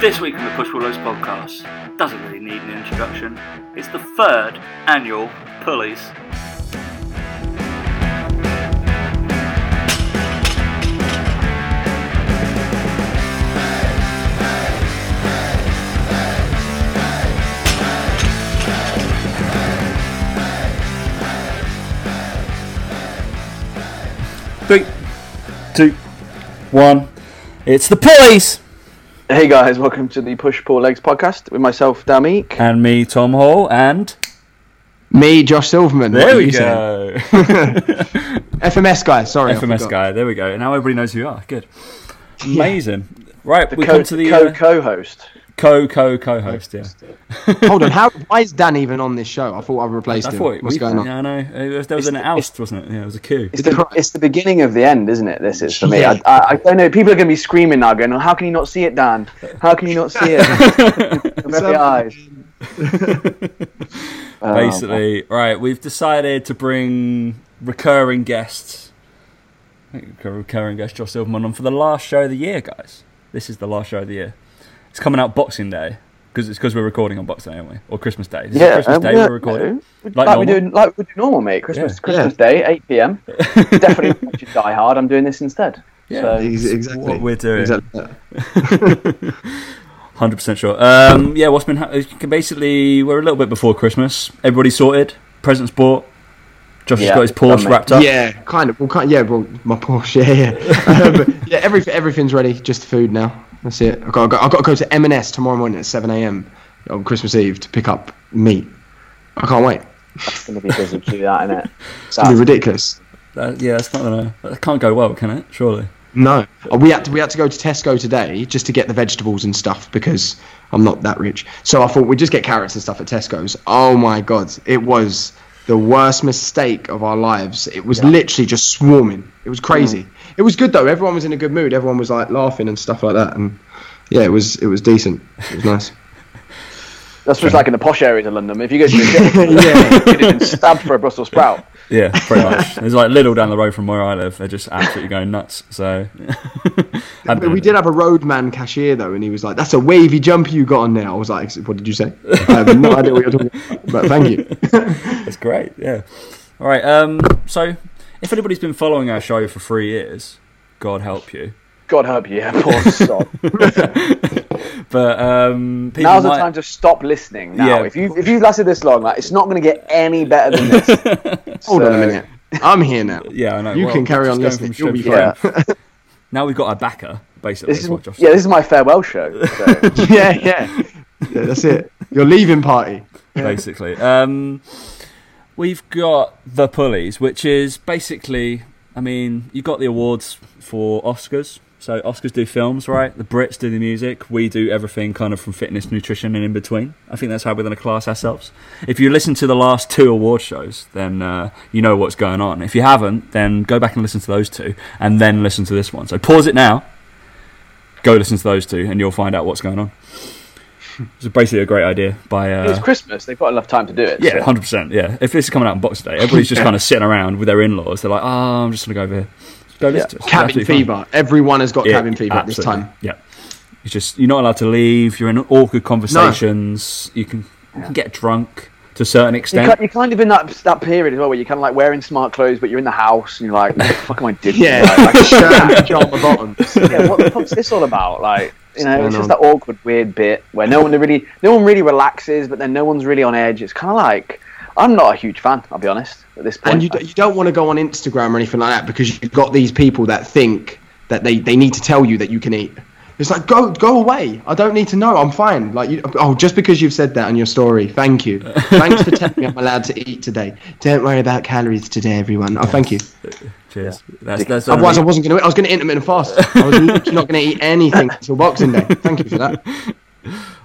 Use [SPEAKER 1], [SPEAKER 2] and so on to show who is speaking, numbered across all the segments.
[SPEAKER 1] This week on the Push Willows podcast doesn't really need an introduction. It's the third annual Pulleys.
[SPEAKER 2] Three, two, one. It's the police
[SPEAKER 3] Hey guys, welcome to the Push Pull Legs podcast with myself, Damik.
[SPEAKER 2] and me, Tom Hall, and
[SPEAKER 4] Me, Josh Silverman.
[SPEAKER 2] there
[SPEAKER 4] What
[SPEAKER 2] we
[SPEAKER 4] you saying?
[SPEAKER 2] go.
[SPEAKER 4] FMS guy. Sorry, I
[SPEAKER 2] FMS
[SPEAKER 4] forgot.
[SPEAKER 2] guy. There we go. Now everybody knows who you are. Good. Amazing. Right,
[SPEAKER 3] The
[SPEAKER 2] we
[SPEAKER 3] co
[SPEAKER 2] come to the
[SPEAKER 3] co
[SPEAKER 2] uh,
[SPEAKER 3] co-host.
[SPEAKER 2] co co co host. Yeah,
[SPEAKER 4] Hold on. How? Why is Dan even on this show? I thought I replaced
[SPEAKER 2] I
[SPEAKER 4] him.
[SPEAKER 2] thought
[SPEAKER 4] What's
[SPEAKER 2] we,
[SPEAKER 4] going on?
[SPEAKER 2] No, no, it was- Uh, there was an oust, wasn't it? Yeah, it was a coup.
[SPEAKER 3] It's the, it's the beginning of the end, isn't it? This is for me.
[SPEAKER 4] Yeah.
[SPEAKER 3] I, I, I don't know. People are going to be screaming now, going, "How can you not see it, Dan? How can you not see it?" With their eyes. Um,
[SPEAKER 2] Basically, right, we've decided to bring recurring guests. I think we've got a recurring guest Josh Silverman on for the last show of the year, guys. This is the last show of the year. It's coming out Boxing Day because it's because we're recording on Boxing Day, aren't we? Or Christmas Day. This is
[SPEAKER 3] yeah,
[SPEAKER 2] Christmas
[SPEAKER 3] um,
[SPEAKER 2] Day
[SPEAKER 3] yeah,
[SPEAKER 2] we're recording.
[SPEAKER 3] no.
[SPEAKER 2] Like
[SPEAKER 3] like, we
[SPEAKER 2] normal.
[SPEAKER 3] do, like we do normal, mate. Christmas,
[SPEAKER 2] Yeah.
[SPEAKER 3] Christmas Day, eight pm. Definitely not watching Die Hard. I'm doing this instead. So,
[SPEAKER 4] Ex- Exactly.
[SPEAKER 2] what we're doing.
[SPEAKER 4] Exactly.
[SPEAKER 2] Hundred percent sure. Um, yeah, what's been ha- basically we're a little bit before Christmas. Everybody sorted. Presents bought. Josh has
[SPEAKER 3] Yeah,
[SPEAKER 2] got his
[SPEAKER 3] done,
[SPEAKER 2] Porsche
[SPEAKER 3] mate.
[SPEAKER 2] wrapped up.
[SPEAKER 4] Yeah, kind of. Well, kind yeah. Well, my Porsche. Yeah, yeah. um, yeah. Every, everything's ready. Just food now. That's it. I got. Go, I got to go to M&S tomorrow morning at seven a.m. on Christmas Eve to pick up meat. I can't wait.
[SPEAKER 3] it's going to be busy to do that, isn't it?
[SPEAKER 4] It's gonna be ridiculous.
[SPEAKER 2] That- Uh, yeah, that's not gonna. That can't go well, can it? Surely.
[SPEAKER 4] No, Uh, we had to, we had to go to Tesco today just to get the vegetables and stuff because I'm not that rich. So I thought we'd just get carrots and stuff at Tesco's. Oh my god, it was the worst mistake of our lives. It was literally just swarming. It was crazy. It was good though. Everyone was in a good mood. Everyone was like laughing and stuff like that. And yeah, it was it was decent. It was nice.
[SPEAKER 3] That's what it's like in the posh areas of London. If you go to the
[SPEAKER 4] yeah,
[SPEAKER 3] you'd have been stabbed for a Brussels sprout.
[SPEAKER 2] Yeah, pretty much. There's like Lidl down the road from where I live. They're just absolutely going nuts. So
[SPEAKER 4] but we did have a roadman cashier though, and he was like, "That's a wavy jumper you got on there." I was like, "What did you say?" I have no idea what you're talking about. But thank you.
[SPEAKER 2] That's great. Yeah. All right. Um. So, if anybody's been following our show for three years, God help you.
[SPEAKER 3] God help you, yeah, poor sod.
[SPEAKER 2] But um, people
[SPEAKER 3] Now's
[SPEAKER 2] might-
[SPEAKER 3] the time to stop listening. Now,
[SPEAKER 2] Yeah.
[SPEAKER 3] if you if you've lasted this long, like, it's not going to get any better than this.
[SPEAKER 4] Hold on a
[SPEAKER 3] So-
[SPEAKER 4] minute. I'm here now.
[SPEAKER 2] Yeah, I know.
[SPEAKER 4] You
[SPEAKER 2] Well,
[SPEAKER 4] can carry
[SPEAKER 2] just
[SPEAKER 4] on
[SPEAKER 2] going
[SPEAKER 4] listening.
[SPEAKER 2] from
[SPEAKER 4] You'll be
[SPEAKER 2] strength
[SPEAKER 4] fine.
[SPEAKER 2] to strength. now we've got our backer. Basically,
[SPEAKER 3] This
[SPEAKER 2] is
[SPEAKER 3] is,
[SPEAKER 2] what Josh
[SPEAKER 3] yeah,
[SPEAKER 2] said.
[SPEAKER 3] this is my farewell show. So.
[SPEAKER 4] yeah, yeah. Yeah, that's it. Your leaving party.
[SPEAKER 2] basically. Um, we've got The Pulleys, which is basically, I mean, you got the awards for Oscars. So Oscars do films, right? The Brits do the music. We do everything kind of from fitness, nutrition, and in between. I think that's how we're going to class ourselves. If you listen to the last two award shows, then uh, you know what's going on. If you haven't, then go back and listen to those two, and then listen to this one. So pause it now. Go listen to those two, and you'll find out what's going on. It's basically a great idea by uh,
[SPEAKER 3] it's Christmas. They've got enough time to do it.
[SPEAKER 2] yeah,
[SPEAKER 3] so.
[SPEAKER 2] hundred percent. Yeah, if this is coming out on Boxing Day, everybody's just kind of sitting around with their in-laws. They're like, "Oh, I'm just gonna go over here." Just go listen to us. It's
[SPEAKER 4] Cabin
[SPEAKER 2] absolutely fine.
[SPEAKER 4] fever. Everyone has got
[SPEAKER 2] Yeah,
[SPEAKER 4] cabin fever at this
[SPEAKER 2] absolutely.
[SPEAKER 4] time.
[SPEAKER 2] Yeah, it's just you're not allowed to leave. You're in awkward conversations. You can you can get drunk to a certain
[SPEAKER 3] You
[SPEAKER 2] extent.
[SPEAKER 3] ki- You're kind of in that that period as well, where you're kind of like wearing smart clothes, but you're in the house, and you're like, "What the fuck am I doing?" Like, like,
[SPEAKER 4] Shirt and pajama bottoms.
[SPEAKER 3] yeah, what the fuck's this all about? Like, you know,
[SPEAKER 4] going
[SPEAKER 3] it's just that
[SPEAKER 4] on?
[SPEAKER 3] awkward, weird bit where no one really, no one really relaxes, but then no one's really on edge. It's kind of like I'm not a huge fan. I'll be honest at this point.
[SPEAKER 4] And you, d- you don't want to go on Instagram or anything like that because you've got these people that think that they, they need to tell you that you can eat. It's like go go away. I don't need to know. I'm fine. Like you, oh, just because you've said that on your story, thank you. Thanks for telling me I'm allowed to eat today. Don't worry about calories today, everyone. Oh, thank you.
[SPEAKER 2] Cheers. That's, that's the
[SPEAKER 4] Otherwise, I
[SPEAKER 2] only-
[SPEAKER 4] wasn't going to. I was going to intermittent fast. I was literally not going to eat anything until Boxing Day. Thank you for that.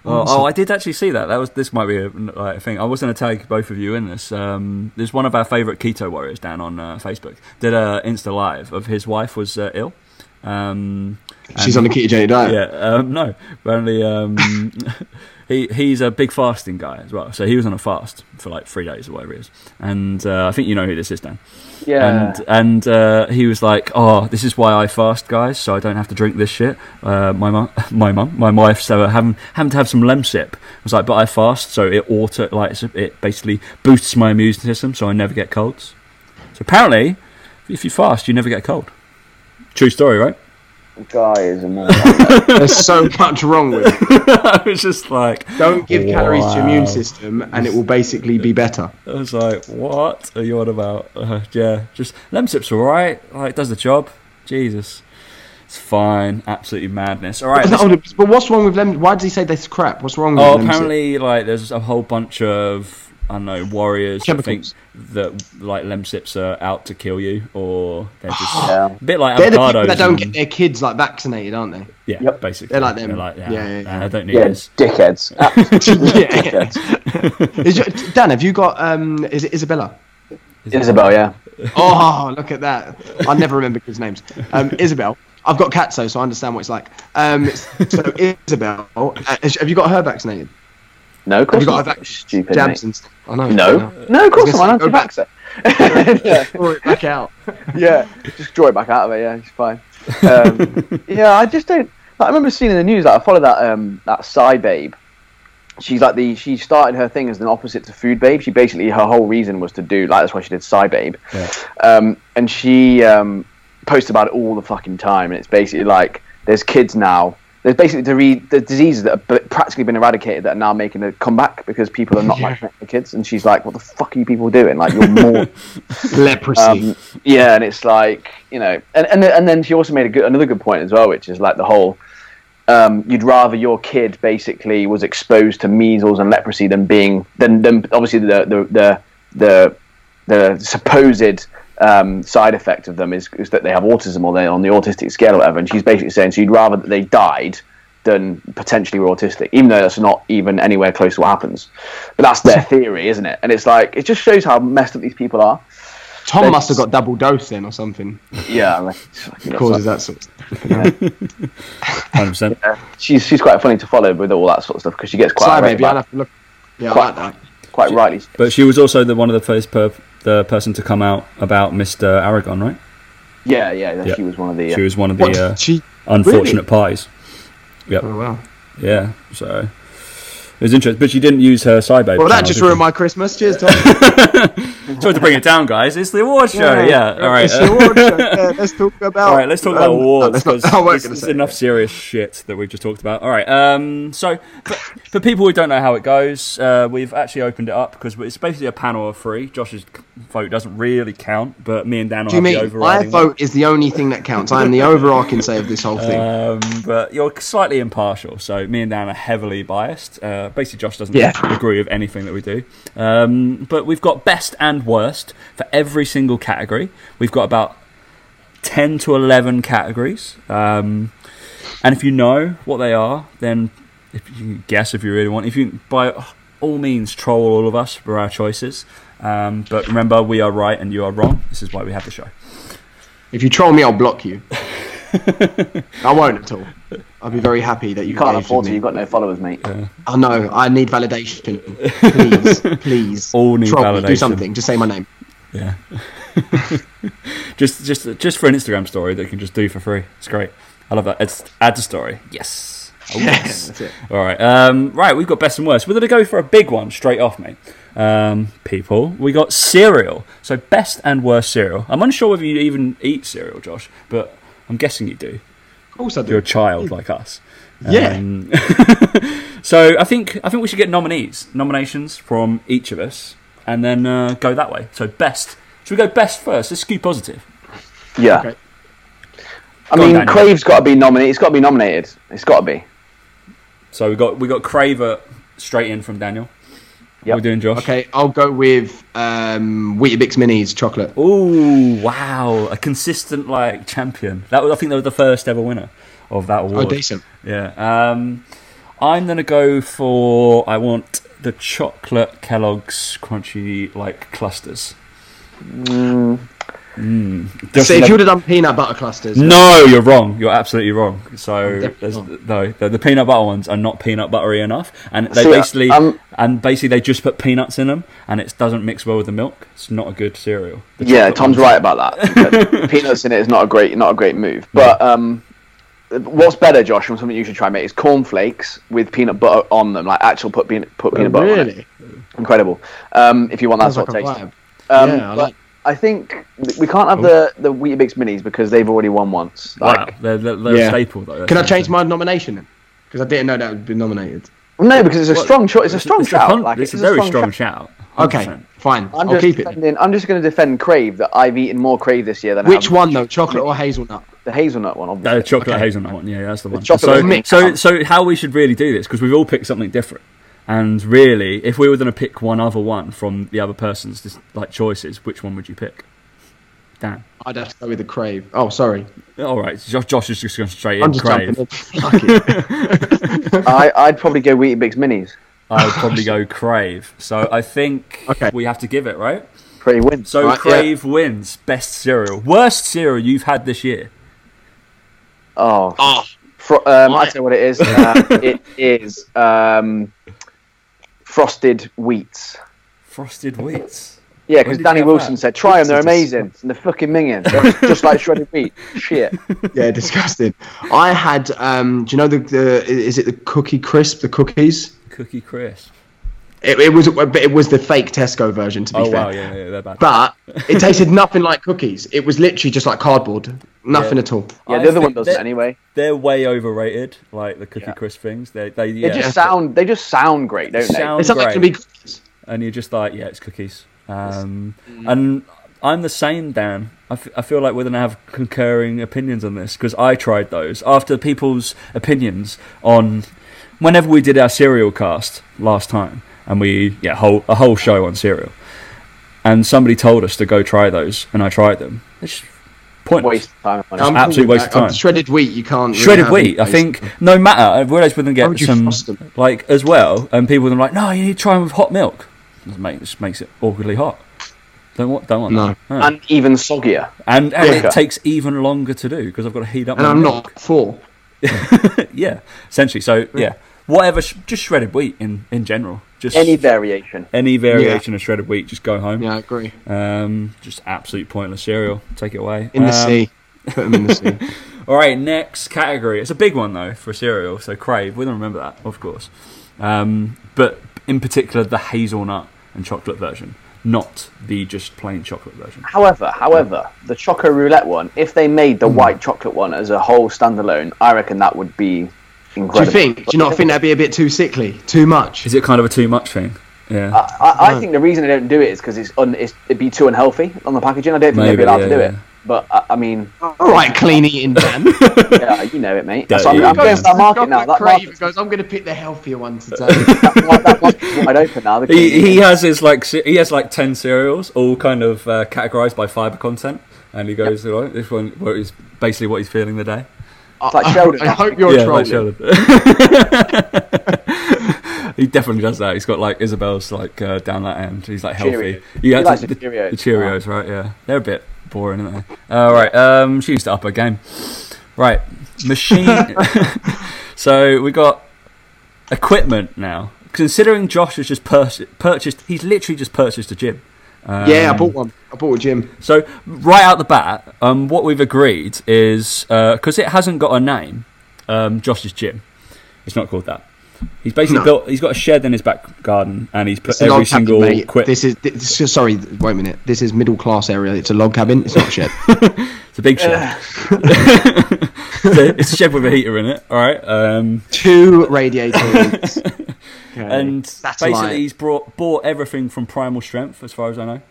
[SPEAKER 2] oh, oh, I did actually see that. That was this might be a like, thing. I was going to tag both of you in this. Um, there's one of our favourite keto warriors down on uh, Facebook did a Insta live of his wife was uh, ill. Um,
[SPEAKER 4] She's on a ketogenic diet.
[SPEAKER 2] Yeah, um, no. Apparently, um, he he's a big fasting guy as well. So he was on a fast for like three days or whatever it is. And uh, I think you know who this is, Dan.
[SPEAKER 3] Yeah.
[SPEAKER 2] And and uh, he was like, "Oh, this is why I fast, guys, so I don't have to drink this shit." Uh, my mum, my mum, my wife, so uh, having having to have some Lemsip. I was like, "But I fast, so it auto like it's- it basically boosts my immune system, so I never get colds." So apparently, if you fast, you never get a cold. True story, right?
[SPEAKER 3] guy is a moron.
[SPEAKER 4] There's so much wrong with it.
[SPEAKER 2] I was just like,
[SPEAKER 4] Don't give calories to your immune
[SPEAKER 2] Wow.
[SPEAKER 4] system, and it will basically be better.
[SPEAKER 2] I was like, what are you on about? Uh, yeah, just Lemsip's all right. Like, does the job. Jesus, it's fine. Absolutely madness. All right.
[SPEAKER 4] But,
[SPEAKER 2] let's-
[SPEAKER 4] but what's wrong with them? Why does he say this crap? What's wrong with
[SPEAKER 2] Oh,
[SPEAKER 4] them?
[SPEAKER 2] apparently, like, there's a whole bunch of I don't know warriors that think
[SPEAKER 4] Chemicals.
[SPEAKER 2] that like Lemsips are out to kill you, or they're just
[SPEAKER 3] Yeah.
[SPEAKER 2] a bit like
[SPEAKER 4] They're the people
[SPEAKER 2] avocados.
[SPEAKER 4] that don't
[SPEAKER 2] and-
[SPEAKER 4] get their kids like vaccinated, aren't they?
[SPEAKER 2] yeah,
[SPEAKER 3] Yep.
[SPEAKER 2] basically,
[SPEAKER 4] They're like them.
[SPEAKER 2] yeah,
[SPEAKER 4] Yeah, yeah, yeah.
[SPEAKER 2] ah, I don't need
[SPEAKER 3] yeah,
[SPEAKER 2] this.
[SPEAKER 3] dickheads.
[SPEAKER 4] yeah. Is your- Dan, have you got? Um, is it Isabella?
[SPEAKER 3] Isabel, yeah.
[SPEAKER 4] Oh, look at that! I never remember kids' names. Um, Isabel. I've got cats though, so I understand what it's like. Um, so Isabel, uh, have you got her vaccinated?
[SPEAKER 3] No, of
[SPEAKER 4] Have
[SPEAKER 3] course
[SPEAKER 4] you got her
[SPEAKER 3] not.
[SPEAKER 4] vac-
[SPEAKER 3] Stupid
[SPEAKER 4] jabs
[SPEAKER 3] mate.
[SPEAKER 4] and stuff? I know.
[SPEAKER 3] No, no, of course not.
[SPEAKER 4] I
[SPEAKER 3] I'm
[SPEAKER 4] was gonna
[SPEAKER 3] anti-vaxxer. yeah,
[SPEAKER 4] Pour it back out.
[SPEAKER 3] yeah, just draw it back out of it. Yeah, it's fine. Um, yeah, I just don't. Like, I remember seeing in the news like, I follow that um, that Psy Babe. She's like the she started her thing as an opposite to Food Babe. She basically her whole reason was to do like that's why she did Psy Babe.
[SPEAKER 2] Yeah.
[SPEAKER 3] Um, and she um, posts about it all the fucking time. And it's basically like there's kids now. There's basically the, re- the diseases that have b- practically been eradicated that are now making a comeback because people are not
[SPEAKER 4] Yeah.
[SPEAKER 3] vaccinating their kids. And she's like, "What the fuck are you people doing? Like you're more."
[SPEAKER 4] Leprosy.
[SPEAKER 3] Um, yeah, and it's like you know, and and, and then she also made a good, another good point as well, which is like the whole. Um, you'd rather your kid basically was exposed to measles and leprosy than being than, than obviously the the the the, the supposed um, side effect of them is, is that they have autism or they're on the autistic scale or whatever. And she's basically saying, so you'd rather that they died than potentially were autistic, even though that's not even anywhere close to what happens. But that's their theory, isn't it? And it's like it just shows how messed up these people are.
[SPEAKER 4] Tom must have got double dose then or something.
[SPEAKER 3] Yeah, like, it's fucking
[SPEAKER 4] Causes
[SPEAKER 3] awesome.
[SPEAKER 4] that sort. Of
[SPEAKER 2] Hundred percent.
[SPEAKER 3] she's she's quite funny to follow with all that sort of stuff because she gets quite
[SPEAKER 4] Sorry,
[SPEAKER 3] irate
[SPEAKER 4] baby. I'll
[SPEAKER 3] about,
[SPEAKER 4] have to look. Yeah, I
[SPEAKER 3] Quite-
[SPEAKER 4] like that.
[SPEAKER 3] quite rightly.
[SPEAKER 2] But she was also the one of the first per- the person to come out about Mister Aragon, right?
[SPEAKER 3] Yeah, yeah, yeah,
[SPEAKER 2] Yeah.
[SPEAKER 3] she was one of the.
[SPEAKER 2] She was one of the
[SPEAKER 4] What,
[SPEAKER 2] uh,
[SPEAKER 4] she?
[SPEAKER 2] unfortunate pies.
[SPEAKER 4] Oh wow.
[SPEAKER 2] Yeah, so it was interesting. But she didn't use her side babe.
[SPEAKER 4] Well, that
[SPEAKER 2] channel,
[SPEAKER 4] just
[SPEAKER 2] did
[SPEAKER 4] ruined my Christmas. Cheers, Tom.
[SPEAKER 2] she? Sorry to bring it down, guys. It's the award show. Yeah, all right.
[SPEAKER 4] It's
[SPEAKER 2] uh,
[SPEAKER 4] the award show. Yeah, let's talk about.
[SPEAKER 2] all right, let's talk about
[SPEAKER 4] um, no,
[SPEAKER 2] awards
[SPEAKER 4] let's not-
[SPEAKER 2] because
[SPEAKER 4] I wasn't
[SPEAKER 2] there's
[SPEAKER 4] gonna
[SPEAKER 2] there's
[SPEAKER 4] say
[SPEAKER 2] enough serious shit that we've just talked about. All right, um, so for, for people who don't know how it goes, uh, we've actually opened it up because it's basically a panel of three. Josh's c- vote doesn't really count, but me and Dan will
[SPEAKER 4] Do you
[SPEAKER 2] have the
[SPEAKER 4] mean my
[SPEAKER 2] overriding. one.
[SPEAKER 4] vote is the only thing that counts? I am the overarching say of this whole thing.
[SPEAKER 2] Um, but you're slightly impartial, so me and Dan are heavily biased. Uh, basically, Josh doesn't
[SPEAKER 4] Yeah.
[SPEAKER 2] agree with anything that we do. Um, but we've got best and worst for every single category. We've got about 10 to 11 categories. Um, and if you know what they are, then if you can guess if you really want. If you, by all means, troll all of us for our choices. Um, but remember, we are right and you are wrong. This is why we have the show.
[SPEAKER 4] if you troll me, I'll block you. I won't at all. I'll be very happy that you,
[SPEAKER 3] You can't
[SPEAKER 4] engaged
[SPEAKER 3] afford
[SPEAKER 4] with
[SPEAKER 3] to.
[SPEAKER 4] me.
[SPEAKER 3] You've got no followers, mate.
[SPEAKER 4] I know. I need validation. Please, please.
[SPEAKER 2] All need
[SPEAKER 4] troll me, Do
[SPEAKER 2] validation.
[SPEAKER 4] something. Just say my name.
[SPEAKER 2] Yeah. just just just for an Instagram story that you can just do for free. It's great. I love that. It's add to story. Yes. Oh, yes.
[SPEAKER 4] That's it.
[SPEAKER 2] All right. Um, right, we've got best and worst. We're going to go for a big one straight off, mate. Um, people, we got cereal. So best and worst cereal. I'm unsure whether you even eat cereal, Josh, but I'm guessing you do.
[SPEAKER 4] Of course I
[SPEAKER 2] You're a
[SPEAKER 4] do.
[SPEAKER 2] child like us.
[SPEAKER 4] Yeah.
[SPEAKER 2] Um, so I think I think we should get nominees, nominations from each of us, and then uh, go that way. So best. Should we go best first? Let's skew positive.
[SPEAKER 3] Yeah.
[SPEAKER 4] Okay.
[SPEAKER 3] I
[SPEAKER 2] Go on,
[SPEAKER 3] mean,
[SPEAKER 2] Daniel.
[SPEAKER 3] Crave's got to be nominated. It's got to be nominated. It's got to be.
[SPEAKER 2] So we got we got Craver straight in from Daniel. What
[SPEAKER 3] Yep.
[SPEAKER 2] are we doing, Josh?
[SPEAKER 4] Okay, I'll go with um, Weetabix Minis chocolate.
[SPEAKER 2] Ooh, wow! A consistent like champion. That was I think they were the first ever winner of that
[SPEAKER 4] Oh,
[SPEAKER 2] award.
[SPEAKER 4] decent.
[SPEAKER 2] Yeah. Um, I'm gonna go for I want the
[SPEAKER 4] Mm.
[SPEAKER 2] chocolate Kellogg's crunchy like clusters. Just
[SPEAKER 4] so if
[SPEAKER 2] never-
[SPEAKER 4] you would have done peanut butter clusters,
[SPEAKER 2] no, you're wrong. You're absolutely wrong. So
[SPEAKER 4] definitely
[SPEAKER 2] there's, no, the, the peanut butter ones are not peanut buttery enough, and they
[SPEAKER 3] See,
[SPEAKER 2] basically
[SPEAKER 3] um,
[SPEAKER 2] and basically they just put peanuts in them, and it doesn't mix well with the milk. It's not a good cereal. The
[SPEAKER 3] Yeah,
[SPEAKER 2] chocolate
[SPEAKER 3] Tom's
[SPEAKER 2] ones-
[SPEAKER 3] right about that. Peanuts in it is not a great, not a great move. But um, what's better, Josh, and something you should try and make is cornflakes with peanut butter on them. Like actual put peanut, put peanut butter. on it.
[SPEAKER 4] Oh, really,
[SPEAKER 3] Incredible. Um, if you want that
[SPEAKER 4] Sounds
[SPEAKER 3] sort
[SPEAKER 4] like
[SPEAKER 3] of
[SPEAKER 4] a
[SPEAKER 3] taste.
[SPEAKER 4] vibe.
[SPEAKER 3] Um,
[SPEAKER 4] Yeah, I
[SPEAKER 3] but
[SPEAKER 4] like-
[SPEAKER 3] I think th- we
[SPEAKER 2] Oh.
[SPEAKER 3] can't have the the Weetabix minis because they've already won once.
[SPEAKER 2] Wow,
[SPEAKER 3] Like,
[SPEAKER 2] they're, they're, they're a
[SPEAKER 4] Yeah.
[SPEAKER 2] staple though.
[SPEAKER 4] Can I change my nomination then? Because I didn't know that would be nominated.
[SPEAKER 3] No, because it's a strong choice. It's a strong
[SPEAKER 2] it's
[SPEAKER 3] shout.
[SPEAKER 2] A, con-
[SPEAKER 3] like,
[SPEAKER 2] it's a
[SPEAKER 3] it's
[SPEAKER 2] very
[SPEAKER 3] strong
[SPEAKER 2] strong
[SPEAKER 3] shout.
[SPEAKER 2] shout.
[SPEAKER 4] Okay,
[SPEAKER 2] 100%.
[SPEAKER 4] fine.
[SPEAKER 3] I'm
[SPEAKER 4] I'll
[SPEAKER 3] just
[SPEAKER 4] keep it.
[SPEAKER 3] defending, I'm just going to defend Crave that I've eaten more Crave this year than I
[SPEAKER 4] Which
[SPEAKER 3] have-
[SPEAKER 4] one though? Chocolate or hazelnut?
[SPEAKER 3] The hazelnut one, obviously.
[SPEAKER 2] Uh, chocolate
[SPEAKER 4] Okay.
[SPEAKER 2] hazelnut one, yeah, that's the one.
[SPEAKER 3] chocolate
[SPEAKER 2] so,
[SPEAKER 3] mix.
[SPEAKER 2] so, so, how we should really do this because we've all picked something different, and really, if we were going to pick one other one from the other person's just, like choices, which one would you pick? Dan.
[SPEAKER 4] I'd have to go with the crave. Oh, sorry.
[SPEAKER 2] All right, Josh, Josh is just going straight in.
[SPEAKER 4] I'm just
[SPEAKER 2] Crave.
[SPEAKER 4] jumping in. Fuck it.
[SPEAKER 3] I, I'd probably go Weetabix minis.
[SPEAKER 2] I would probably go Crave. So I think
[SPEAKER 4] Okay.
[SPEAKER 2] we have to give it right.
[SPEAKER 3] Crave wins.
[SPEAKER 2] So
[SPEAKER 4] Right, yeah.
[SPEAKER 2] Crave wins best cereal, worst cereal you've had this year.
[SPEAKER 3] Oh,
[SPEAKER 4] Oh,
[SPEAKER 2] Ah.
[SPEAKER 3] Fro- um, I tell you what it is. Uh, it is um, frosted wheats.
[SPEAKER 2] Frosted wheats.
[SPEAKER 3] Yeah,
[SPEAKER 2] When
[SPEAKER 3] because
[SPEAKER 2] did
[SPEAKER 3] Danny
[SPEAKER 2] you have
[SPEAKER 3] Wilson
[SPEAKER 2] that?
[SPEAKER 3] said, "Try them; they're amazing." And they're fucking minging, They're just like shredded wheat. Shit.
[SPEAKER 4] yeah, disgusting. I had. Um, do you know the, the? Is it the cookie crisp? The cookies.
[SPEAKER 2] Cookie crisp.
[SPEAKER 4] It, it was, but it was the fake Tesco version. To be
[SPEAKER 2] Oh
[SPEAKER 4] fair,
[SPEAKER 2] wow, yeah, yeah, they're bad.
[SPEAKER 4] but it tasted nothing like cookies. It was literally just like cardboard. Nothing
[SPEAKER 2] Yeah.
[SPEAKER 4] at all.
[SPEAKER 3] Yeah,
[SPEAKER 2] I
[SPEAKER 3] the other one
[SPEAKER 2] think
[SPEAKER 3] doesn't
[SPEAKER 2] that-
[SPEAKER 3] anyway.
[SPEAKER 2] They're way overrated, like the cookie crisp things. They, they, yeah.
[SPEAKER 3] They just sound. They just sound great, don't
[SPEAKER 2] Sound-
[SPEAKER 3] they?
[SPEAKER 4] It's not
[SPEAKER 2] Oh, Great.
[SPEAKER 4] going to be cookies.
[SPEAKER 2] and you're just like, yeah, it's cookies. Um, and I'm the same, Dan. I, f- I feel like we're going to have concurring opinions on this because I tried those after people's opinions on whenever we did our cereal cast last time, and we yeah whole a whole show on cereal, and somebody told us to go try those, and I tried them. It's pointless.
[SPEAKER 3] Waste of time. and money.
[SPEAKER 4] I'm
[SPEAKER 2] absolute
[SPEAKER 4] cool with
[SPEAKER 2] waste
[SPEAKER 4] that.
[SPEAKER 2] of time.
[SPEAKER 4] Shredded wheat. You can't. really
[SPEAKER 2] shredded
[SPEAKER 4] have
[SPEAKER 2] wheat.
[SPEAKER 4] in
[SPEAKER 2] I
[SPEAKER 4] place.
[SPEAKER 2] think no matter. I realised we're
[SPEAKER 4] Why
[SPEAKER 2] gonna
[SPEAKER 4] would
[SPEAKER 2] get
[SPEAKER 4] you
[SPEAKER 2] some
[SPEAKER 4] frost them?
[SPEAKER 2] like as well, and people were like, "No, you need to try them with hot milk." This makes, this makes it awkwardly hot. Don't want, don't want
[SPEAKER 4] No.
[SPEAKER 2] that. No.
[SPEAKER 3] And even soggier.
[SPEAKER 2] And, and
[SPEAKER 3] Yeah.
[SPEAKER 2] it takes even longer to do because I've got to heat up.
[SPEAKER 4] And
[SPEAKER 2] my
[SPEAKER 4] I'm
[SPEAKER 2] milk.
[SPEAKER 4] not for.
[SPEAKER 2] Yeah, essentially. So yeah, whatever. Sh- just shredded wheat in in general. Just
[SPEAKER 3] Any variation.
[SPEAKER 2] any variation of shredded wheat. Just go home.
[SPEAKER 4] Yeah, I agree.
[SPEAKER 2] Um, just absolute pointless cereal. Take it away
[SPEAKER 4] In the
[SPEAKER 2] Um,
[SPEAKER 4] sea. Put them in the sea.
[SPEAKER 2] All right, next category. It's a big one though for cereal. So crave. We don't remember that, of course. Um, but in particular, the hazelnut and chocolate version, not the just plain chocolate version.
[SPEAKER 3] However, however, the choco roulette one. If they made
[SPEAKER 2] Hmm.
[SPEAKER 3] the white chocolate one as a whole standalone, I reckon that would be
[SPEAKER 4] Do
[SPEAKER 3] incredible.
[SPEAKER 4] you think? Do you not think that'd be a bit too sickly? Too much?
[SPEAKER 2] Is it kind of a too much thing? Yeah.
[SPEAKER 3] I, I I think the reason they don't do it is because it's, un, it's it'd be too unhealthy on the packaging. I don't think they'd
[SPEAKER 2] Maybe,
[SPEAKER 3] be allowed
[SPEAKER 2] yeah,
[SPEAKER 3] to do
[SPEAKER 2] yeah.
[SPEAKER 3] it. But uh, I, I mean,
[SPEAKER 4] All right, clean eating, Dan.
[SPEAKER 3] yeah, you know it, mate. That's
[SPEAKER 2] Don't
[SPEAKER 3] what I'm,
[SPEAKER 2] you
[SPEAKER 3] I'm
[SPEAKER 2] go
[SPEAKER 3] going for that market
[SPEAKER 4] Got
[SPEAKER 3] now.
[SPEAKER 4] that
[SPEAKER 3] That
[SPEAKER 4] crave
[SPEAKER 3] market's,
[SPEAKER 4] goes, I'm going to pick the healthier one today.
[SPEAKER 3] that market's wide open now. The
[SPEAKER 2] He, he has his like ce- he has like ten cereals, all kind of uh, categorized by fiber content, and he goes, "All right, this one what is basically what he's feeling the day."
[SPEAKER 3] it's like Sheldon.
[SPEAKER 4] I hope you're
[SPEAKER 2] like
[SPEAKER 4] trolling.
[SPEAKER 2] Sheldon. he definitely does that. He's got like Isabel's like uh, down that end. He's like healthy.
[SPEAKER 3] Cheerios.
[SPEAKER 2] You had
[SPEAKER 3] likes
[SPEAKER 2] to-
[SPEAKER 3] the Cheerios.
[SPEAKER 2] Cheerios, right? Yeah, they're a bit boring, aren't they? All right, um, she needs to up her game. Right, machine. so we got equipment now. Considering Josh has just pur- purchased, he's literally just purchased a gym. Um,
[SPEAKER 4] yeah, I bought one. I bought a gym.
[SPEAKER 2] so right out the bat, um, what we've agreed is because it hasn't got a name, um, Josh's gym. It's not called that. He's basically
[SPEAKER 4] No.
[SPEAKER 2] built. He's got a shed in his back garden, and he's put
[SPEAKER 4] It's a
[SPEAKER 2] every
[SPEAKER 4] log cabin,
[SPEAKER 2] single
[SPEAKER 4] mate.
[SPEAKER 2] quit.
[SPEAKER 4] This is this is- sorry. Wait a minute. This is middle class area. It's a log cabin. It's not a shed.
[SPEAKER 2] It's a big shed. So it's a shed with a heater in it. All right. Um,
[SPEAKER 4] Two radiators.
[SPEAKER 2] and
[SPEAKER 4] Satellite.
[SPEAKER 2] basically, he's brought bought everything from Primal Strength, as far as I know.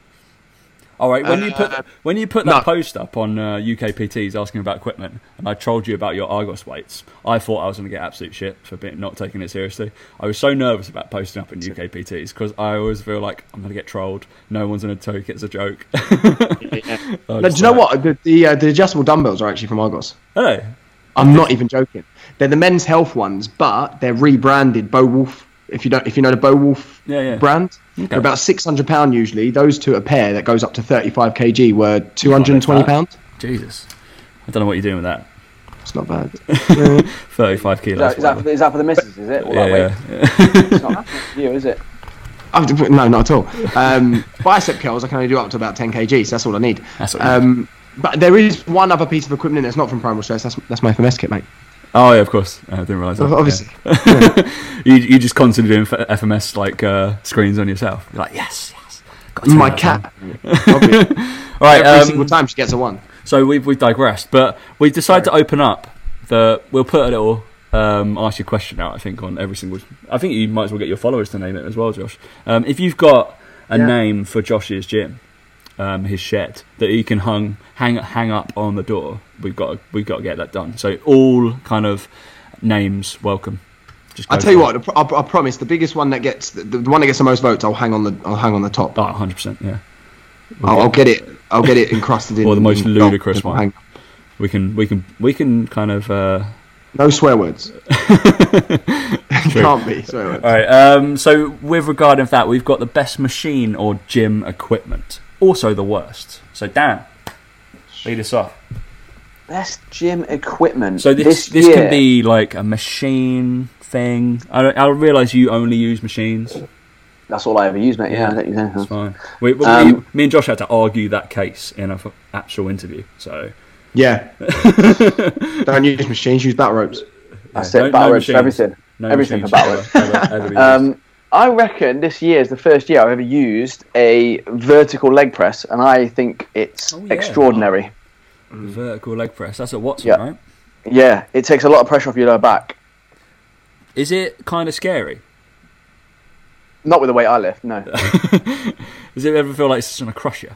[SPEAKER 2] All right. When you
[SPEAKER 4] Uh,
[SPEAKER 2] put when you put that
[SPEAKER 4] no.
[SPEAKER 2] post up on uh, UKPTs asking about equipment, and I trolled you about your Argos weights, I thought I was going to get absolute shit for being, not taking it seriously. I was so nervous about posting up in UKPTs because I always feel like I'm going to get trolled. No one's going to take it as a joke. I was
[SPEAKER 4] No, do
[SPEAKER 2] just
[SPEAKER 4] you know
[SPEAKER 2] like,
[SPEAKER 4] what? The the, uh, the adjustable dumbbells are actually from Argos.
[SPEAKER 2] Hello.
[SPEAKER 4] I'm not even joking. They're the men's health ones, but they're rebranded Bow Wolf. If you don't, if you know the Bow Wolf
[SPEAKER 2] Yeah, yeah.
[SPEAKER 4] brand,
[SPEAKER 2] Okay.
[SPEAKER 4] They're about six hundred pound usually. Those two a pair that goes up to thirty five kg were two hundred and twenty pounds.
[SPEAKER 2] Jesus. I don't know what you're doing with that.
[SPEAKER 4] It's not bad.
[SPEAKER 2] 35
[SPEAKER 3] Is
[SPEAKER 2] kilos.
[SPEAKER 3] that, is, that for the, is that for the missus, is it? All
[SPEAKER 2] yeah,
[SPEAKER 3] that weight?
[SPEAKER 2] yeah, yeah.
[SPEAKER 3] It's not happening for you, is it?
[SPEAKER 4] I've- Oh, no, not at all. Um, bicep curls I can only do up to about ten kg. So that's all I need.
[SPEAKER 2] That's what um,
[SPEAKER 4] Um, but there is one other piece of equipment that's not from Primal Stress. That's that's my FMS kit, mate.
[SPEAKER 2] Oh, yeah, of course. I didn't realise that.
[SPEAKER 4] Obviously,
[SPEAKER 2] Yeah. You, you just constantly doing F- FMS like uh, screens on yourself. You're like, yes, yes. Gotta turn
[SPEAKER 4] my
[SPEAKER 2] that
[SPEAKER 4] cat.
[SPEAKER 2] down.
[SPEAKER 4] Obviously.
[SPEAKER 2] All right.
[SPEAKER 4] Every
[SPEAKER 2] um,
[SPEAKER 4] single time she gets a one.
[SPEAKER 2] So we've, we've digressed, but we decided to open up the. We'll put a little um, ask your question out. I think on every single. I think you might as well get your followers to name it as well, Josh. Um, if you've got a
[SPEAKER 4] Yeah.
[SPEAKER 2] name for Josh's gym, um, his shed that he can hung hang hang up on the door, we've got to, we've got to get that done. So all kind of names welcome. Just
[SPEAKER 4] I
[SPEAKER 2] go
[SPEAKER 4] tell you
[SPEAKER 2] for it.
[SPEAKER 4] what, I, I promise. The biggest one that gets the, the one that gets the most votes, I'll hang on the I'll hang on the top.
[SPEAKER 2] Oh, 100 percent. Yeah,
[SPEAKER 4] I'll,
[SPEAKER 3] Oh,
[SPEAKER 4] I'll get it. I'll get it encrusted in.
[SPEAKER 2] Or the most
[SPEAKER 4] in-
[SPEAKER 2] ludicrous
[SPEAKER 4] I'll
[SPEAKER 2] one.
[SPEAKER 4] hang-
[SPEAKER 2] we can we can we can kind of. Uh,
[SPEAKER 4] No swear words. Can't be swear words.
[SPEAKER 2] All right. Um, so, with regard of that, we've got the best machine or gym equipment, also the worst. So, Dan, lead us off.
[SPEAKER 3] Best gym equipment.
[SPEAKER 2] So this this,
[SPEAKER 3] year,
[SPEAKER 2] can be like a machine thing. I don't, I realize you only use machines.
[SPEAKER 3] That's all I ever use, mate. Yeah, I don't use anything
[SPEAKER 2] That's
[SPEAKER 3] else.
[SPEAKER 2] fine. We, we,
[SPEAKER 3] Um,
[SPEAKER 2] me and Josh had to argue that case in an actual interview. So
[SPEAKER 4] Yeah. Don't use machines. Use battle ropes.
[SPEAKER 3] That's
[SPEAKER 2] No-
[SPEAKER 3] it. Battle
[SPEAKER 2] no
[SPEAKER 3] ropes for
[SPEAKER 2] machines.
[SPEAKER 3] everything.
[SPEAKER 2] no
[SPEAKER 3] everything for
[SPEAKER 2] machines
[SPEAKER 3] battle ropes.
[SPEAKER 2] ever- ever- ever be used.
[SPEAKER 3] Um, I reckon this year is the first year I've ever used a vertical leg press, and I think it's
[SPEAKER 2] Oh, yeah.
[SPEAKER 3] extraordinary.
[SPEAKER 2] vertical leg press. That's at Watson,
[SPEAKER 3] yeah.
[SPEAKER 2] right?
[SPEAKER 3] Yeah, it takes a lot of pressure off your lower back.
[SPEAKER 2] Is it kind of scary?
[SPEAKER 3] Not with the weight I lift, no.
[SPEAKER 2] Does it ever feel like it's going to crush you?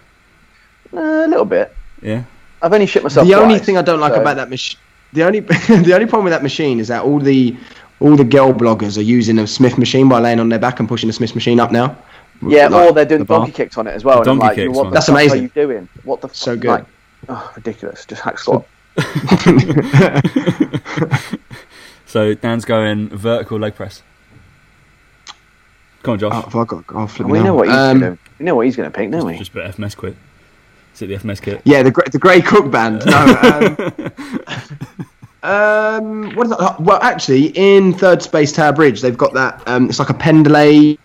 [SPEAKER 3] Uh, a little bit.
[SPEAKER 2] Yeah.
[SPEAKER 3] I've only shit myself.
[SPEAKER 4] the only
[SPEAKER 3] twice,
[SPEAKER 4] thing I don't like
[SPEAKER 3] so-
[SPEAKER 4] about that machine, the only the only problem with that machine is that all the all the girl bloggers are using a Smith machine by laying on their back and pushing the Smith machine up now.
[SPEAKER 3] Yeah,
[SPEAKER 4] Like,
[SPEAKER 3] or they're doing
[SPEAKER 4] the bar.
[SPEAKER 3] donkey kicks on it as well.
[SPEAKER 2] The
[SPEAKER 3] and I'm
[SPEAKER 2] donkey
[SPEAKER 3] like,
[SPEAKER 2] kicks
[SPEAKER 3] what
[SPEAKER 2] on
[SPEAKER 3] the
[SPEAKER 4] it. That's
[SPEAKER 3] fuck
[SPEAKER 4] amazing.
[SPEAKER 3] Are you doing what the? Fuck?
[SPEAKER 4] So good.
[SPEAKER 3] Like, oh, ridiculous! Just hack slot.
[SPEAKER 2] So Dan's going vertical leg press. Come on, Josh.
[SPEAKER 4] Oh, fuck, oh, oh, flipping
[SPEAKER 3] we know
[SPEAKER 4] hell.
[SPEAKER 3] what he's
[SPEAKER 4] Um,
[SPEAKER 3] gonna. We know what he's gonna pick, don't we?
[SPEAKER 2] Just put FMS quit. Is it the FMS kit?
[SPEAKER 4] Yeah, the Gre- the Grey Cook Band. No. Um, um, what is that? Well, actually, in Third Space Tower Bridge, they've got that. Um, it's like a pendulum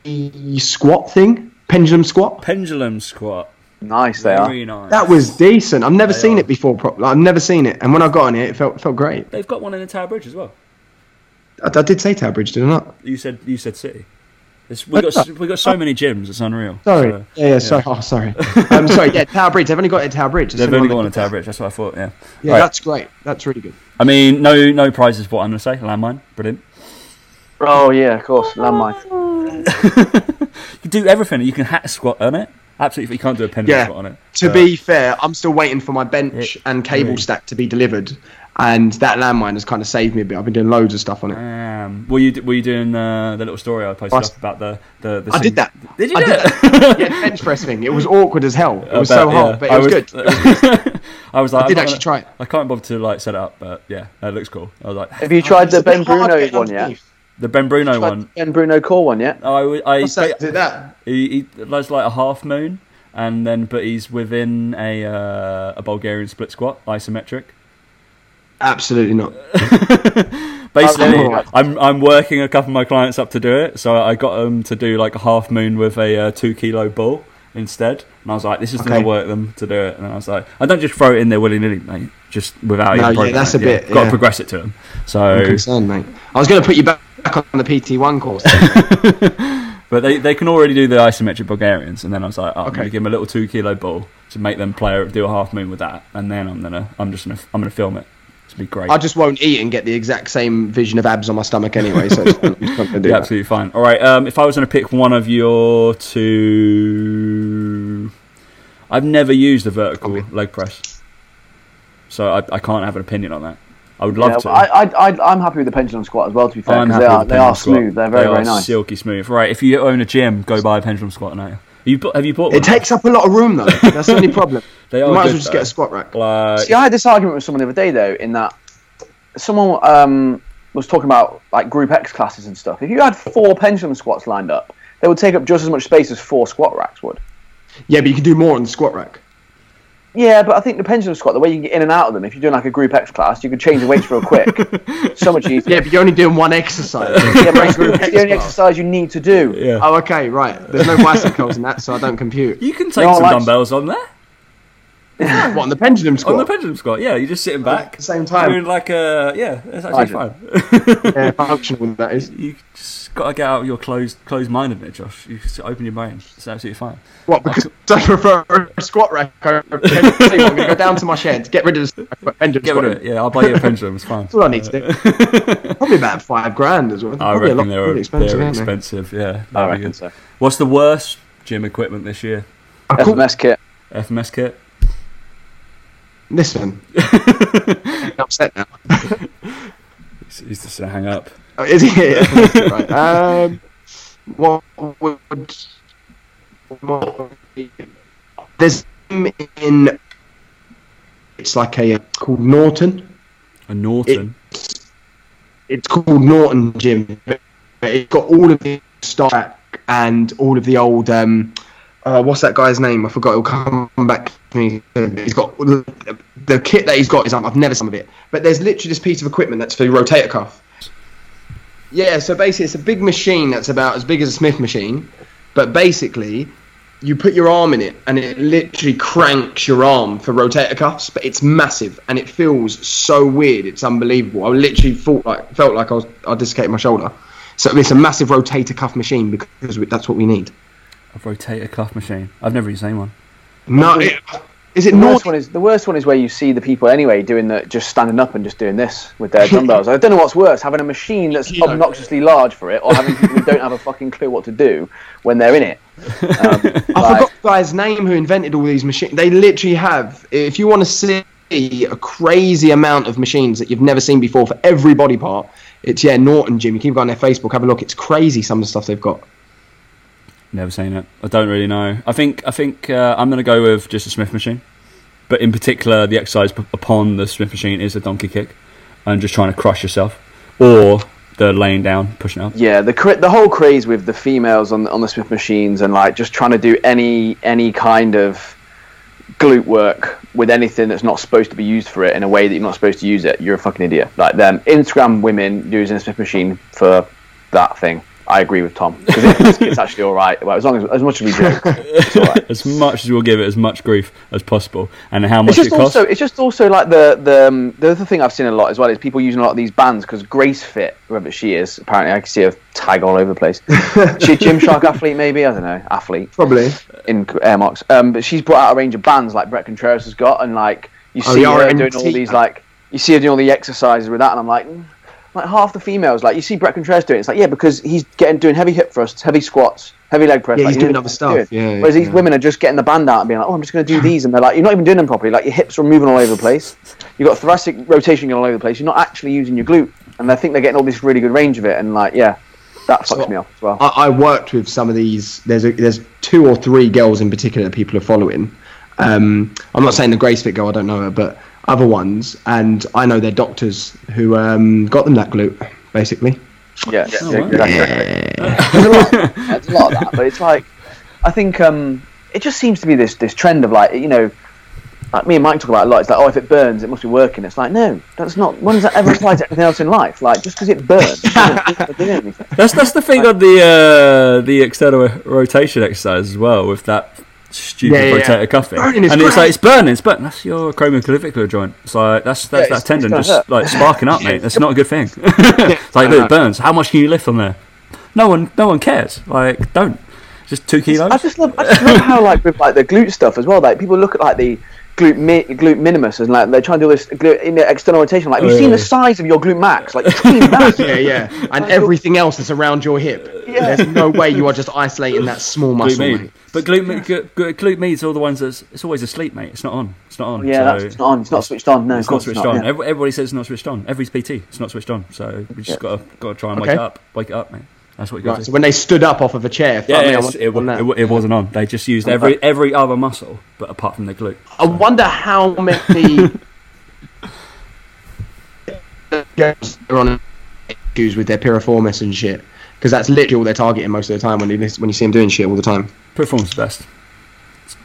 [SPEAKER 4] squat thing, pendulum squat.
[SPEAKER 2] Pendulum squat.
[SPEAKER 3] Nice they are.
[SPEAKER 2] Very nice.
[SPEAKER 4] That was decent. I've never
[SPEAKER 2] They
[SPEAKER 4] seen
[SPEAKER 2] are.
[SPEAKER 4] it before. Pro- like, I've never seen it, and when I got on it, it felt felt great.
[SPEAKER 2] They've got one in the Tower Bridge as well.
[SPEAKER 4] I, I did say Tower Bridge, did I not?
[SPEAKER 2] You said you said City. It's, we got we got so many gyms. It's unreal.
[SPEAKER 4] Sorry.
[SPEAKER 2] So,
[SPEAKER 4] yeah, yeah, sorry. Oh, sorry. um, sorry. Yeah, Tower Bridge. They've only got it at Tower Bridge. It's
[SPEAKER 2] they've
[SPEAKER 4] the
[SPEAKER 2] only
[SPEAKER 4] one
[SPEAKER 2] got one in
[SPEAKER 4] that-
[SPEAKER 2] Tower Bridge. That's what I thought. Yeah.
[SPEAKER 4] Yeah,
[SPEAKER 2] Right.
[SPEAKER 4] that's great. That's really good.
[SPEAKER 2] I mean, no no prizes. What I'm gonna say, landmine, brilliant.
[SPEAKER 3] Oh yeah, of course, landmine.
[SPEAKER 2] You can do everything. You can hack squat on it. Absolutely, you can't do a pendulum
[SPEAKER 4] Yeah.
[SPEAKER 2] squat on it.
[SPEAKER 4] To
[SPEAKER 2] Uh,
[SPEAKER 4] be fair, I'm still waiting for my bench
[SPEAKER 2] It-
[SPEAKER 4] and cable
[SPEAKER 2] really-
[SPEAKER 4] stack to be delivered, and that landmine has kind of saved me a bit. I've been doing loads of stuff on it.
[SPEAKER 2] Um, were you were you doing uh, the little story I posted
[SPEAKER 4] Nice.
[SPEAKER 2] up about the the? the
[SPEAKER 4] I did
[SPEAKER 2] sing-
[SPEAKER 4] that.
[SPEAKER 2] Did you
[SPEAKER 4] I
[SPEAKER 2] do
[SPEAKER 4] did
[SPEAKER 2] it?
[SPEAKER 4] that. yeah, bench press thing. It was awkward as hell. It
[SPEAKER 2] I
[SPEAKER 4] was
[SPEAKER 2] bet,
[SPEAKER 4] so hard,
[SPEAKER 2] yeah.
[SPEAKER 4] but it was, good.
[SPEAKER 2] good. I was like,
[SPEAKER 4] I
[SPEAKER 2] I'm
[SPEAKER 4] did
[SPEAKER 2] not
[SPEAKER 4] actually try
[SPEAKER 2] gonna-
[SPEAKER 4] it.
[SPEAKER 2] I can't bother to like set it up, but yeah, that looks cool. I was like,
[SPEAKER 3] Have you tried the
[SPEAKER 4] It's a
[SPEAKER 3] Ben
[SPEAKER 4] bit hard
[SPEAKER 3] Bruno
[SPEAKER 4] getting
[SPEAKER 3] one yet?
[SPEAKER 4] underneath.
[SPEAKER 2] the Ben Bruno
[SPEAKER 3] Tried
[SPEAKER 2] one.
[SPEAKER 3] the Ben Bruno core one yet?
[SPEAKER 2] I, w- I,
[SPEAKER 4] What's that? Is it that?
[SPEAKER 2] he, he does like a half moon, and then but he's within a uh, a Bulgarian split squat, isometric.
[SPEAKER 4] Absolutely not.
[SPEAKER 2] Basically,
[SPEAKER 4] Oh, right.
[SPEAKER 2] I'm I'm working a couple of my clients up to do it, so I got them to do like a half moon with a uh, two kilo ball instead, and I was like, this is going
[SPEAKER 4] Okay.
[SPEAKER 2] to work them to do it, and I was like, I don't just throw it in there willy nilly, mate, just without
[SPEAKER 4] No,
[SPEAKER 2] even
[SPEAKER 4] yeah,
[SPEAKER 2] programming
[SPEAKER 4] that's a
[SPEAKER 2] it. yeah,
[SPEAKER 4] bit-
[SPEAKER 2] Got to
[SPEAKER 4] yeah.
[SPEAKER 2] progress it to them. So
[SPEAKER 4] I'm concerned, mate. I was going to put you back on the PT1 course.
[SPEAKER 2] But they, they can already do the isometric Bulgarians, and then I was like, oh, I'm gonna
[SPEAKER 4] Okay.
[SPEAKER 2] give them a little two kilo ball to make them play do a half moon with that, and then I'm gonna I'm just gonna I'm gonna film it. It's gonna be great.
[SPEAKER 4] I just won't eat and get the exact same vision of abs on my stomach anyway, so it's fine. I'm just not going to do
[SPEAKER 2] Be
[SPEAKER 4] that.
[SPEAKER 2] absolutely fine. All right, um, if I was gonna pick one of your two, I've never used a vertical leg press, so I, I can't have an opinion on that. I would love
[SPEAKER 3] yeah,
[SPEAKER 2] to.
[SPEAKER 3] well, I, I, I, I'm happy with the pendulum squat as well. To be fair,
[SPEAKER 2] I'm
[SPEAKER 3] 'cause
[SPEAKER 2] happy
[SPEAKER 3] they are
[SPEAKER 2] with the
[SPEAKER 3] they are
[SPEAKER 2] pendulum squat.
[SPEAKER 3] smooth. They're very
[SPEAKER 2] They
[SPEAKER 3] very
[SPEAKER 2] are
[SPEAKER 3] nice.
[SPEAKER 2] silky smooth. Right, if you own a gym, go buy a pendulum squat now. You bu- have you bought one?
[SPEAKER 4] It takes up a lot of room, though. That's the only problem.
[SPEAKER 2] They
[SPEAKER 4] you
[SPEAKER 2] are
[SPEAKER 4] might
[SPEAKER 2] Oh, good,
[SPEAKER 4] as well just get
[SPEAKER 2] though.
[SPEAKER 4] a squat rack.
[SPEAKER 2] Like-
[SPEAKER 3] See, I had this argument with someone the other day though, in that someone um, was talking about like group X classes and stuff. If you had four pendulum squats lined up, they would take up just as much space as four squat racks would.
[SPEAKER 4] Yeah, but you can do more on the squat rack.
[SPEAKER 3] Yeah, but I think the pendulum squat, the way you can get in and out of them, if you're doing like a group X class, you could change the weights real quick. so much easier.
[SPEAKER 4] Yeah, but you're only doing one exercise.
[SPEAKER 3] Yeah, but it's
[SPEAKER 4] Group
[SPEAKER 3] it's the only
[SPEAKER 4] X class.
[SPEAKER 3] exercise you need to do.
[SPEAKER 2] Yeah.
[SPEAKER 4] Oh, okay, right. There's no bicep curls in that, so I don't compute.
[SPEAKER 2] You can take
[SPEAKER 3] No,
[SPEAKER 2] some
[SPEAKER 3] like-
[SPEAKER 2] dumbbells on there
[SPEAKER 4] What on the pendulum squat?
[SPEAKER 2] on the pendulum squat. Yeah, you're just sitting back.
[SPEAKER 4] At the same time.
[SPEAKER 2] Doing like a yeah, it's actually fine.
[SPEAKER 4] yeah, functional that is.
[SPEAKER 2] you just got to get out of your closed closed mindedness, Josh. You just open your brain. It's absolutely fine.
[SPEAKER 4] What? Because I prefer a squat rack over a pendulum. squat. I'm going to go down to my shed, get rid of this pendulum
[SPEAKER 2] Get
[SPEAKER 4] squat.
[SPEAKER 2] rid of it. Yeah, I'll buy you a pendulum. It's fine.
[SPEAKER 4] That's all I need to do. Probably about five grand as well.
[SPEAKER 2] I
[SPEAKER 4] Probably a
[SPEAKER 2] reckon
[SPEAKER 4] lot-
[SPEAKER 2] they're,
[SPEAKER 4] really expensive,
[SPEAKER 2] they're
[SPEAKER 4] aren't they?
[SPEAKER 2] expensive. Yeah,
[SPEAKER 3] I
[SPEAKER 2] that'd be
[SPEAKER 3] reckon
[SPEAKER 2] good.
[SPEAKER 3] so.
[SPEAKER 2] What's the worst gym equipment this year?
[SPEAKER 4] I call-
[SPEAKER 3] FMS kit.
[SPEAKER 2] FMS kit.
[SPEAKER 4] Listen, I'm upset now.
[SPEAKER 2] He's he's just gonna hang up.
[SPEAKER 4] Oh, is it? right. Um, what would what would be- there's some in it's like a uh, called Norton.
[SPEAKER 2] A Norton.
[SPEAKER 4] It's called Norton Gym. but It's got all of the Star Trek and all of the old um, uh, what's that guy's name? I forgot. It'll come back to me. He's got the, the kit that he's got is um, I've never seen of it, but there's literally this piece of equipment that's for your rotator cuff. Yeah, so basically it's a big machine that's about as big as a Smith machine, but basically you put your arm in it and it literally cranks your arm for rotator cuffs, but it's massive and it feels so weird, it's unbelievable. I literally felt like felt like I was I dislocated my shoulder. So it's a massive rotator cuff machine because we, that's what we need.
[SPEAKER 2] A rotator cuff machine. I've never even seen one.
[SPEAKER 4] No, it, is it
[SPEAKER 3] The worst
[SPEAKER 4] Norton?
[SPEAKER 3] one is the worst one is where you see the people anyway doing the just standing up and just doing this with their dumbbells. I don't know what's worse, having a machine that's
[SPEAKER 4] Yeah.
[SPEAKER 3] obnoxiously large for it, or having people who don't have a fucking clue what to do when they're in it. Um,
[SPEAKER 4] I
[SPEAKER 3] like-
[SPEAKER 4] forgot the guy's name who invented all these machines. They literally have, if you want to see a crazy amount of machines that you've never seen before for every body part, it's, yeah, Norton Gym. You keep going on their Facebook, have a look. It's crazy some of the stuff they've got.
[SPEAKER 2] Never seen it. I don't really know. I think I think uh, I'm gonna go with just a Smith machine, but in particular, the exercise p- upon the Smith machine is a donkey kick, and just trying to crush yourself, or the laying down, pushing up.
[SPEAKER 3] Yeah, the cra- the whole craze with the females on on the Smith machines and like just trying to do any any kind of glute work with anything that's not supposed to be used for it in a way that you're not supposed to use it. You're a fucking idiot. Like them Instagram women using a Smith machine for that thing. I agree with Tom because it's, it's actually all right. Well, as long as as much as we do.
[SPEAKER 2] as much as we'll give it as much grief as possible, and how much
[SPEAKER 3] It's
[SPEAKER 2] it
[SPEAKER 3] just
[SPEAKER 2] costs.
[SPEAKER 3] also it's just also like the the um, the other thing I've seen a lot as well is people using a lot of these bands because Grace Fit, whoever she is, apparently I can see her tag all over the place. she a Gymshark athlete maybe I don't know athlete
[SPEAKER 4] Probably.
[SPEAKER 3] in air marks. Um, but she's brought out a range of bands like Brett Contreras has got, and like you
[SPEAKER 4] Oh,
[SPEAKER 3] see
[SPEAKER 4] the
[SPEAKER 3] her
[SPEAKER 4] RMT.
[SPEAKER 3] doing all these like you see her doing all the exercises with that, and I'm like, mm. like half the females like you see Brett Contreras doing it, it's like yeah because he's getting doing heavy hip thrusts, heavy squats, heavy leg press.
[SPEAKER 4] Yeah,
[SPEAKER 3] like,
[SPEAKER 4] he's
[SPEAKER 3] you
[SPEAKER 4] doing
[SPEAKER 3] know
[SPEAKER 4] other
[SPEAKER 3] what
[SPEAKER 4] stuff, yeah,
[SPEAKER 3] Whereas these
[SPEAKER 4] yeah.
[SPEAKER 3] women are just getting the band out and being like, oh, I'm just going to do these, and they're like, you're not even doing them properly. Like your hips are moving all over the place. You've got thoracic rotation going all over the place. You're not actually using your glute, and I think they're getting all this really good range of it, and like yeah, that fucks
[SPEAKER 4] So-
[SPEAKER 3] me up as well.
[SPEAKER 4] I, I worked with some of these. There's a, there's two or three girls in particular that people are following. Um, I'm not saying the Grace Fit girl, I don't know her, but other ones. And I know they're doctors who um, got them that glute, basically.
[SPEAKER 3] Yeah,
[SPEAKER 4] Oh,
[SPEAKER 3] yeah,
[SPEAKER 2] wow.
[SPEAKER 3] exactly. There's a lot, there's a lot of that, but it's like I think um, it just seems to be this this trend of like you know, like me and Mike talk about it a lot. It's like oh, if it burns, it must be working. It's like no, that's not. When does that ever apply to anything else in life? Like just because it burns, doesn't mean it's doing anything.
[SPEAKER 2] That's that's the thing on the uh, the external rotation exercise as well with that stupid
[SPEAKER 4] Yeah, yeah, yeah.
[SPEAKER 2] rotator cuff thing.
[SPEAKER 4] Burning is
[SPEAKER 2] and it's
[SPEAKER 4] great.
[SPEAKER 2] like it's burning, it's burning. That's your acromioclavicular joint. It's like that's that's
[SPEAKER 3] Yeah,
[SPEAKER 2] that tendon
[SPEAKER 3] it's- it's
[SPEAKER 2] just
[SPEAKER 3] gonna
[SPEAKER 2] like
[SPEAKER 3] hurt.
[SPEAKER 2] sparking up, mate. That's not a good thing. it's like look, it burns. How much can you lift on there? No one no one cares. Like don't just two kilos.
[SPEAKER 3] I just love I just love how like with like the glute stuff as well. Like people look at like the. Glute, mi- glute minimus and like they're trying to do this glute in the external rotation. Like, have you
[SPEAKER 2] Oh,
[SPEAKER 3] seen
[SPEAKER 2] yeah,
[SPEAKER 3] the
[SPEAKER 2] yeah.
[SPEAKER 3] size of your glute max? Like, between that,
[SPEAKER 4] Yeah, yeah. And everything else that's around your hip.
[SPEAKER 3] Yeah.
[SPEAKER 4] There's no way you are just isolating that small
[SPEAKER 2] glute
[SPEAKER 4] muscle.
[SPEAKER 2] med.
[SPEAKER 4] mate.
[SPEAKER 2] But glute, med- glu- glu- glute med's all the ones that's it's always asleep, mate. It's not on. It's not on.
[SPEAKER 3] Oh, yeah,
[SPEAKER 2] so
[SPEAKER 3] that's it's not on. It's not switched on. No,
[SPEAKER 2] It's
[SPEAKER 3] of
[SPEAKER 2] not
[SPEAKER 3] course
[SPEAKER 2] switched on.
[SPEAKER 3] yeah.
[SPEAKER 2] Every- Everybody says it's not switched on. Every PT, it's not switched on. So we just gotta gotta try and wake
[SPEAKER 4] Okay.
[SPEAKER 2] it up. Wake it up, mate. That's what you got
[SPEAKER 4] Right,
[SPEAKER 2] to
[SPEAKER 4] so
[SPEAKER 2] do.
[SPEAKER 4] when they stood up off of a chair, fuck
[SPEAKER 2] Yeah,
[SPEAKER 4] me, I
[SPEAKER 2] it's-
[SPEAKER 4] want-
[SPEAKER 2] it, wa-
[SPEAKER 4] want
[SPEAKER 2] it,
[SPEAKER 4] that.
[SPEAKER 2] wa- it wasn't on. They just used every every other muscle, but apart from the glute.
[SPEAKER 4] I wonder how many girls are on issues with their piriformis and shit. because that's literally all they're targeting most of the time when you when you see them doing shit all the time.
[SPEAKER 2] Performance best.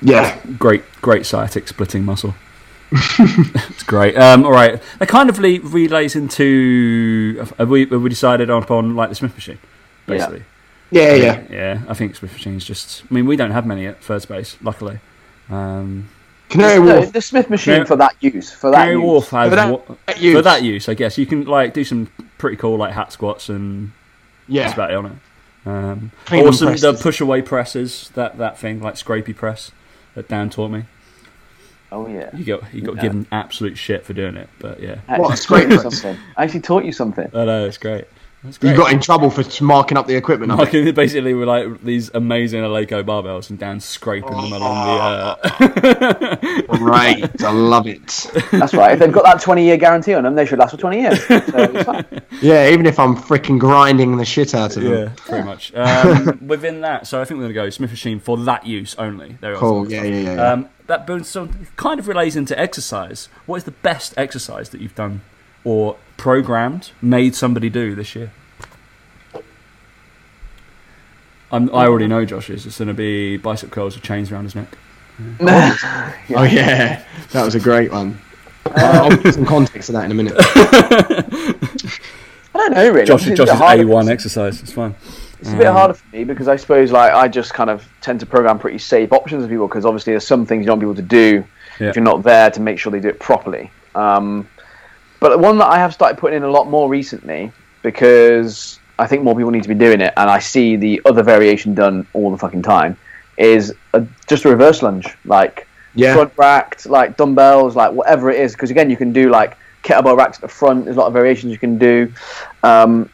[SPEAKER 4] Yeah,
[SPEAKER 2] Great, great sciatic splitting muscle. it's great. Um, all right, that kind of le- relays into have we have we decided upon like the Smith machine,
[SPEAKER 3] Yeah.
[SPEAKER 2] basically.
[SPEAKER 4] yeah, yeah.
[SPEAKER 2] Yeah, I think Smith machine's just. I mean, we don't have many at third space, luckily. Um,
[SPEAKER 4] Canary
[SPEAKER 3] No,
[SPEAKER 4] Wharf.
[SPEAKER 3] the Smith machine
[SPEAKER 2] Yeah.
[SPEAKER 3] for that use. For that
[SPEAKER 2] Canary
[SPEAKER 3] use.
[SPEAKER 2] Wharf has
[SPEAKER 4] For that
[SPEAKER 2] what-
[SPEAKER 4] use.
[SPEAKER 2] for that use, I guess you can like do some pretty cool like hat squats and that's
[SPEAKER 4] Yeah,
[SPEAKER 2] about it on it. Um,
[SPEAKER 4] Clean
[SPEAKER 2] or some
[SPEAKER 4] and
[SPEAKER 2] the
[SPEAKER 4] presses.
[SPEAKER 2] push away presses, that that thing like scrapey press that Dan taught me.
[SPEAKER 3] Oh yeah.
[SPEAKER 2] You got you got
[SPEAKER 3] Yeah.
[SPEAKER 2] given absolute shit for doing it, but yeah,
[SPEAKER 3] I actually
[SPEAKER 4] What a
[SPEAKER 3] taught you
[SPEAKER 4] great-
[SPEAKER 3] something. I actually taught you something.
[SPEAKER 2] I know it's great. It's great.
[SPEAKER 4] you got in trouble for marking up the equipment.
[SPEAKER 2] Like, basically, we're like these amazing Aleco barbells, and Dan scraping them along uh, the. Uh...
[SPEAKER 4] Right, I love it.
[SPEAKER 3] That's right. If they've got that 20 year guarantee on them, they should last for 20 years. So it's fine.
[SPEAKER 4] Yeah, even if I'm freaking grinding the shit out of them.
[SPEAKER 2] Yeah, pretty much. Um, within that, so I think we're going to go Smith machine for that use only. There we are.
[SPEAKER 4] Cool. Yeah, yeah, yeah. yeah.
[SPEAKER 2] Um, that builds some, kind of relates into exercise. What is the best exercise that you've done or programmed, made somebody do this year? I'm, I already know Josh's. It's going to be bicep curls with chains around his neck.
[SPEAKER 4] Oh yeah, that was a great one.
[SPEAKER 2] Um,
[SPEAKER 4] I'll put some context to that in a minute.
[SPEAKER 3] I don't know really.
[SPEAKER 2] Josh,
[SPEAKER 3] It's a
[SPEAKER 2] Josh's
[SPEAKER 3] bit harder-
[SPEAKER 2] A1 exercise. It's fine.
[SPEAKER 3] It's a
[SPEAKER 4] Mm.
[SPEAKER 3] bit harder for me because I suppose like I just kind of tend to program pretty safe options for people because obviously there's some things you don't want people to do
[SPEAKER 2] Yeah.
[SPEAKER 3] if you're not there to make sure they do it properly. Um, but one that I have started putting in a lot more recently because I think more people need to be doing it, and I see the other variation done all the fucking time is a, just a reverse lunge, like
[SPEAKER 4] Yeah.
[SPEAKER 3] front racked, like dumbbells, like whatever it is. Because again, you can do like kettlebell racks at the front. There's a lot of variations you can do. Um,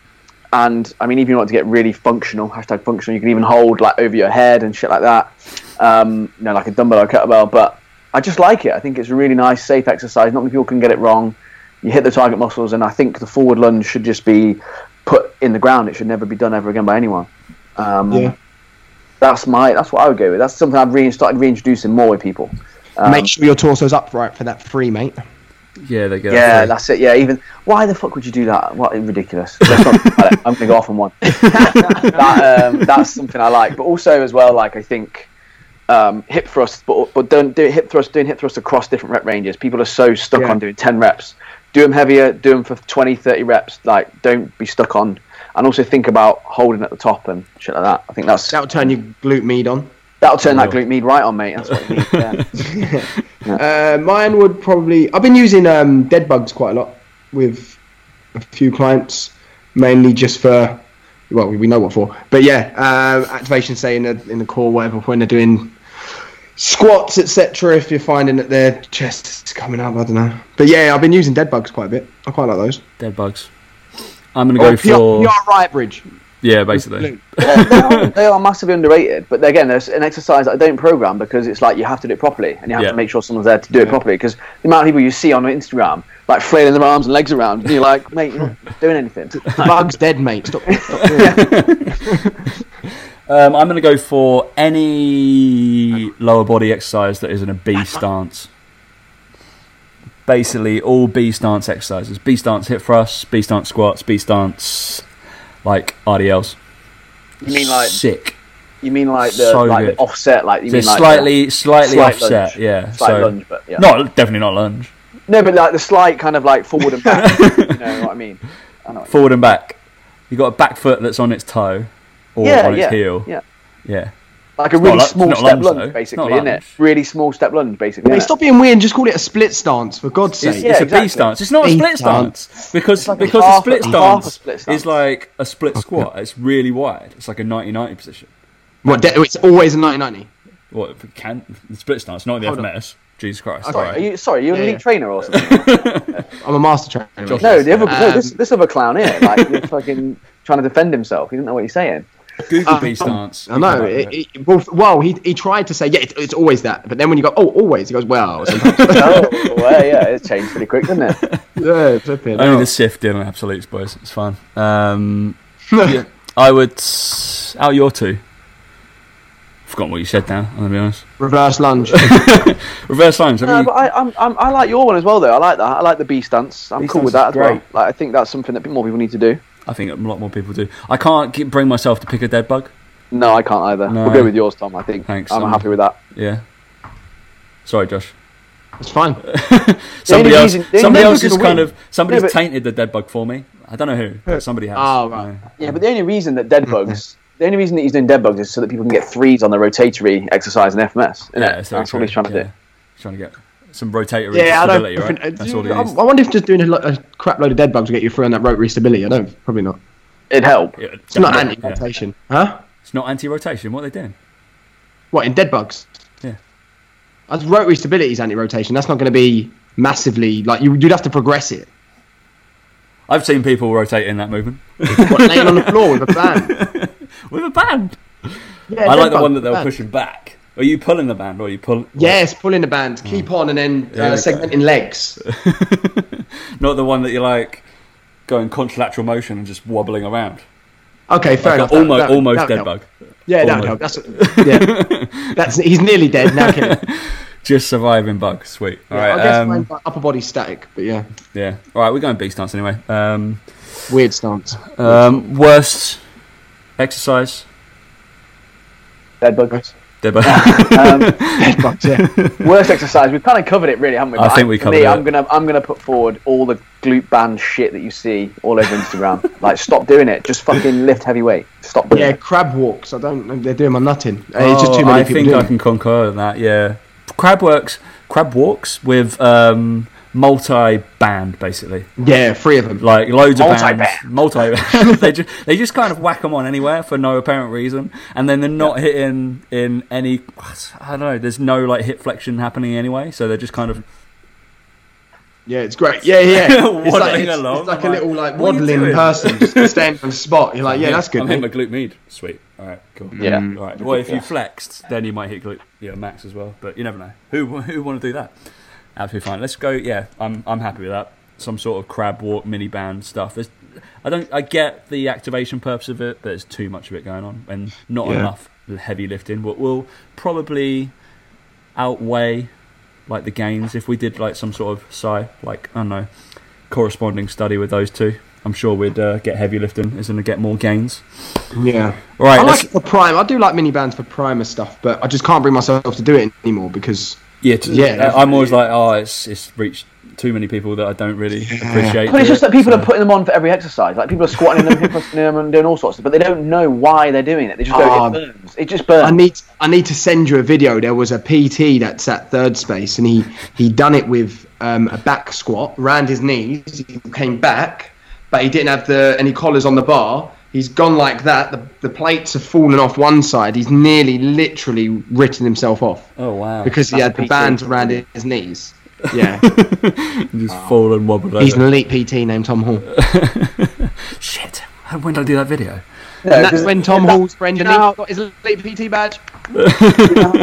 [SPEAKER 3] and I mean, even if you want to get really functional, hashtag functional, you can even hold like over your head and shit like that. Um, you know, like a dumbbell or a kettlebell. But I just like it. I think it's a really nice, safe exercise. Not many people can get it wrong. You hit the target muscles, and I think the forward lunge should just be put in the ground. It should never be done ever again by anyone. Um,
[SPEAKER 4] Yeah.
[SPEAKER 3] That's my. That's what I would go with. That's something I've re- started reintroducing more with people. Um,
[SPEAKER 4] Make sure your torso's upright for that free, mate.
[SPEAKER 2] Yeah, they go.
[SPEAKER 3] yeah, that's it. Yeah, even why the fuck would you do that? What ridiculous! Let's not talk about it. I'm gonna go off on one. that, um, that's something I like, but also as well, like I think um, hip thrusts, but but don't do hip thrust doing hip thrusts across different rep ranges. People are so stuck
[SPEAKER 4] Yeah.
[SPEAKER 3] on doing ten reps. Do them heavier. Do them for 20, 30 reps. Like don't be stuck on. And also think about holding at the top and shit like that. I think that's
[SPEAKER 4] That'll turn your glute med on.
[SPEAKER 3] that'll turn that
[SPEAKER 2] Will.
[SPEAKER 3] glute med right on, mate. That's what you need. Yeah.
[SPEAKER 4] Uh, mine would probably. I've been using um, dead bugs quite a lot with a few clients, mainly just for. Well, we know what for, but yeah, uh, activation, say in the in the core, whatever, when they're doing squats, etc. If you're finding that their chest is coming up, I don't know. But yeah, I've been using dead bugs quite a bit. I quite like those.
[SPEAKER 2] Dead bugs. I'm going to go
[SPEAKER 4] Or
[SPEAKER 2] for.
[SPEAKER 4] PR, PR right bridge.
[SPEAKER 2] yeah, basically.
[SPEAKER 3] They're- they, are, they are massively underrated, but again, there's an exercise that I don't program because it's like you have to do it properly, and you have
[SPEAKER 2] Yeah.
[SPEAKER 3] to make sure someone's there to do it properly. Because the amount of people you see on Instagram, like flailing their arms and legs around, and you're like, mate, you're not doing anything.
[SPEAKER 4] Bugs dead, mate. Stop.
[SPEAKER 2] Um, I'm going to go for any lower body exercise that is in a B stance. Basically, all B stance exercises: B stance hip thrusts, B stance squats, B stance like RDLs.
[SPEAKER 3] You mean like
[SPEAKER 2] sick?
[SPEAKER 3] you mean like the,
[SPEAKER 2] So
[SPEAKER 3] like
[SPEAKER 2] good.
[SPEAKER 3] the offset, like you
[SPEAKER 2] So
[SPEAKER 3] mean like
[SPEAKER 2] slightly,
[SPEAKER 3] the
[SPEAKER 2] slightly
[SPEAKER 3] slight
[SPEAKER 2] offset.
[SPEAKER 3] lunge.
[SPEAKER 2] Yeah.
[SPEAKER 3] slight
[SPEAKER 2] so
[SPEAKER 3] lunge, but yeah,
[SPEAKER 2] not definitely not lunge.
[SPEAKER 3] no, but like the slight kind of like forward and back. you know what I mean? I know. What
[SPEAKER 2] Forward and back. You got a back foot that's on its toe
[SPEAKER 3] you
[SPEAKER 2] or
[SPEAKER 3] mean. yeah,
[SPEAKER 2] on its
[SPEAKER 3] yeah,
[SPEAKER 2] heel.
[SPEAKER 3] yeah.
[SPEAKER 2] Yeah.
[SPEAKER 3] Like a
[SPEAKER 2] not
[SPEAKER 3] really
[SPEAKER 2] lu- it's
[SPEAKER 3] small
[SPEAKER 2] not
[SPEAKER 3] step
[SPEAKER 2] lunge,
[SPEAKER 3] lunge,
[SPEAKER 2] though. It's
[SPEAKER 3] basically,
[SPEAKER 2] not
[SPEAKER 3] isn't it?
[SPEAKER 2] lunge.
[SPEAKER 3] Really small step lunge, basically.
[SPEAKER 4] Hey,
[SPEAKER 3] innit?
[SPEAKER 4] stop being weird and just call it a split stance, for God's
[SPEAKER 2] It's,
[SPEAKER 4] sake.
[SPEAKER 3] Yeah,
[SPEAKER 2] it's a B
[SPEAKER 3] exactly.
[SPEAKER 2] stance. It's not a
[SPEAKER 4] B
[SPEAKER 2] split stance,
[SPEAKER 4] stance.
[SPEAKER 2] because
[SPEAKER 3] like a
[SPEAKER 2] because a
[SPEAKER 3] half-
[SPEAKER 2] split
[SPEAKER 3] half
[SPEAKER 2] stance,
[SPEAKER 3] a split stance.
[SPEAKER 2] is like a split squat. It's really wide. It's like a 90-90 position.
[SPEAKER 4] What, de- it's always a 90
[SPEAKER 2] Well, if it can split stance, not the
[SPEAKER 4] Hold on.
[SPEAKER 2] FMS. Jesus Christ!
[SPEAKER 4] Okay.
[SPEAKER 2] all
[SPEAKER 3] Sorry,
[SPEAKER 2] right.
[SPEAKER 3] are you sorry? Are you an
[SPEAKER 4] Yeah,
[SPEAKER 3] elite
[SPEAKER 4] yeah.
[SPEAKER 3] trainer or something?
[SPEAKER 4] I'm a master trainer. mate.
[SPEAKER 2] Josh-
[SPEAKER 3] No, the other no,
[SPEAKER 4] Um,
[SPEAKER 3] this this other clown here, like he's fucking trying to defend himself. He didn't know what he's saying.
[SPEAKER 2] Google B
[SPEAKER 4] Um,
[SPEAKER 2] stance.
[SPEAKER 4] I know.
[SPEAKER 2] You can-
[SPEAKER 4] It, it, well, f- well, he, he tried to say, yeah, it, it's always that. But then when you go, oh, always, he goes, well, sometimes.
[SPEAKER 3] oh, well, yeah, it's changed pretty quick, didn't it?
[SPEAKER 4] yeah, flipping.
[SPEAKER 2] Only
[SPEAKER 4] hell.
[SPEAKER 2] the sift in on absolutes, boys. It's fine. Um, yeah, I would. s- Out your two. Forgotten what you said now. I'm gonna be honest.
[SPEAKER 4] Reverse lunge.
[SPEAKER 2] Reverse lines. I
[SPEAKER 3] No,
[SPEAKER 2] mean,
[SPEAKER 3] Uh, but I, I'm, I'm, I like your one as well, though. I like that. I like the B stance. I'm
[SPEAKER 2] B
[SPEAKER 3] cool with
[SPEAKER 2] stance
[SPEAKER 3] that as
[SPEAKER 2] is
[SPEAKER 3] well.
[SPEAKER 2] great.
[SPEAKER 3] Like, I think that's something that more people need to do.
[SPEAKER 2] I think a lot more people do. I can't keep, bring myself to pick a dead bug.
[SPEAKER 3] No, I can't either.
[SPEAKER 2] No.
[SPEAKER 3] We'll go with yours, Tom. I think.
[SPEAKER 2] Thanks,
[SPEAKER 3] I'm
[SPEAKER 2] Tom.
[SPEAKER 3] happy with that.
[SPEAKER 2] Yeah. Sorry, Josh.
[SPEAKER 4] It's fine.
[SPEAKER 2] Somebody else,
[SPEAKER 3] reason- the only
[SPEAKER 2] somebody
[SPEAKER 3] reason
[SPEAKER 2] else
[SPEAKER 3] to
[SPEAKER 2] has
[SPEAKER 3] win-
[SPEAKER 2] kind of somebody's
[SPEAKER 3] but-
[SPEAKER 2] tainted the dead bug for me. I don't know who, but somebody has.
[SPEAKER 4] Oh, right.
[SPEAKER 3] Yeah, but the only reason that dead bugs, the only reason that he's doing dead bugs is so that people can get threes on the rotatory exercise in
[SPEAKER 2] Yeah,
[SPEAKER 3] FMS. innit?
[SPEAKER 2] it's
[SPEAKER 3] that's
[SPEAKER 2] very
[SPEAKER 3] what he's
[SPEAKER 2] true.
[SPEAKER 3] trying to
[SPEAKER 2] Yeah.
[SPEAKER 3] do.
[SPEAKER 2] Trying to get some rotatory
[SPEAKER 4] Yeah, I don't. uh,
[SPEAKER 2] stability, right?
[SPEAKER 4] I,
[SPEAKER 2] That's all he needs.
[SPEAKER 4] I wonder if just doing a, lo- a crap load of dead bugs will get you through on that rotary stability. I don't. Probably not.
[SPEAKER 3] It'd help.
[SPEAKER 2] Yeah,
[SPEAKER 4] It's not
[SPEAKER 2] definitely, yeah.
[SPEAKER 4] anti-rotation, huh?
[SPEAKER 2] It's not anti-rotation. What are they doing?
[SPEAKER 4] What in dead bugs?
[SPEAKER 2] Yeah.
[SPEAKER 4] That's rotary stability is anti-rotation. That's not going to be massively like you. You'd have to progress it.
[SPEAKER 2] I've seen people rotate in that movement
[SPEAKER 4] What, laying on the floor with a band.
[SPEAKER 2] with a band.
[SPEAKER 4] Yeah,
[SPEAKER 2] I
[SPEAKER 4] dead
[SPEAKER 2] like the
[SPEAKER 4] bug
[SPEAKER 2] one that
[SPEAKER 4] with
[SPEAKER 2] they
[SPEAKER 4] a
[SPEAKER 2] were
[SPEAKER 4] band.
[SPEAKER 2] pushing back. Are you pulling the band or are you pulling?
[SPEAKER 4] Yes, pulling the band,
[SPEAKER 2] Hmm.
[SPEAKER 4] keep on, and then
[SPEAKER 2] Yeah,
[SPEAKER 4] uh,
[SPEAKER 2] okay.
[SPEAKER 4] segmenting legs.
[SPEAKER 2] Not the one that you're like going contralateral motion and just wobbling around.
[SPEAKER 4] Okay, fair enough.
[SPEAKER 2] Like
[SPEAKER 4] that-
[SPEAKER 2] almost,
[SPEAKER 4] that-
[SPEAKER 2] almost
[SPEAKER 4] that
[SPEAKER 2] dead
[SPEAKER 4] help.
[SPEAKER 2] bug.
[SPEAKER 4] Yeah, that would help. That's yeah. That's he's nearly dead now. Kill him.
[SPEAKER 2] Just surviving bug. Sweet. All right.
[SPEAKER 4] I guess
[SPEAKER 2] um,
[SPEAKER 4] mine's like upper body static, but yeah,
[SPEAKER 2] yeah. All right. We're going beast dance anyway. Um,
[SPEAKER 4] weird stance.
[SPEAKER 2] um, worst exercise.
[SPEAKER 3] Dead bugs. Um,
[SPEAKER 2] Dead bug.
[SPEAKER 4] Dead bugs, yeah.
[SPEAKER 3] Worst exercise. We've kind of covered it, really, haven't we?
[SPEAKER 2] I
[SPEAKER 3] But
[SPEAKER 2] think we
[SPEAKER 3] for
[SPEAKER 2] covered
[SPEAKER 3] me,
[SPEAKER 2] it.
[SPEAKER 3] I'm gonna I'm gonna put forward all the glute band shit that you see all over Instagram. like, stop doing it. Just fucking lift heavy weight. Stop doing
[SPEAKER 4] Yeah,
[SPEAKER 3] it.
[SPEAKER 4] crab walks. I don't. know. They're doing my nutting. Uh, it's just
[SPEAKER 2] Oh,
[SPEAKER 4] too many
[SPEAKER 2] I
[SPEAKER 4] people
[SPEAKER 2] think
[SPEAKER 4] doing.
[SPEAKER 2] I can concur on that. Yeah, crab works. Crab walks with um, multi-band basically,
[SPEAKER 4] it. Yeah, three of them.
[SPEAKER 2] like loads of
[SPEAKER 3] Multi-band.
[SPEAKER 2] bands. Multi. they just they just kind of whack them on anywhere for no apparent reason, and then they're not hitting in any. I don't know. There's no like hip flexion happening anyway, so they're just kind of
[SPEAKER 4] yeah, it's great. Yeah, yeah.
[SPEAKER 2] Waddling
[SPEAKER 4] it's like, it's,
[SPEAKER 2] along.
[SPEAKER 4] it's like a
[SPEAKER 2] I'm
[SPEAKER 4] little
[SPEAKER 2] like,
[SPEAKER 4] like
[SPEAKER 2] what are you
[SPEAKER 4] waddling
[SPEAKER 2] doing?
[SPEAKER 4] person just standing on the spot. You're like, yeah, that's good.
[SPEAKER 2] I'm hitting my
[SPEAKER 4] mate.
[SPEAKER 2] glute med. Sweet. All right. Cool.
[SPEAKER 3] Yeah.
[SPEAKER 2] All right. Well, if you flexed, then you might hit glute yeah max as well. But you never know. Who who want to do that? Absolutely fine. Let's go. Yeah, I'm I'm happy with that. Some sort of crab walk mini band stuff. There's, I don't. I get the activation purpose of it, but there's too much of it going on and not
[SPEAKER 4] Yeah.
[SPEAKER 2] enough heavy lifting. What will probably outweigh like the gains if we did like some sort of psi like I don't know corresponding study with those two. I'm sure we'd uh, get heavy lifting, is going to get more gains.
[SPEAKER 4] Yeah.
[SPEAKER 2] All right,
[SPEAKER 4] I
[SPEAKER 2] let's-
[SPEAKER 4] like it for prime. I do like mini bands for primer stuff, but I just can't bring myself to do it anymore because
[SPEAKER 2] Yeah, to,
[SPEAKER 4] Yeah,
[SPEAKER 2] yeah. I'm always like, oh, it's it's reached too many people that I don't really appreciate.
[SPEAKER 3] But it's
[SPEAKER 2] it,
[SPEAKER 3] just that people
[SPEAKER 2] so-
[SPEAKER 3] are putting them on for every exercise. Like people are squatting in them, hip thrusting in them, and doing all sorts of. But they don't know why they're doing it. They just
[SPEAKER 4] Ah.
[SPEAKER 3] go. It burns. It just burns.
[SPEAKER 4] I need I need to send you a video. There was a PT that sat third space, and he he done it with um, a back squat, round his knees. He came back, but he didn't have the any collars on the bar. He's gone like that. The, the plates have fallen off one side. He's nearly literally written himself off
[SPEAKER 2] Oh wow!
[SPEAKER 4] because he
[SPEAKER 3] That's
[SPEAKER 4] had
[SPEAKER 3] a
[SPEAKER 4] the
[SPEAKER 3] PT.
[SPEAKER 4] bands around his knees. Yeah,
[SPEAKER 2] just fall and wobble over.
[SPEAKER 4] he's an elite PT named Tom Hall.
[SPEAKER 2] Shit! When did I do that video?
[SPEAKER 3] No,
[SPEAKER 4] And that's
[SPEAKER 3] 'cause-
[SPEAKER 4] when Tom Hall's friend
[SPEAKER 3] know how-
[SPEAKER 4] Anita got his elite PT badge.
[SPEAKER 3] No,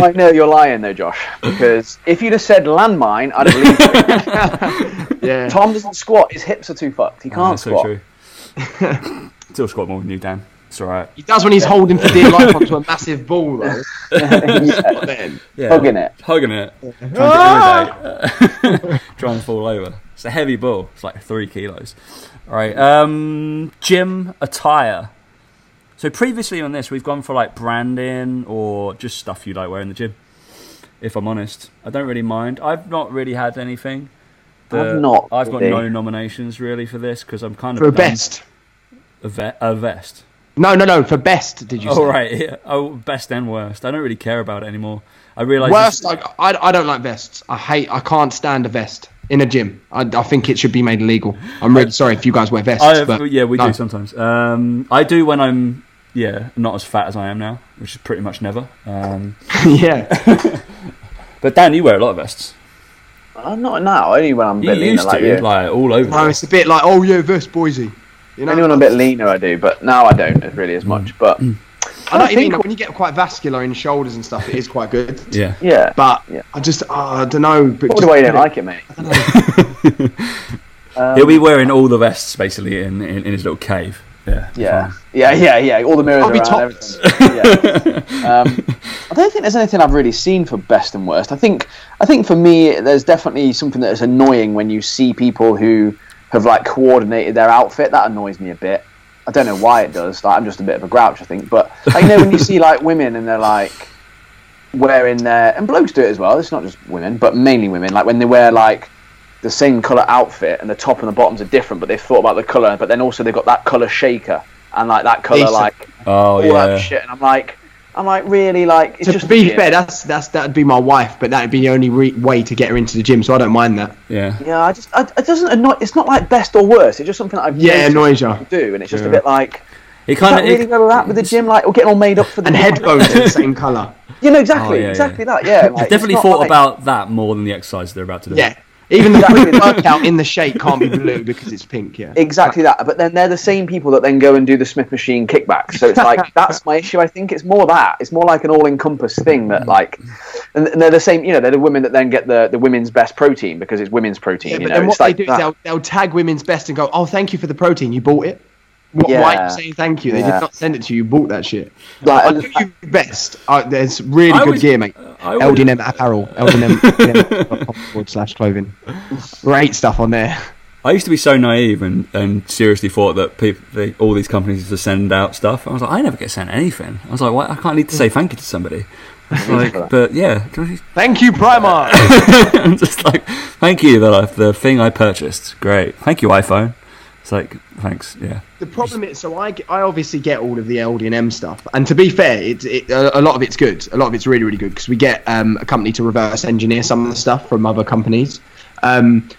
[SPEAKER 3] I know you're lying though, Josh. Because if you'd have said landmine, I'd have believed you.
[SPEAKER 4] Yeah,
[SPEAKER 3] Tom doesn't squat. His hips are too fucked. He can't
[SPEAKER 2] Oh, That's so
[SPEAKER 3] squat.
[SPEAKER 2] true. Still squat more than you, Dan. It's all right.
[SPEAKER 4] he does when he's holding for dear life onto a massive ball though.
[SPEAKER 3] Yeah.
[SPEAKER 4] Then.
[SPEAKER 2] Yeah.
[SPEAKER 3] Hugging it.
[SPEAKER 2] Hugging it.
[SPEAKER 4] Uh-huh.
[SPEAKER 2] Trying to imitate.
[SPEAKER 4] Ah!
[SPEAKER 2] Trying to fall over. It's a heavy ball. It's like three kilos. All right. Um, gym attire. So previously on this, we've gone for like branding or just stuff you like wearing in the gym. If I'm honest, I don't really mind. I've not really had anything.
[SPEAKER 3] I've not
[SPEAKER 2] I've got
[SPEAKER 3] really.
[SPEAKER 2] no nominations really for this because I'm kind
[SPEAKER 4] For
[SPEAKER 2] of done-
[SPEAKER 4] best.
[SPEAKER 2] A, ve- a vest.
[SPEAKER 4] No, no, no. For best, did you?
[SPEAKER 2] Oh
[SPEAKER 4] say?
[SPEAKER 2] right. Yeah. Oh, best and worst. I don't really care about it anymore. I realize
[SPEAKER 4] Worst. Like, I, I don't like vests. I hate. I can't stand a vest in a gym. I, I think it should be made illegal. I'm really sorry if you guys wear vests.
[SPEAKER 2] I have-
[SPEAKER 4] but
[SPEAKER 2] yeah, we
[SPEAKER 4] no.
[SPEAKER 2] do sometimes. Um, I do when I'm yeah not as fat as I am now, which is pretty much never. Um,
[SPEAKER 4] yeah.
[SPEAKER 2] but Dan, you wear a lot of vests.
[SPEAKER 3] I'm not now. Only when I'm a
[SPEAKER 2] You
[SPEAKER 3] bit leaner
[SPEAKER 2] used
[SPEAKER 3] like
[SPEAKER 2] to
[SPEAKER 3] you.
[SPEAKER 2] like all over.
[SPEAKER 4] No,
[SPEAKER 2] the
[SPEAKER 4] it's a bit like oh yeah, vest Boise. You know.
[SPEAKER 3] Only when I'm a bit leaner, I do. But now I don't really as much. But
[SPEAKER 4] I know what you mean.
[SPEAKER 3] think-
[SPEAKER 4] Like, when you get quite vascular in shoulders and stuff, it is quite good.
[SPEAKER 2] place. Yeah.
[SPEAKER 3] yeah.
[SPEAKER 4] But
[SPEAKER 3] Yeah.
[SPEAKER 4] I just oh, I don't know. But
[SPEAKER 3] Probably
[SPEAKER 4] just-
[SPEAKER 3] why you don't like it, mate.
[SPEAKER 2] He'll be wearing all the vests basically in, in, in his little cave. Yeah.
[SPEAKER 3] Yeah. Yeah, yeah, yeah. All the mirrors
[SPEAKER 4] I'll be
[SPEAKER 3] around
[SPEAKER 4] topless.
[SPEAKER 3] everything. Yeah. um, I don't think there's anything I've really seen for best and worst. I think I think for me there's definitely something that is annoying when you see people who have like coordinated their outfit. That annoys me a bit. I don't know why it does. Like, I'm just a bit of a grouch, I think. But like, you know, when you see like women and they're like wearing their and blokes do it as well. It's not just women, but mainly women. Like when they wear like the same color outfit and the top and the bottoms are different, but they've thought about the color. But then also they've got that color shaker and like that color
[SPEAKER 4] Decent.
[SPEAKER 3] like
[SPEAKER 2] Oh
[SPEAKER 3] all
[SPEAKER 2] yeah.
[SPEAKER 3] that shit. And I'm like, I'm like really like it's
[SPEAKER 4] to
[SPEAKER 3] just
[SPEAKER 4] be
[SPEAKER 3] weird.
[SPEAKER 4] fair, that's that's that'd be my wife, but that'd be the only re- way to get her into the gym. So I don't mind that.
[SPEAKER 2] Yeah.
[SPEAKER 3] Yeah, I just I, it doesn't annoy. It's not like best or worst. It's just something that I've
[SPEAKER 4] Yeah,
[SPEAKER 3] noticed
[SPEAKER 4] annoys ya.
[SPEAKER 3] people do, and it's just
[SPEAKER 2] Yeah.
[SPEAKER 3] a bit like.
[SPEAKER 2] It
[SPEAKER 3] Is
[SPEAKER 2] kind
[SPEAKER 3] that
[SPEAKER 2] of
[SPEAKER 3] really where we're at with the gym? Like, we're getting all made up for the
[SPEAKER 4] And
[SPEAKER 3] gym?
[SPEAKER 4] headphones are the same color.
[SPEAKER 3] You know exactly,
[SPEAKER 2] Oh, yeah,
[SPEAKER 3] exactly that. Yeah, like,
[SPEAKER 2] I've
[SPEAKER 3] it's
[SPEAKER 2] definitely
[SPEAKER 3] not
[SPEAKER 2] thought
[SPEAKER 3] like-
[SPEAKER 2] about that more than the exercise they're about to do.
[SPEAKER 4] Yeah, even the
[SPEAKER 3] Exactly.
[SPEAKER 4] workout in the shake can't be blue because it's pink. Yeah,
[SPEAKER 3] exactly that. But then they're the same people that then go and do the Smith machine kickbacks. So it's like that's my issue. I think it's more that it's more like an all-encompass thing
[SPEAKER 2] Mm.
[SPEAKER 3] that like, and, and they're the same. You know, they're the women that then get the, the women's best protein because it's women's protein.
[SPEAKER 4] Yeah,
[SPEAKER 3] you
[SPEAKER 4] but
[SPEAKER 3] know,
[SPEAKER 4] then
[SPEAKER 3] it's
[SPEAKER 4] what
[SPEAKER 3] like
[SPEAKER 4] they do
[SPEAKER 3] that.
[SPEAKER 4] is they'll, they'll tag women's best and go, "Oh, thank you for the protein. You bought it." What, Why are
[SPEAKER 3] Yeah.
[SPEAKER 4] you saying thank you? They
[SPEAKER 3] Yeah.
[SPEAKER 4] did not send it to you. You bought that shit.
[SPEAKER 3] Like,
[SPEAKER 4] I
[SPEAKER 3] and-
[SPEAKER 4] do you best. Uh, there's really
[SPEAKER 2] I
[SPEAKER 4] good
[SPEAKER 2] was-
[SPEAKER 4] gear, mate.
[SPEAKER 2] I was-
[SPEAKER 4] LDNM apparel. LDNM forward slash clothing. Great stuff on there.
[SPEAKER 2] I used to be so naive and, and seriously thought that people, they, all these companies used to send out stuff. I was like, I never get sent anything. I was like, Why? I can't need to say thank you to somebody. I was like, but yeah, can we-
[SPEAKER 4] Thank you, Primark.
[SPEAKER 2] I'm just like, thank you that I, the thing I purchased. Great, thank you iPhone. It's like, thanks, yeah.
[SPEAKER 4] the problem is, so I, g- I obviously get all of the LDNM stuff, and to be fair, it, it a a lot of it's good. A lot of it's really really good because we get um, a company to reverse engineer some of the stuff from other companies. Um,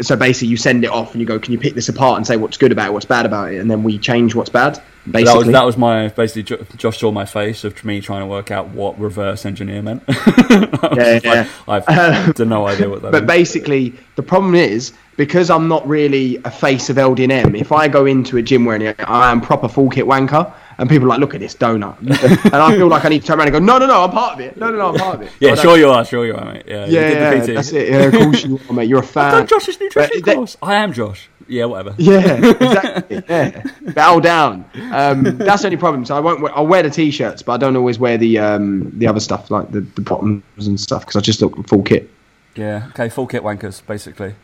[SPEAKER 4] so basically, you send it off and you go, "Can you pick this apart and say what's good about it, what's bad about it?" And then we change what's bad. Basically,
[SPEAKER 2] That was that was my basically. Jo- Josh saw my face of me trying to work out what reverse engineer meant.
[SPEAKER 4] Yeah, yeah. Um,
[SPEAKER 2] I've I've no idea what that.
[SPEAKER 4] But
[SPEAKER 2] means.
[SPEAKER 4] basically, the problem is because I'm not really a face of LDNM. If I go into a gym wearing it, I am proper full kit wanker, and people are like, "Look at this donut," and I feel like I need to turn around and go, "No, no, no, I'm part of it. No, no, no, I'm part of it." I
[SPEAKER 2] yeah,
[SPEAKER 4] don't-
[SPEAKER 2] sure you are, sure you are, mate. Yeah, you
[SPEAKER 4] Yeah,
[SPEAKER 2] did the
[SPEAKER 4] yeah,
[SPEAKER 2] PT.
[SPEAKER 4] that's it. Yeah, of course you are, mate. You're a fan.
[SPEAKER 2] Done Josh's nutrition
[SPEAKER 4] But that-
[SPEAKER 2] course. I am Josh. Yeah, whatever.
[SPEAKER 4] Yeah, exactly. Yeah. Bow down. Um, that's the only problem. So I won't. Wear, I'll wear the t-shirts, but I don't always wear the um, the other stuff like the, the bottoms and stuff because I just look full kit.
[SPEAKER 2] Yeah. Okay. Full kit wankers, basically.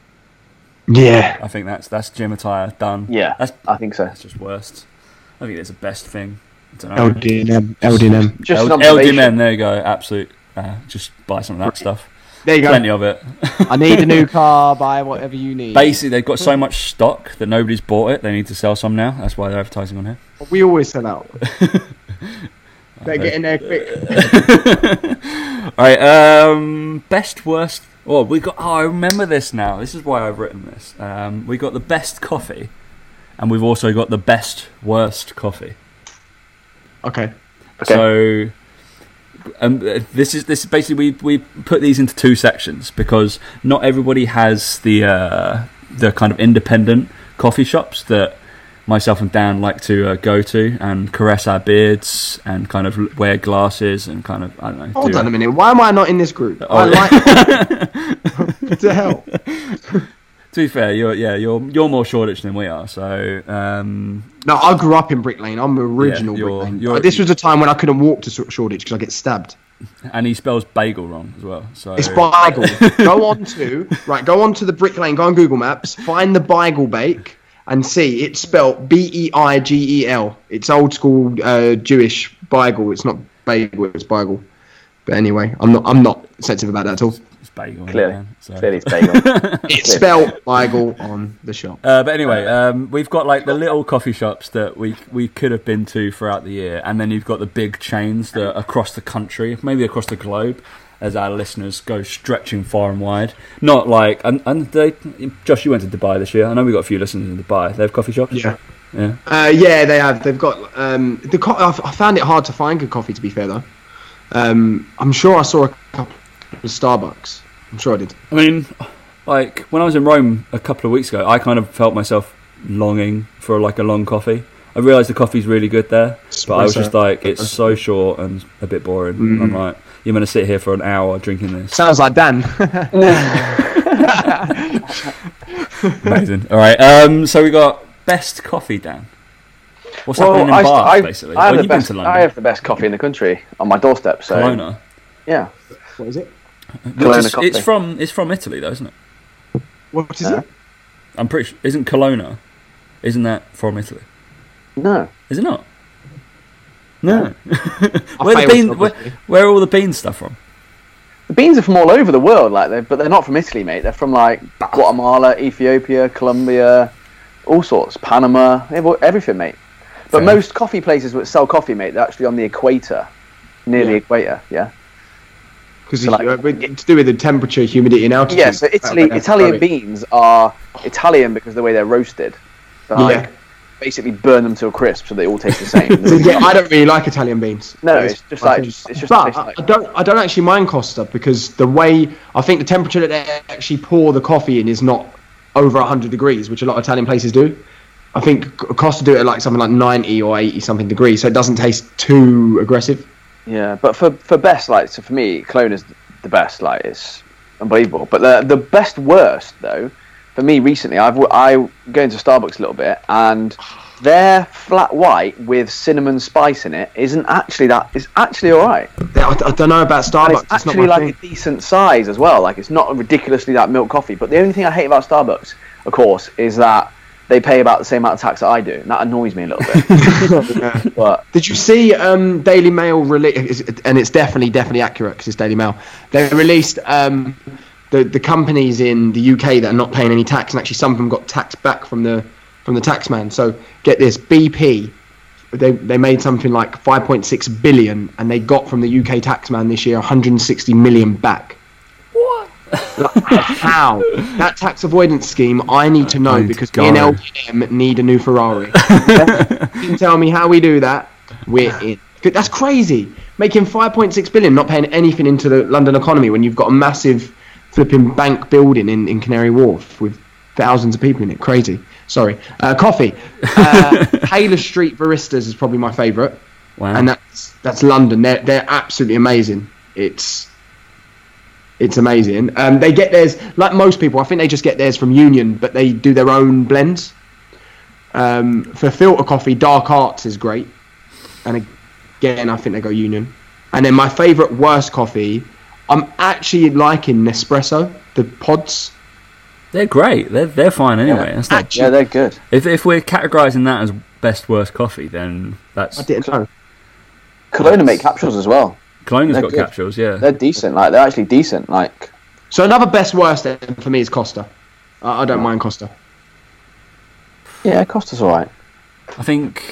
[SPEAKER 4] Yeah.
[SPEAKER 2] I think that's that's gym attire done.
[SPEAKER 3] yeah,
[SPEAKER 2] That's
[SPEAKER 3] I think so.
[SPEAKER 2] that's just worst. I think it's the best thing. I don't know.
[SPEAKER 4] LDNM. LDNM.
[SPEAKER 3] Just an
[SPEAKER 2] L-
[SPEAKER 3] observation.
[SPEAKER 2] LD men. There you go. Absolute. Uh, just buy some of that stuff.
[SPEAKER 4] There you go.
[SPEAKER 2] Plenty of it.
[SPEAKER 4] I need a new car. Buy whatever you need.
[SPEAKER 2] Basically, they've got so much stock that nobody's bought it. They need to sell some now. That's why they're advertising on here.
[SPEAKER 4] We always sell out. Better get in there quick.
[SPEAKER 2] All right. Um, best worst. Oh, we got. Oh, I remember this now. This is why I've written this. Um, we got the best coffee, and we've also got the best worst coffee.
[SPEAKER 4] Okay.
[SPEAKER 2] So, um, uh, this is this is basically we we put these into two sections because not everybody has the uh, the kind of independent coffee shops that myself and Dan like to uh, go to and caress our beards and kind of l- wear glasses and kind of I don't
[SPEAKER 3] Oh,
[SPEAKER 2] know.
[SPEAKER 4] Hold
[SPEAKER 2] do-
[SPEAKER 4] on a minute. Why am I not in this group?
[SPEAKER 2] Oh,
[SPEAKER 4] I
[SPEAKER 2] yeah.
[SPEAKER 4] like. what the hell?
[SPEAKER 2] To be fair, you're yeah you're you're more Shoreditch than we are, so um,
[SPEAKER 4] No, I grew up in Brick Lane. I'm original
[SPEAKER 2] Yeah, you're-
[SPEAKER 4] Brick Lane.
[SPEAKER 2] you're-
[SPEAKER 4] Uh, this was a time when I couldn't walk to Sho- Shoreditch because I get stabbed.
[SPEAKER 2] and he spells bagel wrong as well. So
[SPEAKER 4] It's Bigle. go on to right. Go on to the Brick Lane. Go on Google Maps. Find the Bigle Bake and see it's spelt B E I G E L. It's old school uh, Jewish Bible. It's not bagel. It's Bible. But anyway, I'm not. I'm not sensitive about that at all.
[SPEAKER 2] It's bagel
[SPEAKER 3] Clearly,
[SPEAKER 2] man, so.
[SPEAKER 3] clearly, it's bagel.
[SPEAKER 4] It's spelt Bible on the shop.
[SPEAKER 2] Uh, but anyway, um, we've got like the little coffee shops that we we could have been to throughout the year, and then you've got the big chains that across the country, maybe across the globe, as our listeners go stretching far and wide. Not like and and they, Josh, you went to Dubai this year. I know we got a few listeners in Dubai. They have coffee shops.
[SPEAKER 4] Yeah.
[SPEAKER 2] yeah.
[SPEAKER 4] Uh, yeah, they have. They've got um, the. Co- I f- I found it hard to find good coffee. To be fair, though, um, I'm sure I saw a couple of Starbucks. I'm sure I did.
[SPEAKER 2] I mean, like when I was in Rome a couple of weeks ago, I kind of felt myself longing for like a long coffee. I realised the coffee's really good there, but I was
[SPEAKER 4] Espresso.
[SPEAKER 2] just like, it's so short and a bit boring.
[SPEAKER 3] Mm-hmm.
[SPEAKER 2] I'm like, you're going to sit here for an hour drinking this.
[SPEAKER 4] Sounds like Dan.
[SPEAKER 2] Amazing. All right. Um, so we got best coffee, Dan. What's happening in bars,
[SPEAKER 3] I,
[SPEAKER 2] basically?
[SPEAKER 3] I have,
[SPEAKER 2] well,
[SPEAKER 3] the
[SPEAKER 2] you've
[SPEAKER 3] best,
[SPEAKER 2] been to London.
[SPEAKER 3] I have the best coffee in the country on my doorstep. So
[SPEAKER 2] Kelowna.
[SPEAKER 3] yeah,
[SPEAKER 4] what is it?
[SPEAKER 2] Which
[SPEAKER 3] Kelowna
[SPEAKER 2] is-
[SPEAKER 3] coffee.
[SPEAKER 2] it's from it's from Italy, though, isn't it?
[SPEAKER 4] What is
[SPEAKER 3] Huh?
[SPEAKER 4] it?
[SPEAKER 2] I'm pretty sure. Isn't Kelowna? Isn't that from Italy?
[SPEAKER 3] No.
[SPEAKER 2] Is it not? No.
[SPEAKER 4] I
[SPEAKER 2] where, the
[SPEAKER 4] failed
[SPEAKER 2] bean, where,
[SPEAKER 4] geography.
[SPEAKER 2] where are all the bean stuff from?
[SPEAKER 3] The beans are from all over the world, like they're, but they're not from Italy, mate. They're from like Guatemala, Ethiopia, Colombia, all sorts, Panama, they have all- everything, mate. But
[SPEAKER 2] Fair.
[SPEAKER 3] most coffee places that sell coffee, mate, they're actually on the equator, near the
[SPEAKER 4] Yeah.
[SPEAKER 3] equator. Yeah.
[SPEAKER 4] Because
[SPEAKER 3] So, like-
[SPEAKER 4] it's to do uh, with the temperature, humidity, and altitude.
[SPEAKER 3] Yeah. So Italy,
[SPEAKER 4] That's
[SPEAKER 3] Italian
[SPEAKER 4] growing.
[SPEAKER 3] beans are Italian because of the way they're roasted. They
[SPEAKER 4] Yeah.
[SPEAKER 3] like, basically burn them to a crisp, so they all taste the same.
[SPEAKER 4] So, yeah, I don't really like Italian beans.
[SPEAKER 3] No,
[SPEAKER 4] That is
[SPEAKER 3] it's just
[SPEAKER 4] my
[SPEAKER 3] like-
[SPEAKER 4] thing.
[SPEAKER 3] it's just
[SPEAKER 4] But
[SPEAKER 3] tastes
[SPEAKER 4] I-
[SPEAKER 3] like-
[SPEAKER 4] I don't. I don't actually mind Costa because the way I think the temperature that they actually pour the coffee in is not over hundred degrees, which a lot of Italian places do. I think Costa do it at like something like ninety or eighty something degrees, so it doesn't taste too aggressive.
[SPEAKER 3] Yeah, but for for best, like so for me, Clone is the best. Like it's unbelievable. But the the best worst though, for me recently, I've w- I go into Starbucks a little bit, and their flat white with cinnamon spice in it isn't actually that. It's actually all right.
[SPEAKER 4] They- I, I don't know about
[SPEAKER 3] And
[SPEAKER 4] Starbucks.
[SPEAKER 3] it's
[SPEAKER 4] It's, not
[SPEAKER 3] actually
[SPEAKER 4] my
[SPEAKER 3] like
[SPEAKER 4] thing.
[SPEAKER 3] a decent size as well. Like it's not ridiculously that milk coffee. But the only thing I hate about Starbucks, of course, is that they pay about the same amount of tax that I do. And that annoys me a little bit. but
[SPEAKER 4] Did you see um, Daily Mail release? And it's definitely definitely accurate because it's Daily Mail. They released um, the the companies in the UK that are not paying any tax, and actually some of them got taxed back from the from the tax man. So get this, BP. They, they made something like 5.6 billion and they got from the UK tax man this year 160 million back. What? How? That tax avoidance scheme, I need to know
[SPEAKER 2] Mind
[SPEAKER 4] because me and
[SPEAKER 2] gone.
[SPEAKER 4] LPM need a new Ferrari can tell me how we do that, we're in. That's crazy. Making 5.6 billion, not paying anything into the London economy when you've got a massive flipping bank building in, in Canary Wharf with thousands of people in it. Crazy. Sorry. Uh, coffee. Uh, Taylor Street Baristas is probably my favourite,
[SPEAKER 2] Wow.
[SPEAKER 4] and that's that's London. They're they're absolutely amazing. It's it's amazing. Um, they get theirs like most people. I think they just get theirs from Union, but they do their own blends. Um, for filter coffee, Dark Arts is great, and again, I think they go Union. And then my favourite worst coffee, I'm actually liking Nespresso. The pods.
[SPEAKER 2] they're great. They're they're fine anyway. That's not,
[SPEAKER 4] Actually,
[SPEAKER 3] yeah, they're good.
[SPEAKER 2] if if we're categorising that as best worst coffee, then
[SPEAKER 4] I
[SPEAKER 2] that's
[SPEAKER 4] didn't know.
[SPEAKER 3] Kelowna make capsules as well.
[SPEAKER 2] Kelowna's
[SPEAKER 3] They're
[SPEAKER 2] got
[SPEAKER 3] good.
[SPEAKER 2] capsules. Yeah.
[SPEAKER 3] They're decent. Like they're actually decent. Like
[SPEAKER 4] So another best worst then for me is Costa. I, I don't mind Costa.
[SPEAKER 3] Yeah, Costa's all right.
[SPEAKER 2] I think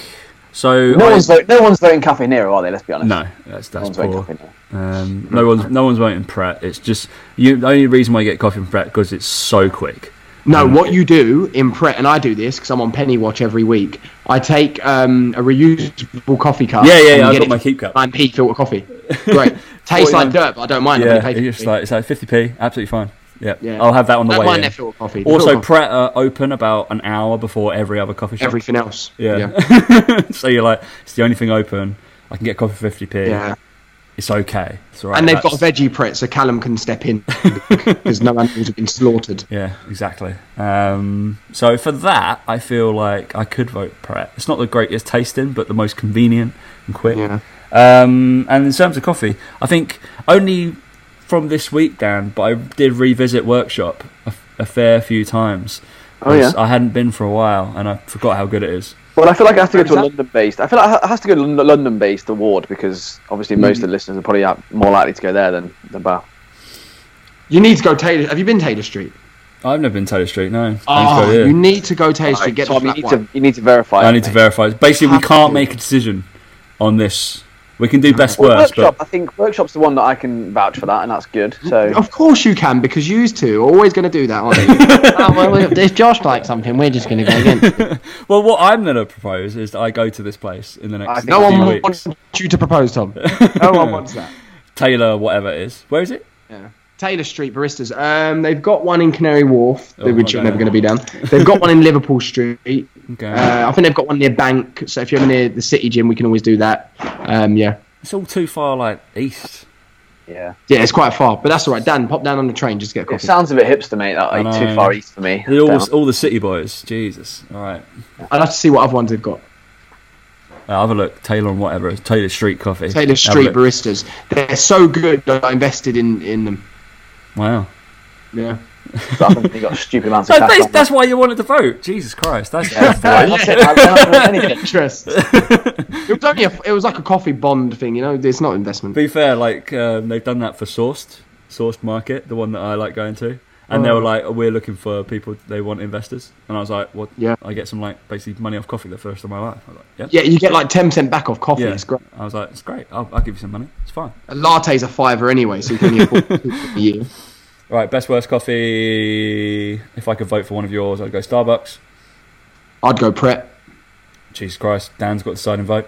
[SPEAKER 2] so.
[SPEAKER 3] No
[SPEAKER 2] I-
[SPEAKER 3] one's vote, no one's voting Cafe Nero, are they? Let's be honest.
[SPEAKER 2] no, that's that's
[SPEAKER 3] one's
[SPEAKER 2] poor.
[SPEAKER 3] voting Cafe Nero.
[SPEAKER 2] Um, no one's no one's voting Pret. It's just you. The only reason why I get coffee from Pret because it's so quick.
[SPEAKER 4] No,
[SPEAKER 2] Um,
[SPEAKER 4] what you do in Pret, and I do this because I'm on Penny Watch every week. I take um, a reusable coffee cup.
[SPEAKER 2] Yeah, yeah,
[SPEAKER 4] Ah, and
[SPEAKER 2] yeah, I've
[SPEAKER 4] get
[SPEAKER 2] got
[SPEAKER 4] it
[SPEAKER 2] my keep cup.
[SPEAKER 4] 9p filter coffee. Great. Tastes like
[SPEAKER 2] 49.
[SPEAKER 4] dirt, but I don't mind.
[SPEAKER 2] yeah,
[SPEAKER 4] I
[SPEAKER 2] it's just like it's like 50p. Absolutely fine. Yeah,
[SPEAKER 4] Yeah.
[SPEAKER 2] I'll have that on the
[SPEAKER 4] don't
[SPEAKER 2] way
[SPEAKER 4] mind
[SPEAKER 2] in.
[SPEAKER 4] that filter coffee. The filter
[SPEAKER 2] Also,
[SPEAKER 4] coffee,
[SPEAKER 2] Pret are open about an hour before every other coffee shop.
[SPEAKER 4] everything else.
[SPEAKER 2] Yeah. so you're like, it's the only thing open. I can get coffee for 50p.
[SPEAKER 4] Yeah.
[SPEAKER 2] It's okay. It's all right.
[SPEAKER 4] And they've got
[SPEAKER 2] That's-
[SPEAKER 4] a veggie Pret, so Callum can step in because no animals have been slaughtered.
[SPEAKER 2] Yeah, exactly. Um, so for that, I feel like I could vote Pret. It's not the greatest tasting, but the most convenient and quick.
[SPEAKER 4] Yeah.
[SPEAKER 2] Um, and in terms of coffee, I think only from this week, Dan, but I did revisit Workshop a, a fair few times.
[SPEAKER 3] Oh, yeah?
[SPEAKER 2] I hadn't been for a while, and I forgot how good it is.
[SPEAKER 3] Well, I feel like I have to go to a
[SPEAKER 4] Exactly.
[SPEAKER 3] London-based. I feel like it has to go to a London-based award because obviously
[SPEAKER 2] Mm-hmm.
[SPEAKER 3] most of the listeners are probably out- more likely to go there than than Bath.
[SPEAKER 4] You need to go Taylor. Have you been Taylor Street?
[SPEAKER 2] I've never been Taylor Street. No, I need to go
[SPEAKER 4] Oh,
[SPEAKER 2] there.
[SPEAKER 4] you need to go Taylor Street.
[SPEAKER 3] Right,
[SPEAKER 4] Get
[SPEAKER 3] Tom,
[SPEAKER 4] the
[SPEAKER 3] you
[SPEAKER 4] flat
[SPEAKER 3] need
[SPEAKER 4] white.
[SPEAKER 3] to you need to verify.
[SPEAKER 2] I
[SPEAKER 3] it,
[SPEAKER 2] need to
[SPEAKER 3] mate.
[SPEAKER 2] verify. Basically, we
[SPEAKER 4] Have
[SPEAKER 2] can't
[SPEAKER 4] to.
[SPEAKER 2] make a decision on this. We can do best
[SPEAKER 3] Well,
[SPEAKER 2] worst,
[SPEAKER 3] workshop.
[SPEAKER 2] but
[SPEAKER 3] I think workshop's the one that I can vouch for that, and that's good. So
[SPEAKER 4] Of course you can, because you two are always going to do that, aren't you?
[SPEAKER 5] oh, well, well, if Josh likes something, we're just going to go again.
[SPEAKER 2] well, what I'm going to propose is that I go to this place in the next
[SPEAKER 3] think
[SPEAKER 4] no
[SPEAKER 2] few
[SPEAKER 4] one
[SPEAKER 2] weeks.
[SPEAKER 4] wants you to propose, Tom. No one wants that.
[SPEAKER 2] Taylor, whatever it is. Where is it?
[SPEAKER 4] Yeah. Taylor Street baristas. Um, they've got one in Canary Wharf,
[SPEAKER 2] Oh,
[SPEAKER 4] which
[SPEAKER 2] okay.
[SPEAKER 4] you're never going to be down. They've got one in Liverpool Street.
[SPEAKER 2] Okay.
[SPEAKER 4] Uh, I think they've got one near Bank. So if you're ever near the City Gym, we can always do that. Um, yeah,
[SPEAKER 2] it's all too far, like east.
[SPEAKER 3] yeah,
[SPEAKER 4] yeah, it's quite far, but that's all right. Dan, pop down on the train just to get a
[SPEAKER 3] it
[SPEAKER 4] coffee.
[SPEAKER 3] sounds a bit hipster, mate. That
[SPEAKER 2] I
[SPEAKER 3] like, too
[SPEAKER 2] know.
[SPEAKER 3] far east for me.
[SPEAKER 2] They're
[SPEAKER 3] Down.
[SPEAKER 2] All, all the city boys. Jesus. All right.
[SPEAKER 4] I'd have to see what other ones they've got.
[SPEAKER 2] Uh, have a look. Taylor and whatever. Taylor Street Coffee.
[SPEAKER 4] Taylor
[SPEAKER 2] Have a
[SPEAKER 4] Street
[SPEAKER 2] look.
[SPEAKER 4] baristas. They're so good. that I invested in in them.
[SPEAKER 2] Wow.
[SPEAKER 4] Yeah.
[SPEAKER 3] So I think he got stupid amounts of
[SPEAKER 2] No,
[SPEAKER 3] cash.
[SPEAKER 2] that's,
[SPEAKER 3] on
[SPEAKER 2] that's why you wanted to vote. Jesus Christ, that's
[SPEAKER 3] that. Yeah, that's it. I- I haven't done anything.
[SPEAKER 4] Interest. it was only a, it was like a coffee bond thing, you know. It's not investment.
[SPEAKER 2] be fair, like um, they've done that for Sourced, Sourced Market, the one that I like going to, and they were like, oh, "We're looking for people. They want investors." And I was like, "What?
[SPEAKER 4] Yeah.
[SPEAKER 2] I get some like basically money off coffee the first time in my life." I was like, "Yep."
[SPEAKER 4] Yeah, you get like ten percent back off coffee.
[SPEAKER 2] Yeah.
[SPEAKER 4] It's great.
[SPEAKER 2] I was like, "It's great. I'll, I'll give you some money. It's fine."
[SPEAKER 4] A latte's a fiver anyway, so you can only afford two a year.
[SPEAKER 2] Right, best worst coffee. If I could vote for one of yours, I'd go Starbucks.
[SPEAKER 4] I'd go Pret.
[SPEAKER 2] Jesus Christ, Dan's got the deciding vote.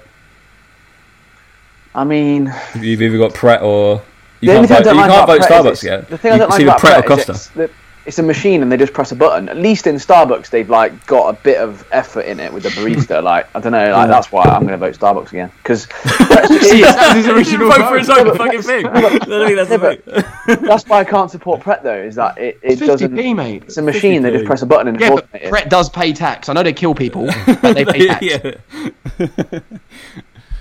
[SPEAKER 3] I mean,
[SPEAKER 2] You've either got Pret or you
[SPEAKER 3] the only
[SPEAKER 2] can't
[SPEAKER 3] thing
[SPEAKER 2] vote,
[SPEAKER 3] I don't
[SPEAKER 2] you
[SPEAKER 3] like
[SPEAKER 2] can't vote
[SPEAKER 3] about Pret is
[SPEAKER 2] Starbucks yet.
[SPEAKER 3] it's- The thing
[SPEAKER 2] you
[SPEAKER 3] I don't
[SPEAKER 2] it's
[SPEAKER 3] like
[SPEAKER 2] either
[SPEAKER 3] about
[SPEAKER 2] Pret or
[SPEAKER 3] Pret is
[SPEAKER 2] Costa.
[SPEAKER 3] it's, the- it's a machine and they just press a button. At least in Starbucks, they've like got a bit of effort in it with the barista. like I don't know, like that's why I'm going to vote Starbucks again because
[SPEAKER 4] See, it's his
[SPEAKER 2] He
[SPEAKER 4] original
[SPEAKER 2] didn't vote for his
[SPEAKER 4] vote.
[SPEAKER 2] own fucking thing. Literally, that's the thing.
[SPEAKER 3] that's why I can't support Pret though. Is that it, it doesn't?
[SPEAKER 4] 50p, mate.
[SPEAKER 3] It's a machine. They
[SPEAKER 2] 50p.
[SPEAKER 3] just press a button and it's
[SPEAKER 4] Yeah, but
[SPEAKER 3] automated.
[SPEAKER 4] Pret does pay tax. I know they kill people, but they pay tax.
[SPEAKER 2] yeah.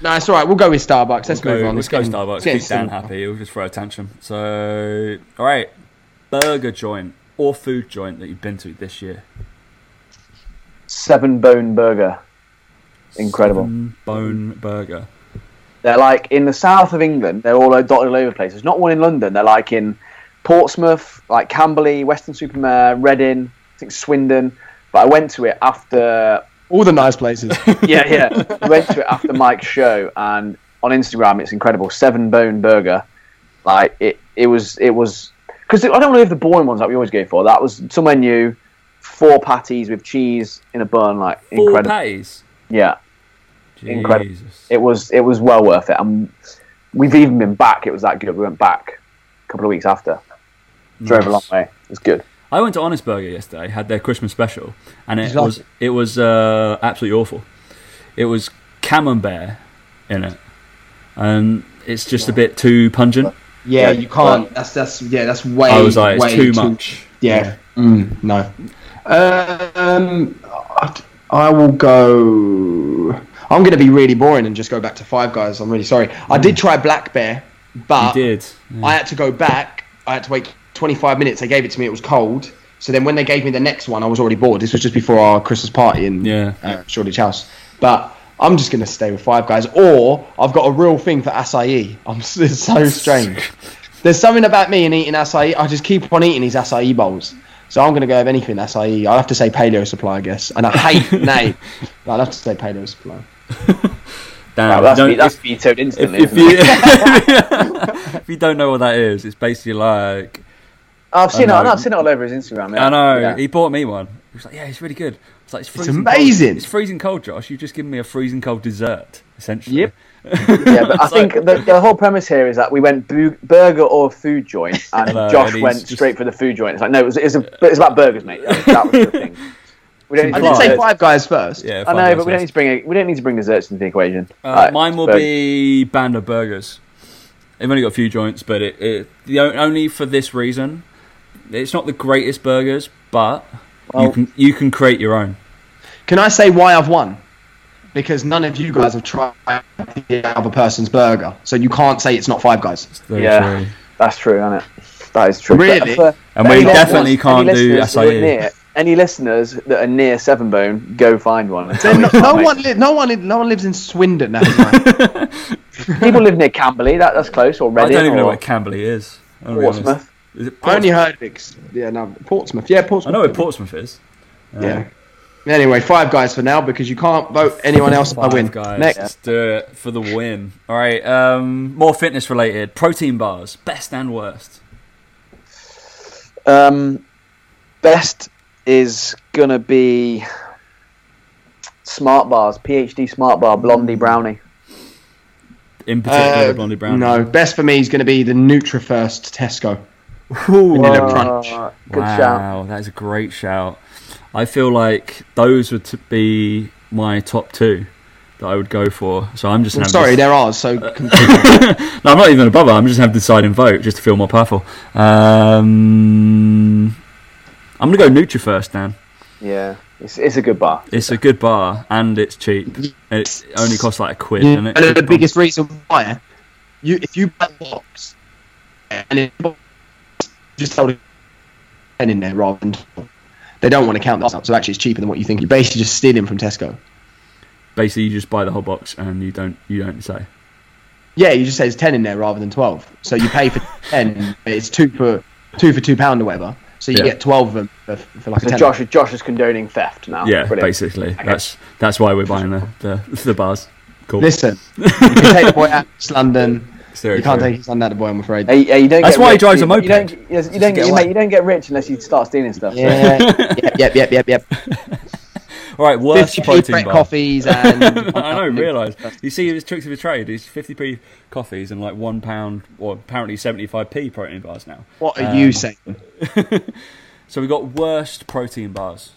[SPEAKER 4] No, it's all right. We'll go with Starbucks. Let's
[SPEAKER 2] Go,
[SPEAKER 4] move on.
[SPEAKER 2] let's
[SPEAKER 4] It's
[SPEAKER 2] go
[SPEAKER 4] getting-
[SPEAKER 2] Starbucks.
[SPEAKER 4] it's getting
[SPEAKER 2] Keep Dan
[SPEAKER 4] similar.
[SPEAKER 2] happy. He'll just throw a tantrum. So, all right, burger joint or food joint that you've been to this year.
[SPEAKER 3] Seven Bone Burger, incredible.
[SPEAKER 2] Seven Bone burger.
[SPEAKER 3] They're like in the south of England. They're all dotted all over the place. There's not one in London. They're like in Portsmouth, like Camberley, Western Supermare, Reading, I think Swindon. But I went to it after.
[SPEAKER 4] All the nice places.
[SPEAKER 3] Yeah, yeah. I went to it after Mike's show, and on Instagram, it's incredible. Seven Bone Burger. Like it, it was, it was. Because I don't want to do the boring ones that we always go for. That was somewhere new. Four patties with cheese in a bun, like
[SPEAKER 2] Four
[SPEAKER 3] incredible.
[SPEAKER 2] patties.
[SPEAKER 3] yeah. Incredible.
[SPEAKER 2] Jesus.
[SPEAKER 3] it was it was well worth it. And we've even been back. It was that good. We went back a couple of weeks after. Drove a long
[SPEAKER 2] Nice.
[SPEAKER 3] way. It was good.
[SPEAKER 2] I went to Honest Burger yesterday. Had their Christmas special, and it
[SPEAKER 5] you like
[SPEAKER 2] was it was uh, absolutely awful. It was camembert in it, and it's just a bit too pungent.
[SPEAKER 4] Yeah, you can't. That's that's yeah. That's way.
[SPEAKER 2] I was like, it's
[SPEAKER 4] way
[SPEAKER 2] too much.
[SPEAKER 4] Yeah. Mm, no. Um, I- I will go. I'm going to be really boring and just go back to Five Guys. I'm really sorry. I did try Black Bear,
[SPEAKER 2] You
[SPEAKER 4] but
[SPEAKER 2] did. Yeah.
[SPEAKER 4] Mm. I had to go back. I had to wait 25 minutes. They gave it to me. It was cold. So then when they gave me the next one, I was already bored. This was just before our Christmas party in
[SPEAKER 2] Yeah.
[SPEAKER 4] uh, Shoreditch House. But I'm just going to stay with Five Guys. Or I've got a real thing for acai. I'm, s- it's so strange. There's something about me and eating acai. I just keep on eating these acai bowls. So I'm going to go with anything acai. I'll have to say paleo supply, I guess. And I hate the name. But I'll have to say paleo supply.
[SPEAKER 2] Damn,
[SPEAKER 3] Wow, that's,
[SPEAKER 2] don't-
[SPEAKER 3] ve- that's vetoed
[SPEAKER 2] if,
[SPEAKER 3] instantly.
[SPEAKER 2] if
[SPEAKER 3] isn't it?
[SPEAKER 2] you if you don't know what that is, it's basically like
[SPEAKER 3] I've seen it.
[SPEAKER 2] I know.
[SPEAKER 3] I've seen it all over his Instagram. Yeah.
[SPEAKER 2] I know
[SPEAKER 3] Yeah.
[SPEAKER 2] he bought me one. He was like, "Yeah, it's really good." It's like it's, freezing
[SPEAKER 4] amazing.
[SPEAKER 2] Cold. It's freezing cold, Josh. You've just given me a freezing cold dessert, essentially.
[SPEAKER 3] Yep. Yeah, but I
[SPEAKER 2] It's like-
[SPEAKER 3] think the, the whole premise here is that we went bu- burger or food joint, and
[SPEAKER 2] Hello,
[SPEAKER 3] Josh
[SPEAKER 2] and he's
[SPEAKER 3] went
[SPEAKER 2] just-
[SPEAKER 3] straight for the food joint. It's like no, it was, it was, a, but it's about burgers, mate. That was, that was the thing. We don't need
[SPEAKER 4] I
[SPEAKER 3] to
[SPEAKER 4] did
[SPEAKER 2] Right.
[SPEAKER 4] say
[SPEAKER 3] bring-
[SPEAKER 4] Five Guys first.
[SPEAKER 2] Yeah,
[SPEAKER 3] I
[SPEAKER 2] five
[SPEAKER 3] know,
[SPEAKER 2] days
[SPEAKER 3] but we
[SPEAKER 2] left.
[SPEAKER 3] don't need to bring a, we don't need to bring desserts into the equation.
[SPEAKER 2] Uh,
[SPEAKER 3] Like,
[SPEAKER 2] mine will
[SPEAKER 3] burger.
[SPEAKER 2] be Band of Burgers. I've only got a few joints, but it, it the o- only for this reason, it's not the greatest burgers, but you
[SPEAKER 3] Well-
[SPEAKER 2] can you can create your own.
[SPEAKER 4] Can I say why I've won? Because none of you guys have tried the other person's burger, so you can't say it's not Five Guys.
[SPEAKER 2] Very
[SPEAKER 3] Yeah.
[SPEAKER 2] true.
[SPEAKER 3] That's true, isn't it? That is true.
[SPEAKER 4] Really?
[SPEAKER 3] But for-
[SPEAKER 2] And
[SPEAKER 3] for
[SPEAKER 2] we
[SPEAKER 3] any
[SPEAKER 2] definitely
[SPEAKER 3] listeners-
[SPEAKER 2] can't
[SPEAKER 3] any
[SPEAKER 2] do
[SPEAKER 3] listeners that are
[SPEAKER 2] SIE.
[SPEAKER 3] Near, any listeners that are near Seven Bone, go find one. and tell me
[SPEAKER 4] No,
[SPEAKER 3] it's not, mate.
[SPEAKER 4] one, li- no one, li- no one lives in Swindon. That's right.
[SPEAKER 3] People live near Camberley. That, that's close. Or
[SPEAKER 2] I
[SPEAKER 3] Reading.
[SPEAKER 2] don't even
[SPEAKER 3] or
[SPEAKER 2] know what Camberley is. I'll be honest.
[SPEAKER 3] Portsmouth.
[SPEAKER 2] Is it
[SPEAKER 4] I only
[SPEAKER 2] Portsmouth?
[SPEAKER 4] heard of it. Yeah, no, Portsmouth. Yeah,
[SPEAKER 2] I
[SPEAKER 4] Portsmouth.
[SPEAKER 2] know where Portsmouth is.
[SPEAKER 4] Yeah. Anyway, Five Guys for now because you can't vote anyone else. I
[SPEAKER 2] Five
[SPEAKER 4] win.
[SPEAKER 2] Guys.
[SPEAKER 4] Next,
[SPEAKER 2] Let's do it for the win. All right. Um, more fitness related. Protein bars, best and worst.
[SPEAKER 3] Um, best is gonna be smart bars. PhD smart bar, blondie brownie.
[SPEAKER 2] In particular,
[SPEAKER 4] Uh,
[SPEAKER 2] the Blondie Brown.
[SPEAKER 4] No, best for me is going to be the NutriFirst Tesco. Vanilla crunch.
[SPEAKER 3] Uh, Good
[SPEAKER 2] wow,
[SPEAKER 3] shout.
[SPEAKER 2] that is a great shout. I feel like those would t- be my top two that I would go for. So I'm just gonna have
[SPEAKER 4] Sorry,
[SPEAKER 2] this-
[SPEAKER 4] there are so.
[SPEAKER 2] Uh, no, I'm not even a bother. I'm just gonna have to decide and vote just to feel more powerful. Um, I'm gonna go Nutri first, Dan.
[SPEAKER 3] Yeah, it's, it's a good bar.
[SPEAKER 2] It's a good bar and it's cheap. It only costs like a quid,
[SPEAKER 4] You
[SPEAKER 2] and
[SPEAKER 4] know
[SPEAKER 2] it?
[SPEAKER 4] the biggest reason why you if you buy a box and it just hold it ten in there rather than. 12. They don't want to count that up, so actually it's cheaper than what you think. You're basically just stealing from Tesco.
[SPEAKER 2] Basically, you just buy the whole box and you don't you don't say.
[SPEAKER 4] Yeah, you just say there's ten in there rather than twelve. So you pay for ten. It's two for two for two pound or whatever. So you
[SPEAKER 2] Yeah.
[SPEAKER 4] get twelve of them for, for like a
[SPEAKER 3] So
[SPEAKER 4] ten.
[SPEAKER 3] Josh, Josh is condoning theft
[SPEAKER 4] Ah,
[SPEAKER 3] now.
[SPEAKER 2] Yeah,
[SPEAKER 3] Brilliant.
[SPEAKER 2] basically. That's that's why we're buying the the, the bars. Cool.
[SPEAKER 4] Listen, you can take the boy out to London.
[SPEAKER 2] Seriously.
[SPEAKER 4] you can't take his son out of the boy. I'm afraid.
[SPEAKER 3] Hey, hey, you don't
[SPEAKER 2] That's
[SPEAKER 3] get
[SPEAKER 2] why he
[SPEAKER 3] rich,
[SPEAKER 2] drives
[SPEAKER 3] you-
[SPEAKER 2] a moped.
[SPEAKER 3] You don't, you- you, don't
[SPEAKER 4] get
[SPEAKER 3] get,
[SPEAKER 4] away.
[SPEAKER 3] mate, you don't get rich unless you start stealing stuff. so-
[SPEAKER 4] Yeah. yep, yep, yep, yep, yep.
[SPEAKER 2] All right, worst
[SPEAKER 4] 50p
[SPEAKER 2] protein
[SPEAKER 4] Brett
[SPEAKER 2] bar.
[SPEAKER 4] coffees and
[SPEAKER 2] I don't realise. You see his tricks of his trade. He's 50p coffees and like one pound, or apparently 75p protein bars now.
[SPEAKER 4] what are
[SPEAKER 3] Um,
[SPEAKER 4] you saying?
[SPEAKER 2] So we got worst protein bars.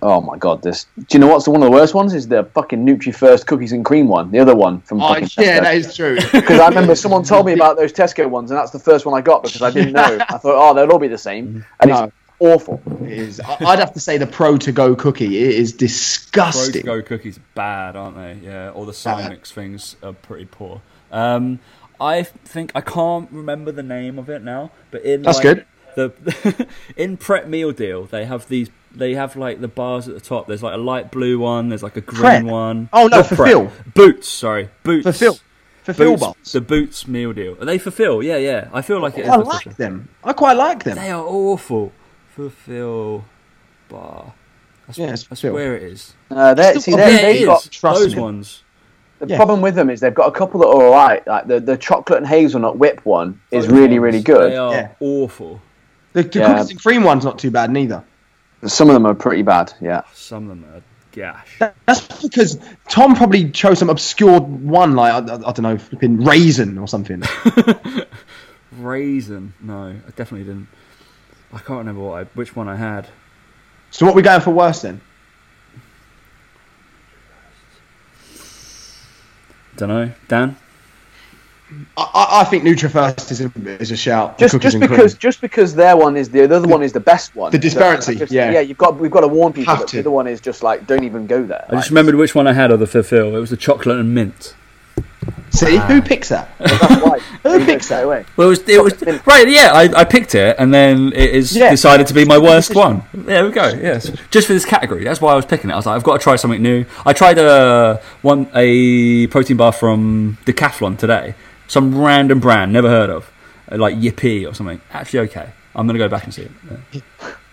[SPEAKER 3] Oh my god, this. Do you know what's the one of the worst ones? Is the fucking Nutri First cookies and cream one. The other one from
[SPEAKER 4] Oh,
[SPEAKER 3] fucking
[SPEAKER 4] yeah,
[SPEAKER 3] Tesco.
[SPEAKER 4] that is true.
[SPEAKER 3] Because I remember someone told me about those Tesco ones, and that's the first one I got because I didn't know. I thought, oh, they'll all be the same, and
[SPEAKER 4] No.
[SPEAKER 3] it's awful.
[SPEAKER 4] It is. I- I'd have to say the pro to go cookie. It is
[SPEAKER 2] Road to
[SPEAKER 4] disgusting.
[SPEAKER 2] go cookies are bad, aren't they? Yeah, all the Simex things are pretty poor. Um, I think I can't remember the name of it now, but in
[SPEAKER 4] That's
[SPEAKER 2] like,
[SPEAKER 4] good.
[SPEAKER 2] The in prep meal deal, they have these. They have like the bars at the top. There's like a light blue one. There's like a green
[SPEAKER 4] Prep?
[SPEAKER 2] one.
[SPEAKER 4] Oh, no,
[SPEAKER 2] Not
[SPEAKER 4] Fulfill.
[SPEAKER 2] Prep. Boots. Sorry, boots.
[SPEAKER 4] Fulfill. Fulfill
[SPEAKER 2] Boots-
[SPEAKER 4] bars.
[SPEAKER 2] The boots meal deal. Are they fulfill? Yeah, yeah. I feel like it is.
[SPEAKER 4] I
[SPEAKER 2] fulfill.
[SPEAKER 4] like them. I quite like them.
[SPEAKER 2] They are awful. Fulfill bar. That's,
[SPEAKER 4] Yeah, it's
[SPEAKER 2] that's
[SPEAKER 4] Fulfill.
[SPEAKER 2] where it is.
[SPEAKER 3] Uh, they, see, they,
[SPEAKER 2] yeah, it
[SPEAKER 3] they've
[SPEAKER 2] is.
[SPEAKER 3] got
[SPEAKER 4] trust
[SPEAKER 2] Those
[SPEAKER 4] me.
[SPEAKER 2] ones.
[SPEAKER 3] the
[SPEAKER 4] Yeah.
[SPEAKER 3] problem with them is they've got a couple that are all right. Like the, the chocolate and hazelnut whip one is
[SPEAKER 2] Those
[SPEAKER 3] really
[SPEAKER 2] ones.
[SPEAKER 3] really
[SPEAKER 2] They
[SPEAKER 3] good.
[SPEAKER 2] are
[SPEAKER 4] Yeah.
[SPEAKER 2] awful.
[SPEAKER 4] The, the
[SPEAKER 3] Yeah.
[SPEAKER 4] cookies and cream one's not too bad neither.
[SPEAKER 3] Some of them are pretty bad. Yeah.
[SPEAKER 2] Some of them are gash.
[SPEAKER 4] That's because Tom probably chose some obscure one, like I, I, I don't know, flipping raisin or something.
[SPEAKER 2] Raisin. No, I definitely didn't. I can't remember what I, which one I had.
[SPEAKER 4] so what are we going for worse then?
[SPEAKER 2] Don't know. Dan.
[SPEAKER 4] I, I, I think Nutra First is a, is a shout. The
[SPEAKER 3] Just
[SPEAKER 4] cookies
[SPEAKER 3] just
[SPEAKER 4] and cream.
[SPEAKER 3] because just because their one is the, the other one is the best one.
[SPEAKER 4] the
[SPEAKER 3] So,
[SPEAKER 4] disparity,
[SPEAKER 3] just-
[SPEAKER 4] yeah.
[SPEAKER 3] Yeah, you've got we've got to warn people
[SPEAKER 4] Have
[SPEAKER 3] that
[SPEAKER 4] to.
[SPEAKER 3] the other one is just like don't even go there.
[SPEAKER 2] I just
[SPEAKER 3] Like,
[SPEAKER 2] remembered which one I had of the fulfill. It was the chocolate and mint.
[SPEAKER 4] see
[SPEAKER 3] Ah.
[SPEAKER 4] who picks that?
[SPEAKER 3] that's why.
[SPEAKER 4] Who picks that?
[SPEAKER 3] away?
[SPEAKER 2] Well, it was, it was right. Yeah, I, I picked it, and then it is
[SPEAKER 4] Yeah.
[SPEAKER 2] decided to be my worst one. There we go. Yes, just for this category. That's why I was picking it. I was like, I've got to try something new. I tried a one a protein bar from Decathlon today. Some random brand, never heard of, uh, like Yippee or something. Actually, okay. I'm gonna go back and see it.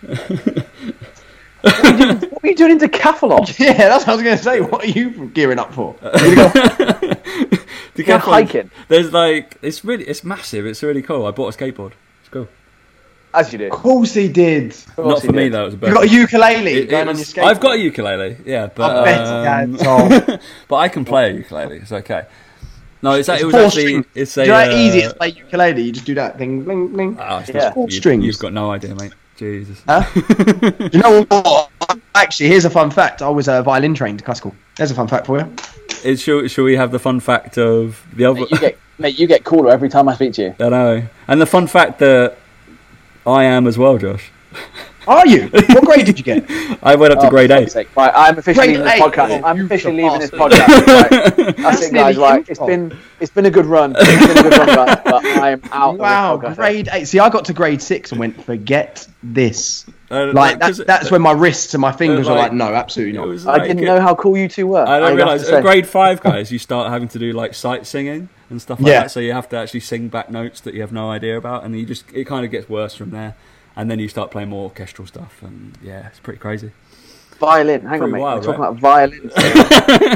[SPEAKER 2] Yeah.
[SPEAKER 3] What are you doing in Decathlon?
[SPEAKER 4] Yeah, that's what I was going to say. What are you gearing up for?
[SPEAKER 2] Decathlon.
[SPEAKER 3] hiking.
[SPEAKER 2] There's like it's really it's massive. It's really cool. I bought a skateboard. It's cool.
[SPEAKER 3] As you do.
[SPEAKER 4] Of course he did.
[SPEAKER 2] Not for
[SPEAKER 3] it
[SPEAKER 2] me
[SPEAKER 3] is.
[SPEAKER 2] though. It was a
[SPEAKER 4] You got a
[SPEAKER 2] birthday.
[SPEAKER 4] ukulele
[SPEAKER 2] It-
[SPEAKER 4] going
[SPEAKER 2] it
[SPEAKER 4] on your
[SPEAKER 2] was-
[SPEAKER 4] skateboard. Oh,
[SPEAKER 2] I've got a ukulele. Yeah, but
[SPEAKER 4] I bet
[SPEAKER 2] um,
[SPEAKER 4] you can, Tom.
[SPEAKER 2] but I can play a ukulele. It's okay. No, it's, it was
[SPEAKER 4] four
[SPEAKER 2] actually
[SPEAKER 4] strings.
[SPEAKER 2] it's
[SPEAKER 4] Do
[SPEAKER 2] a
[SPEAKER 4] you know how
[SPEAKER 2] uh,
[SPEAKER 4] easy it's to play ukulele? You just do that thing, bling, bling.
[SPEAKER 2] oh, it's
[SPEAKER 3] Yeah.
[SPEAKER 2] not-
[SPEAKER 4] Four
[SPEAKER 2] you,
[SPEAKER 4] strings.
[SPEAKER 2] You've got no idea, mate. Jesus.
[SPEAKER 4] you know what? Actually, here's a fun fact. I was uh, violin trained classical. There's a fun fact for you.
[SPEAKER 2] Is, shall, shall we have the fun fact of the other?
[SPEAKER 3] Mate, you get mate, you get cooler every time I speak to you.
[SPEAKER 2] I know, and the fun fact that I am as well, Josh.
[SPEAKER 4] Are you? What grade did you get?
[SPEAKER 2] I went up to
[SPEAKER 3] Oh,
[SPEAKER 2] grade
[SPEAKER 3] for
[SPEAKER 2] eight.
[SPEAKER 3] fuck's sake. Right, I'm officially
[SPEAKER 4] Grade
[SPEAKER 3] leaving this
[SPEAKER 4] eight.
[SPEAKER 3] podcast.
[SPEAKER 4] Oh,
[SPEAKER 3] I'm
[SPEAKER 4] you
[SPEAKER 3] officially leaving this
[SPEAKER 4] bastard.
[SPEAKER 3] podcast. Right. That's it, guys.
[SPEAKER 4] nearly
[SPEAKER 3] Right, it's
[SPEAKER 4] improv.
[SPEAKER 3] been it's been a good run. It's been a good run, guys, but I am out. of this
[SPEAKER 4] Wow,
[SPEAKER 3] podcast.
[SPEAKER 4] grade eight. See, I got to grade six and went, forget this.
[SPEAKER 2] Uh,
[SPEAKER 4] Like,
[SPEAKER 2] because
[SPEAKER 4] that's, that's when my wrists and my fingers
[SPEAKER 2] Uh,
[SPEAKER 4] were
[SPEAKER 2] like-
[SPEAKER 4] like, no, absolutely
[SPEAKER 2] it
[SPEAKER 4] not.
[SPEAKER 2] was
[SPEAKER 3] I
[SPEAKER 2] like-
[SPEAKER 3] didn't know how cool you two were.
[SPEAKER 2] I
[SPEAKER 3] have
[SPEAKER 2] don't
[SPEAKER 3] to
[SPEAKER 2] realise
[SPEAKER 3] say.
[SPEAKER 2] at grade five, guys, you start having to do like sight singing and stuff like
[SPEAKER 4] Yeah.
[SPEAKER 2] that. So you have to actually sing back notes that you have no idea about, and you just it kind of gets worse from there. And then you start playing more orchestral stuff, and yeah, it's pretty crazy.
[SPEAKER 3] Violin. Hang on,
[SPEAKER 2] Pretty
[SPEAKER 3] mate.
[SPEAKER 2] wild,
[SPEAKER 3] We're talking
[SPEAKER 2] right?
[SPEAKER 3] about violins.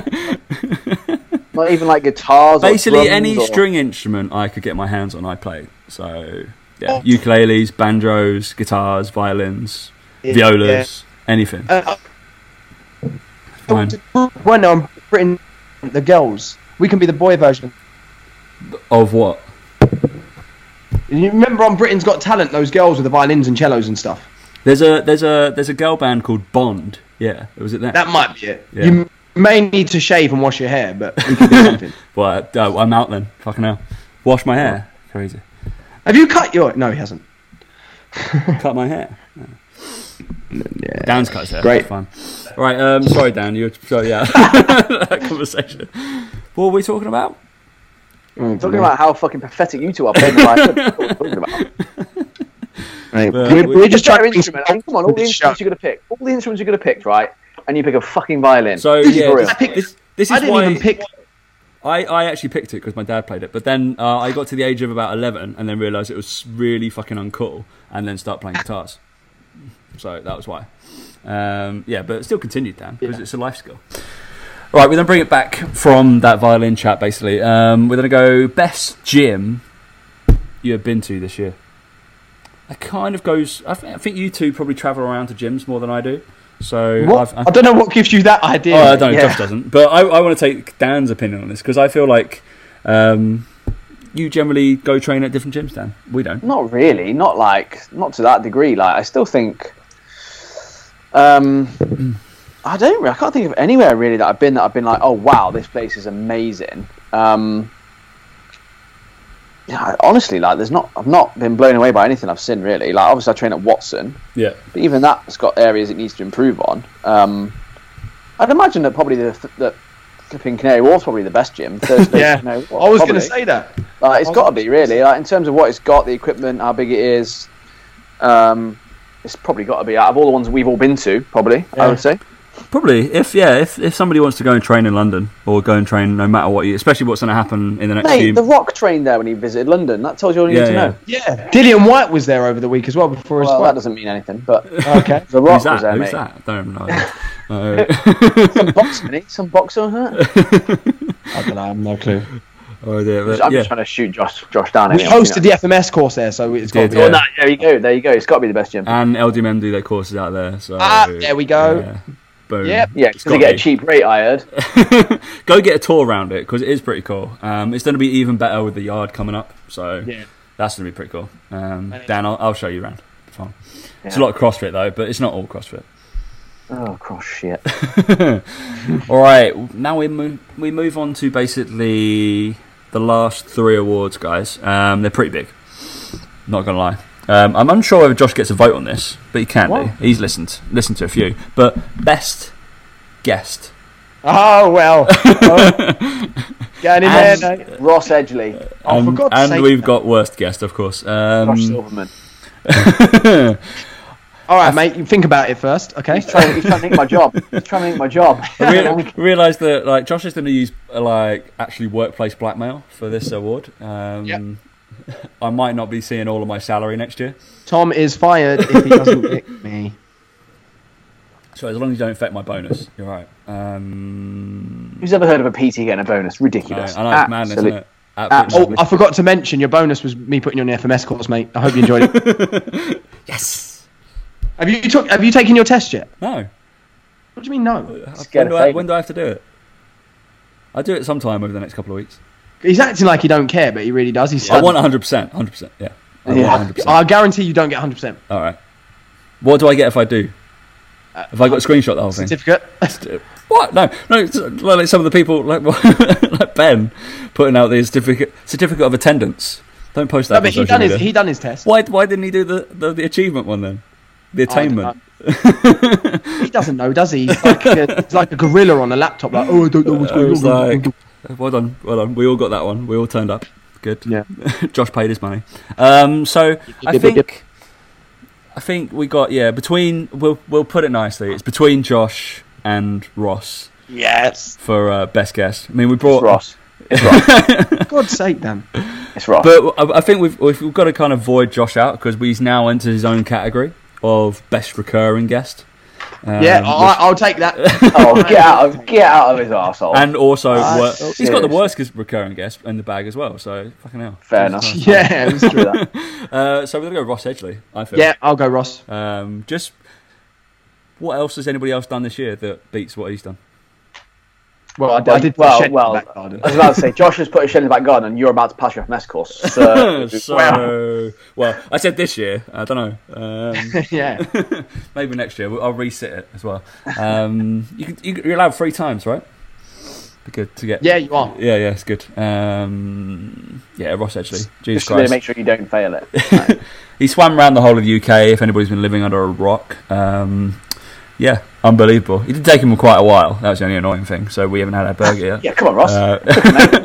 [SPEAKER 3] Not even like guitars. or
[SPEAKER 2] Basically,
[SPEAKER 3] drums
[SPEAKER 2] any
[SPEAKER 3] or...
[SPEAKER 2] string instrument I could get my hands on, I played. So yeah, ukuleles, banjos, guitars, violins,
[SPEAKER 4] Yeah.
[SPEAKER 2] violas, anything.
[SPEAKER 4] Uh,
[SPEAKER 2] Fine.
[SPEAKER 4] When I'm Britain, the girls, we can be the boy version.
[SPEAKER 2] Of what?
[SPEAKER 4] You remember on Britain's Got Talent, those girls with the violins and cellos and stuff?
[SPEAKER 2] There's a there's a there's a girl band called Bond. Yeah, was it that?
[SPEAKER 4] That might be it.
[SPEAKER 2] Yeah.
[SPEAKER 4] You may need to shave and wash your hair, but we can do something.
[SPEAKER 2] Well, uh, I'm out then. Fucking hell. Wash my hair. Crazy.
[SPEAKER 4] Have you cut your? No, he hasn't.
[SPEAKER 2] cut my hair. Dan's cut his hair. Great.
[SPEAKER 4] Great.
[SPEAKER 2] Fine. All right. Um, sorry, Dan. You. So yeah. that conversation. What were we talking about?
[SPEAKER 3] Talking about how fucking pathetic you two are playing the violin. That's what we're talking about.
[SPEAKER 4] Mate,
[SPEAKER 2] But
[SPEAKER 4] we're,
[SPEAKER 2] we-
[SPEAKER 4] we're
[SPEAKER 3] Just
[SPEAKER 4] just
[SPEAKER 3] try
[SPEAKER 4] trying
[SPEAKER 3] your
[SPEAKER 4] to bring
[SPEAKER 3] instrument.
[SPEAKER 4] some
[SPEAKER 3] Come on, all the
[SPEAKER 4] to the show.
[SPEAKER 3] instruments you're gonna pick, all the instruments you're gonna pick, right? And you pick a fucking violin.
[SPEAKER 2] So
[SPEAKER 3] This is
[SPEAKER 2] yeah,
[SPEAKER 3] for real.
[SPEAKER 2] this, this, this is
[SPEAKER 4] I didn't
[SPEAKER 2] why
[SPEAKER 4] even pick.
[SPEAKER 2] I, I actually picked it because my dad played it, but then uh, I got to the age of about eleven and then realised it was really fucking uncool, and then start playing guitars. So that was why. Um, yeah, but it still continued, Dan, because it's a life skill. Right, we're going to bring it back from that violin chat, basically. Um, we're going to go best gym you have been to this year. It kind of goes. I, th- I think you two probably travel around to gyms more than I do. So
[SPEAKER 4] What?
[SPEAKER 2] I've,
[SPEAKER 4] I don't know what gives you that idea.
[SPEAKER 2] Oh, I don't.
[SPEAKER 3] Yeah.
[SPEAKER 2] Josh doesn't. But I, I want to take Dan's opinion on this because I feel like um, you generally go train at different gyms, Dan. We don't.
[SPEAKER 3] Not really. Not like not to that degree. Like I still think. Um, I don't. re- I can't think of anywhere really that I've been that I've been like, oh wow, this place is amazing. Um, yeah, I- honestly, like there's not. I've not been blown away by anything I've seen really. Like obviously I train at Watson,
[SPEAKER 2] Yeah.
[SPEAKER 3] but even that's got areas it needs to improve on. Um, I'd imagine that probably the that flipping Canary Wharf's probably the best gym. Thursday,
[SPEAKER 4] Yeah,
[SPEAKER 3] Canary Wharf,
[SPEAKER 4] I was going to
[SPEAKER 3] probably.
[SPEAKER 4] say that.
[SPEAKER 3] Like, it's got to be really like in terms of what it's got, the equipment, how big it is. Um, it's probably got to be out of all the ones we've all been to. Probably, I would say.
[SPEAKER 2] Probably. If yeah, if, if somebody wants to go and train in London or go and train, no matter what, you, especially what's going to happen in the next
[SPEAKER 3] Mate,
[SPEAKER 2] few.
[SPEAKER 3] the Rock trained there when he visited London. That tells you all you
[SPEAKER 2] Yeah,
[SPEAKER 3] need to
[SPEAKER 2] yeah.
[SPEAKER 3] know.
[SPEAKER 4] Yeah, Dillian White was there over the week as well before
[SPEAKER 3] Well, that
[SPEAKER 4] his
[SPEAKER 3] doesn't mean anything, but
[SPEAKER 4] fight. Okay.
[SPEAKER 3] the
[SPEAKER 2] Who's
[SPEAKER 3] Rock
[SPEAKER 2] that?
[SPEAKER 3] was there,
[SPEAKER 2] Who's
[SPEAKER 3] mate.
[SPEAKER 2] that? I don't Uh, know.
[SPEAKER 3] Some boxer, isn't he? some boxer. Huh?
[SPEAKER 2] Uh,
[SPEAKER 4] I don't know. I have no clue.
[SPEAKER 2] oh dear. But,
[SPEAKER 3] I'm
[SPEAKER 2] yeah.
[SPEAKER 3] just trying to shoot Josh, Josh down.
[SPEAKER 4] We
[SPEAKER 3] anyway, you
[SPEAKER 4] hosted
[SPEAKER 3] know.
[SPEAKER 4] the FMS course there, so it's got
[SPEAKER 2] Did,
[SPEAKER 4] to
[SPEAKER 2] yeah.
[SPEAKER 4] be.
[SPEAKER 3] Oh, no, there you go. There you go. It's got to be the best gym.
[SPEAKER 2] And LDMM do their courses out there. So
[SPEAKER 4] Ah, there we go.
[SPEAKER 2] yeah. Boom.
[SPEAKER 4] Yep.
[SPEAKER 3] yeah, because
[SPEAKER 2] gotta
[SPEAKER 3] they get a
[SPEAKER 2] be.
[SPEAKER 3] cheap rate. I heard.
[SPEAKER 2] go get a tour around it because it is pretty cool. Um, it's going to be even better with the yard coming up, so
[SPEAKER 4] Yeah.
[SPEAKER 2] that's going to be pretty cool. Um,
[SPEAKER 4] And it-
[SPEAKER 2] Dan, I'll, I'll show you around. Fine. It's a lot of CrossFit though, but it's not all CrossFit.
[SPEAKER 3] Oh cross shit.
[SPEAKER 2] All right, now we move we move on to basically the last three awards, guys. Um, they're pretty big. Not gonna lie. Um, I'm unsure whether Josh gets a vote on this, but he can do.
[SPEAKER 3] What?
[SPEAKER 2] He's listened listened to a few, but best guest.
[SPEAKER 4] Oh well. Oh. Get in there.
[SPEAKER 2] And-
[SPEAKER 4] mate.
[SPEAKER 3] Um, Ross Edgley,
[SPEAKER 4] Oh, for
[SPEAKER 2] and
[SPEAKER 4] God's
[SPEAKER 2] and
[SPEAKER 4] sake.
[SPEAKER 2] we've got worst guest, of course.
[SPEAKER 3] Josh
[SPEAKER 2] Um,
[SPEAKER 3] Silverman.
[SPEAKER 4] All right, mate. You think about it first, okay?
[SPEAKER 3] He's trying, he's trying to make my job. He's trying to make my job.
[SPEAKER 2] Re- realize that like Josh is going to use uh, like actually workplace blackmail for this award. Um,
[SPEAKER 4] Yep.
[SPEAKER 2] I might not be seeing all of my salary next year.
[SPEAKER 4] Tom is fired if he doesn't pick me.
[SPEAKER 2] So as long as you don't affect my bonus, you're right. Um,
[SPEAKER 3] Who's ever heard of a PT getting a bonus?
[SPEAKER 2] no, I know it's
[SPEAKER 3] Ridiculous.
[SPEAKER 2] madness, isn't
[SPEAKER 3] Absolute-
[SPEAKER 2] it? Absolute
[SPEAKER 4] Oh,
[SPEAKER 2] madness.
[SPEAKER 4] I forgot to mention your bonus was me putting you on the FMS course, mate. I hope you enjoyed it.
[SPEAKER 2] yes.
[SPEAKER 4] have you took? Have you taken your test yet?
[SPEAKER 2] No.
[SPEAKER 4] What do you mean no?
[SPEAKER 2] When
[SPEAKER 3] Scared
[SPEAKER 2] do,
[SPEAKER 3] of
[SPEAKER 2] I,
[SPEAKER 3] failure.
[SPEAKER 2] when do I have to do it? I do it sometime over the next couple of weeks.
[SPEAKER 4] He's acting like he don't care, but he really does. He's.
[SPEAKER 2] I
[SPEAKER 4] sad.
[SPEAKER 2] want 100. percent 100. percent Yeah. I
[SPEAKER 3] Yeah.
[SPEAKER 2] want 100%.
[SPEAKER 4] I guarantee you don't get 100 percent
[SPEAKER 2] All right. What do I get if I do? Have I got Uh, a screenshot of the whole thing?
[SPEAKER 4] certificate.
[SPEAKER 2] What? No, no. it's Like some of the people, like, like Ben, putting out the certificate certificate of attendance. Don't post that.
[SPEAKER 4] No,
[SPEAKER 2] on
[SPEAKER 4] but he
[SPEAKER 2] social
[SPEAKER 4] done his
[SPEAKER 2] media.
[SPEAKER 4] he done his test.
[SPEAKER 2] Why? Why didn't he do the, the, the achievement one then?
[SPEAKER 4] Oh,
[SPEAKER 2] The attainment.
[SPEAKER 4] He doesn't know, does he? He's like a, he's like a gorilla on a laptop. Like, oh, I don't know what's
[SPEAKER 2] I
[SPEAKER 4] going
[SPEAKER 2] was
[SPEAKER 4] on.
[SPEAKER 2] like, well done, well done. We all got that one. We all turned up. Good.
[SPEAKER 4] Yeah.
[SPEAKER 2] Josh paid his money. Um, so I think I think we got yeah between we'll we'll put it nicely. It's between Josh and Ross
[SPEAKER 4] yes.
[SPEAKER 2] for uh, best guest. I mean, we
[SPEAKER 3] It's
[SPEAKER 2] brought
[SPEAKER 3] Ross.
[SPEAKER 4] For God's sake, Dan.
[SPEAKER 3] It's Ross.
[SPEAKER 2] But I I think we've, we've got to kind of void Josh out because he's now entered his own category of best recurring guest. Um,
[SPEAKER 4] yeah, I, I'll take that.
[SPEAKER 3] oh, get out of get out of his arsehole.
[SPEAKER 2] and also,
[SPEAKER 3] Ah,
[SPEAKER 2] wor-
[SPEAKER 3] so
[SPEAKER 2] he's got the
[SPEAKER 3] serious.
[SPEAKER 2] worst guest- recurring guest in the bag as well. So fucking hell.
[SPEAKER 3] Fair enough.
[SPEAKER 4] yeah, it was true.
[SPEAKER 2] Uh, so we're gonna go Ross Edgley. I feel.
[SPEAKER 4] yeah, I'll go Ross.
[SPEAKER 2] Um, just what else has anybody else done this year that beats what he's done?
[SPEAKER 4] Well, I,
[SPEAKER 3] Well,
[SPEAKER 4] I did. put
[SPEAKER 3] well,
[SPEAKER 4] Shed in the
[SPEAKER 3] well,
[SPEAKER 4] back garden.
[SPEAKER 3] I was about to say, Josh has put his shed in the back garden, and you're about to pass your FMS course. Uh, So,
[SPEAKER 2] So
[SPEAKER 3] Well,
[SPEAKER 2] well, I said this year. I don't know. Um,
[SPEAKER 4] yeah.
[SPEAKER 2] maybe next year. I'll reset it as well. Um, you can, you, you're allowed three times, right? Be Good to get.
[SPEAKER 4] Yeah, you are.
[SPEAKER 2] Yeah, yeah, it's good. Um, yeah, Ross Edgley. Jesus
[SPEAKER 3] just to really
[SPEAKER 2] Christ.
[SPEAKER 3] make sure you don't fail it.
[SPEAKER 2] he swam around the whole of the UK. If anybody's been living under a rock, um, Yeah, unbelievable. It did take him quite a while. That was the only annoying thing. So we haven't had our burger yet.
[SPEAKER 3] Yeah, come on, Ross.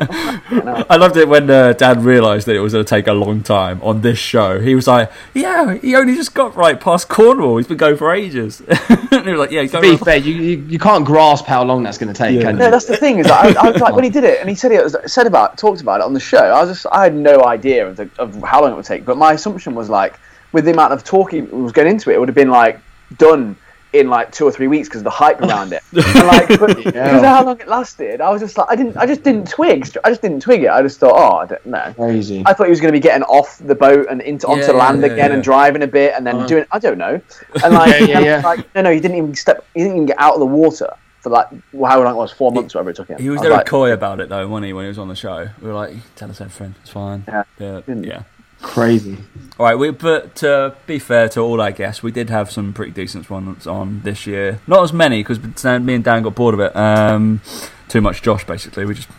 [SPEAKER 2] Uh, I loved it when uh, Dad realised that it was going to take a long time on this show. He was like, "Yeah, he only just got right past Cornwall. He's been going for ages." and he was like, "Yeah, he's
[SPEAKER 5] To be
[SPEAKER 2] going." around-
[SPEAKER 5] fair, you, you, you can't grasp how long that's going to take.
[SPEAKER 2] Yeah.
[SPEAKER 5] Can
[SPEAKER 3] No,
[SPEAKER 5] you?
[SPEAKER 3] that's the thing is that I, I was like when he did it and he said it was said about talked about it on the show. I was just I had no idea of, the, of how long it would take, but my assumption was like with the amount of talking was going into it, it would have been like done in like two or three weeks because the hype around it. And like, but because of how long it lasted, I was just like I didn't I just didn't twig I just didn't twig it. I just thought oh I don't know.
[SPEAKER 4] Crazy.
[SPEAKER 3] I thought he was going to be getting off the boat and into onto
[SPEAKER 2] Yeah, yeah,
[SPEAKER 3] land
[SPEAKER 2] yeah,
[SPEAKER 3] again
[SPEAKER 2] yeah. Uh-huh.
[SPEAKER 3] and driving a bit and then doing I don't know and like,
[SPEAKER 5] Yeah, yeah,
[SPEAKER 3] and,
[SPEAKER 5] yeah.
[SPEAKER 3] like no no he didn't even step he didn't even get out of the water for like well, how long it was four months whatever it took him
[SPEAKER 2] He was
[SPEAKER 3] I
[SPEAKER 2] very
[SPEAKER 3] like,
[SPEAKER 2] coy about it though, wasn't he? When he was on the show, we were like, "Tell us everything. It's fine."
[SPEAKER 3] Yeah.
[SPEAKER 2] yeah.
[SPEAKER 3] Didn't-
[SPEAKER 2] yeah.
[SPEAKER 4] Crazy.
[SPEAKER 2] All right, we, but to be fair to all our guests, we did have some pretty decent ones on this year. Not as many because me and Dan got bored of it. Um, too much Josh, basically. We just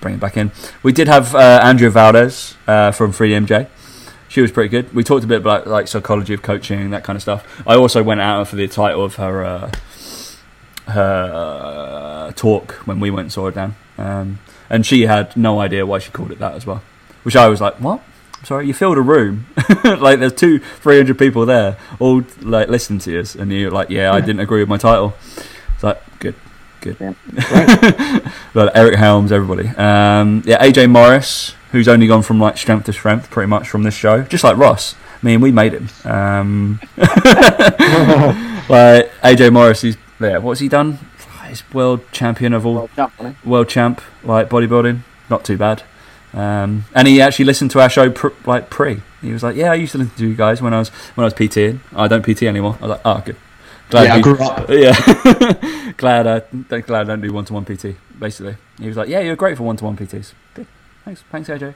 [SPEAKER 2] bring it back in. We did have uh, Andrea Valdez uh, from 3DMJ. She was pretty good. We talked a bit about like psychology of coaching, that kind of stuff. I also went out for the title of her uh, her uh, talk when we went and saw her down, um, and she had no idea why she called it that as well. Which I was like, what? Sorry, you filled a room. like there's two, three hundred people there, all like listening to us, and you're like, yeah, I didn't agree with my title. It's like good, good.
[SPEAKER 3] Yeah.
[SPEAKER 2] Like, Eric Helms, everybody. Um, yeah, AJ Morris, who's only gone from like strength to strength, pretty much from this show, just like Ross. I mean, we made him. Um, like AJ Morris, he's yeah. What's he done? He's world champion of all
[SPEAKER 3] well, jump, wasn't
[SPEAKER 2] world champ, like bodybuilding, not too bad. Um, and he actually listened to our show pr- like pre. He was like, "Yeah, I used to listen to you guys when I was when I was PTing. I don't PT anymore." I was like, "Oh, good." Glad
[SPEAKER 4] Yeah, I
[SPEAKER 2] you-
[SPEAKER 4] grew up.
[SPEAKER 2] Yeah, glad I glad I don't do one to one PT. Basically, he was like, "Yeah, you're great for one to one PTs." Good. Thanks, thanks, AJ.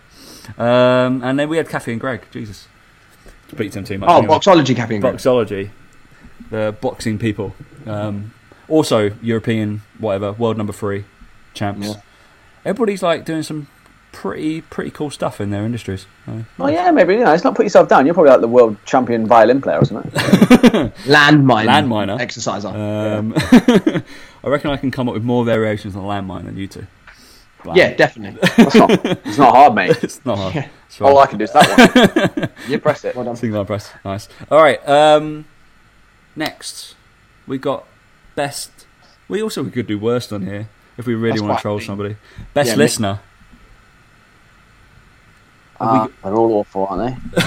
[SPEAKER 2] Um, and then we had Kathy and Greg. Jesus, beat them too much.
[SPEAKER 4] Oh,
[SPEAKER 2] anyway.
[SPEAKER 4] boxology capping.
[SPEAKER 2] Boxology, the boxing people. Um, also, European, whatever, world number three champs.
[SPEAKER 4] Yeah.
[SPEAKER 2] Everybody's like doing some pretty pretty cool stuff in their industries. Uh,
[SPEAKER 3] he? oh yeah maybe you know it's not put yourself down you're probably like the world champion violin player isn't it
[SPEAKER 4] Landmine.
[SPEAKER 2] Landminer.
[SPEAKER 4] Exerciser.
[SPEAKER 2] Um, I reckon I can come up with more variations on landmine than you two. Blam.
[SPEAKER 4] yeah, definitely.
[SPEAKER 3] it's not, it's not hard mate
[SPEAKER 2] it's not hard. It's
[SPEAKER 3] all I
[SPEAKER 2] fine.
[SPEAKER 3] can do is that one you press it
[SPEAKER 2] Single arm press, nice. All right. Um, next, we got best. We also could do worst on here if we really
[SPEAKER 4] That's
[SPEAKER 2] want
[SPEAKER 4] quite
[SPEAKER 2] to troll
[SPEAKER 4] mean.
[SPEAKER 2] somebody. Best
[SPEAKER 4] Yeah, me-
[SPEAKER 2] listener.
[SPEAKER 3] Ah, they're all awful aren't they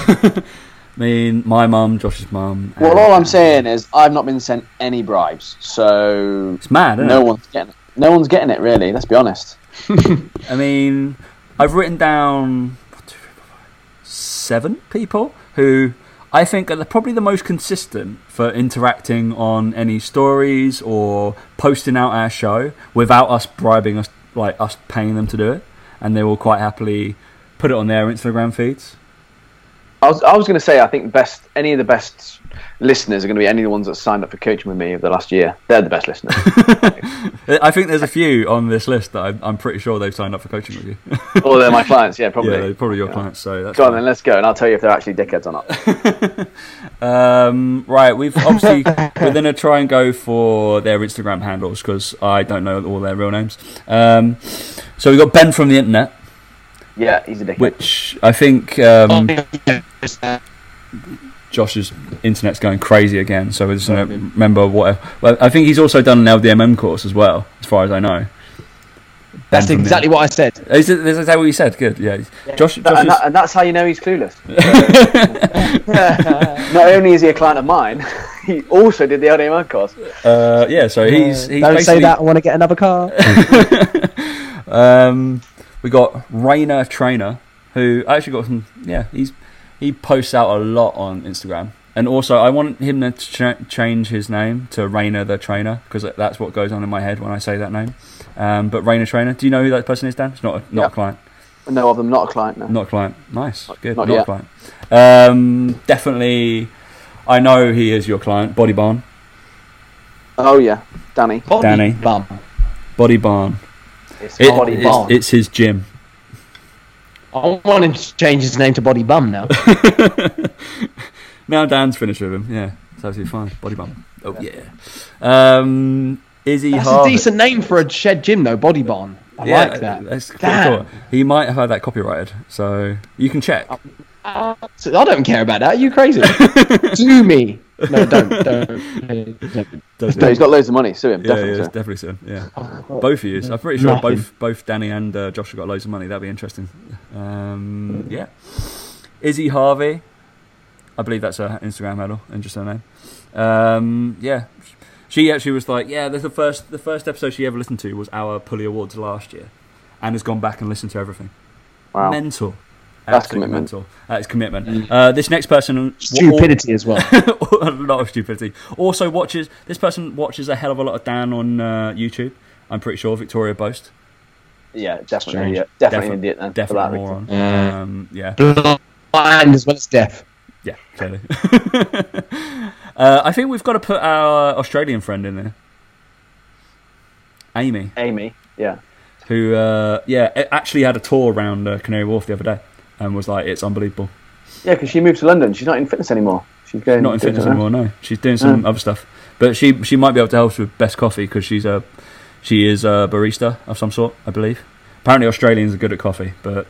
[SPEAKER 2] I mean, my mum, Josh's mum.
[SPEAKER 3] well
[SPEAKER 2] and-
[SPEAKER 3] all I'm saying is I've not been sent any bribes so
[SPEAKER 2] It's mad, isn't
[SPEAKER 3] no
[SPEAKER 2] it?
[SPEAKER 3] one's getting it no one's getting it really let's be honest
[SPEAKER 2] I mean, I've written down one, two, three, four, five, seven people who I think are the, probably the most consistent for interacting on any stories or posting out our show without us bribing us, like us paying them to do it, and they will quite happily put it on their Instagram feeds.
[SPEAKER 3] I was, I was going to say, I think best any of the best listeners are going to be any of the ones that signed up for coaching with me of the last year. They're the best listeners.
[SPEAKER 2] I think there's a few on this list that I'm, I'm pretty sure they've signed up for coaching with you.
[SPEAKER 3] or they're my clients, yeah,
[SPEAKER 2] yeah,
[SPEAKER 3] probably.
[SPEAKER 2] they're probably your clients. So that's
[SPEAKER 3] Go on
[SPEAKER 2] fine.
[SPEAKER 3] then, let's go, and I'll tell you if they're actually dickheads or not.
[SPEAKER 2] Um, right, we've obviously we're gonna try and go for their Instagram handles because I don't know all their real names. Um, so we got Ben from the internet,
[SPEAKER 3] Yeah, he's a dickhead.
[SPEAKER 2] which I think um,
[SPEAKER 4] Just that.
[SPEAKER 2] Josh's internet's going crazy again. So I just don't remember what. Well, I think he's also done an LDMM course as well, as far as I know.
[SPEAKER 4] That's exactly what I said.
[SPEAKER 2] Is, it, is that what you said? Good. Yeah. Josh.
[SPEAKER 3] That-
[SPEAKER 2] Josh's,
[SPEAKER 3] and, that- and that's how you know he's clueless. not only is he a client of mine, he also did the LDMR course.
[SPEAKER 2] uh, yeah. So he's. he's
[SPEAKER 5] Don't say
[SPEAKER 2] basically-
[SPEAKER 5] that. I want to get another car.
[SPEAKER 2] Um, we got Rainer Trainer, who I actually got some. Yeah, he's he posts out a lot on Instagram, and also I want him to ch- change his name to Rainer the Trainer because that's what goes on in my head when I say that name. Um, but Rainer Trainer, do you know who that person is, Dan? It's not a, not
[SPEAKER 3] Yeah.
[SPEAKER 2] a client,
[SPEAKER 3] No, of them, not a client. No.
[SPEAKER 2] not a client. Nice, good,
[SPEAKER 3] not
[SPEAKER 2] not, a
[SPEAKER 3] yet.
[SPEAKER 2] client. Um, definitely, I know he is your client, Body Barn,
[SPEAKER 3] Oh yeah, Danny.
[SPEAKER 2] Danny.
[SPEAKER 5] Bum.
[SPEAKER 2] Body Barn.
[SPEAKER 3] It's
[SPEAKER 2] It-
[SPEAKER 3] Body
[SPEAKER 2] it's-
[SPEAKER 3] Barn.
[SPEAKER 2] it's his gym.
[SPEAKER 5] I want him to change his name to Body Bum now.
[SPEAKER 2] Now Dan's finished with him. Yeah, it's absolutely fine. Body bump. Oh yeah. Um, Izzy
[SPEAKER 5] That's
[SPEAKER 2] Harvey.
[SPEAKER 5] a decent name for a shed gym, though. Body Barn. I like that.
[SPEAKER 2] That's pretty
[SPEAKER 5] Damn.
[SPEAKER 2] cool. He might have had that copyrighted, so you can check.
[SPEAKER 5] So- I don't care about that. Are you crazy? Do me. No, don't. Don't. don't.
[SPEAKER 2] Does
[SPEAKER 3] No,
[SPEAKER 2] it?
[SPEAKER 3] he's got loads of money. Sue him,
[SPEAKER 2] Yeah,
[SPEAKER 3] definitely.
[SPEAKER 2] yeah,
[SPEAKER 3] sue
[SPEAKER 2] it's
[SPEAKER 3] him.
[SPEAKER 2] definitely soon. Yeah,
[SPEAKER 3] Oh,
[SPEAKER 2] both of you. I'm pretty sure
[SPEAKER 5] Nothing.
[SPEAKER 2] both both Danny and uh, Josh have got loads of money. That'd be interesting. Um, yeah, Izzy Harvey, I believe that's her Instagram handle and just her name. Um, yeah, she actually was like, yeah, that's the first the first episode she ever listened to was our Pulley Awards last year, and has gone back and listened to everything.
[SPEAKER 3] Wow.
[SPEAKER 2] Mental.
[SPEAKER 3] That's
[SPEAKER 2] Absolute
[SPEAKER 3] commitment. Mm.
[SPEAKER 2] Mental. That is commitment. Uh, this next person,
[SPEAKER 5] Stupidity as well.
[SPEAKER 2] a lot of stupidity. Also watches this person watches a hell of a lot of Dan on uh, YouTube. I'm pretty sure Victoria Boast.
[SPEAKER 3] Yeah, definitely.
[SPEAKER 5] Strange.
[SPEAKER 3] Yeah,
[SPEAKER 2] Defi-
[SPEAKER 3] definitely an idiot then. for that
[SPEAKER 2] Definitely moron.
[SPEAKER 3] reason.
[SPEAKER 5] Yeah.
[SPEAKER 2] Um, yeah,
[SPEAKER 5] Blind as well as deaf.
[SPEAKER 2] yeah, clearly. uh, I think we've got to put our Australian friend in there, Amy,
[SPEAKER 3] Amy. Yeah.
[SPEAKER 2] who uh, yeah a- actually had a tour around uh, Canary Wharf the other day and was like, "It's unbelievable."
[SPEAKER 3] Yeah, because she moved to London. She's not in fitness anymore. She's going
[SPEAKER 2] Not in
[SPEAKER 3] doing
[SPEAKER 2] fitness
[SPEAKER 3] her own-
[SPEAKER 2] anymore. No, she's doing some other stuff, but she she might be able to help us with best coffee because she's a she is a barista of some sort, I believe. Apparently, Australians are good at coffee, but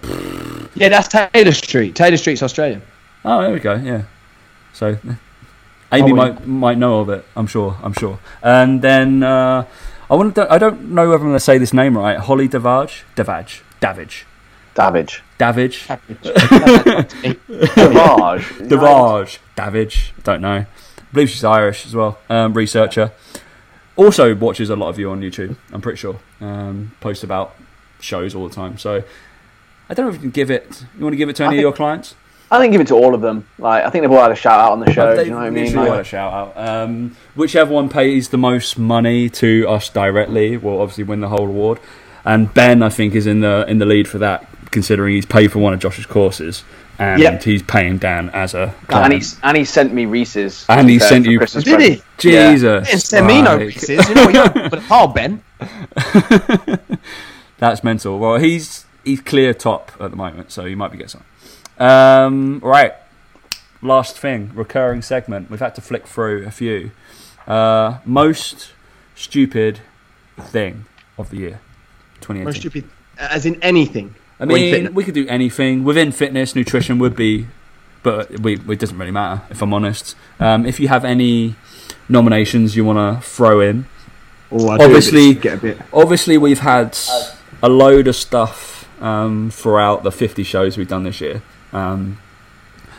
[SPEAKER 5] Yeah, that's Taylor Street. Taylor Street's Australian.
[SPEAKER 2] oh, there we go. Yeah, so Amy
[SPEAKER 5] Oh, well.
[SPEAKER 2] might might know of it. I'm sure. I'm sure. And then uh, I want to. I don't know whether I'm going to say this name right. Holly Davaj, Davaj, Davage,
[SPEAKER 3] Davage.
[SPEAKER 2] Davage,
[SPEAKER 3] Davage.
[SPEAKER 2] Davaj, Davage. Don't know. I believe she's Irish as well. Um, researcher. Also watches a lot of you on YouTube. I'm pretty sure. Um, posts about shows all the time. So I don't know if you can give it. You want to give it to any of
[SPEAKER 3] think-
[SPEAKER 2] your clients?
[SPEAKER 3] I think give it to all of them. Like I think they've all had a shout out on the show.
[SPEAKER 2] They
[SPEAKER 3] Do you know what I mean?
[SPEAKER 2] literally
[SPEAKER 3] Like,
[SPEAKER 2] got a shout out. Um, whichever one pays the most money to us directly will obviously win the whole award. And Ben, I think, is in the in the lead for that, considering he's paid for one of Josh's courses and
[SPEAKER 5] Yep.
[SPEAKER 2] he's paying Dan as a.
[SPEAKER 3] and
[SPEAKER 2] client.
[SPEAKER 3] he's and he sent me Reese's.
[SPEAKER 2] And he
[SPEAKER 3] to be fair,
[SPEAKER 2] sent
[SPEAKER 3] for
[SPEAKER 2] you-
[SPEAKER 3] Christmas
[SPEAKER 5] Did he?
[SPEAKER 3] present. Yeah.
[SPEAKER 2] Jesus,
[SPEAKER 5] It's Semino
[SPEAKER 2] like,
[SPEAKER 5] pieces. You know what? You're but hard, Ben.
[SPEAKER 2] That's mental. Well, he's he's clear top at the moment, so you might be getting some. Um, right. Last thing, recurring segment. We've had to flick through a few. Uh, most stupid thing of the year, 2018.
[SPEAKER 4] Most stupid, as in anything.
[SPEAKER 2] I
[SPEAKER 4] Or in
[SPEAKER 2] mean,
[SPEAKER 4] fitness.
[SPEAKER 2] we could do anything within fitness. Nutrition would be, but we it doesn't really matter if I'm honest. Um, if you have any nominations you want to throw in,
[SPEAKER 4] Or Oh, I
[SPEAKER 2] obviously-
[SPEAKER 4] do get a bit.
[SPEAKER 2] obviously we've had a load of stuff um, throughout the 50 shows we've done this year um,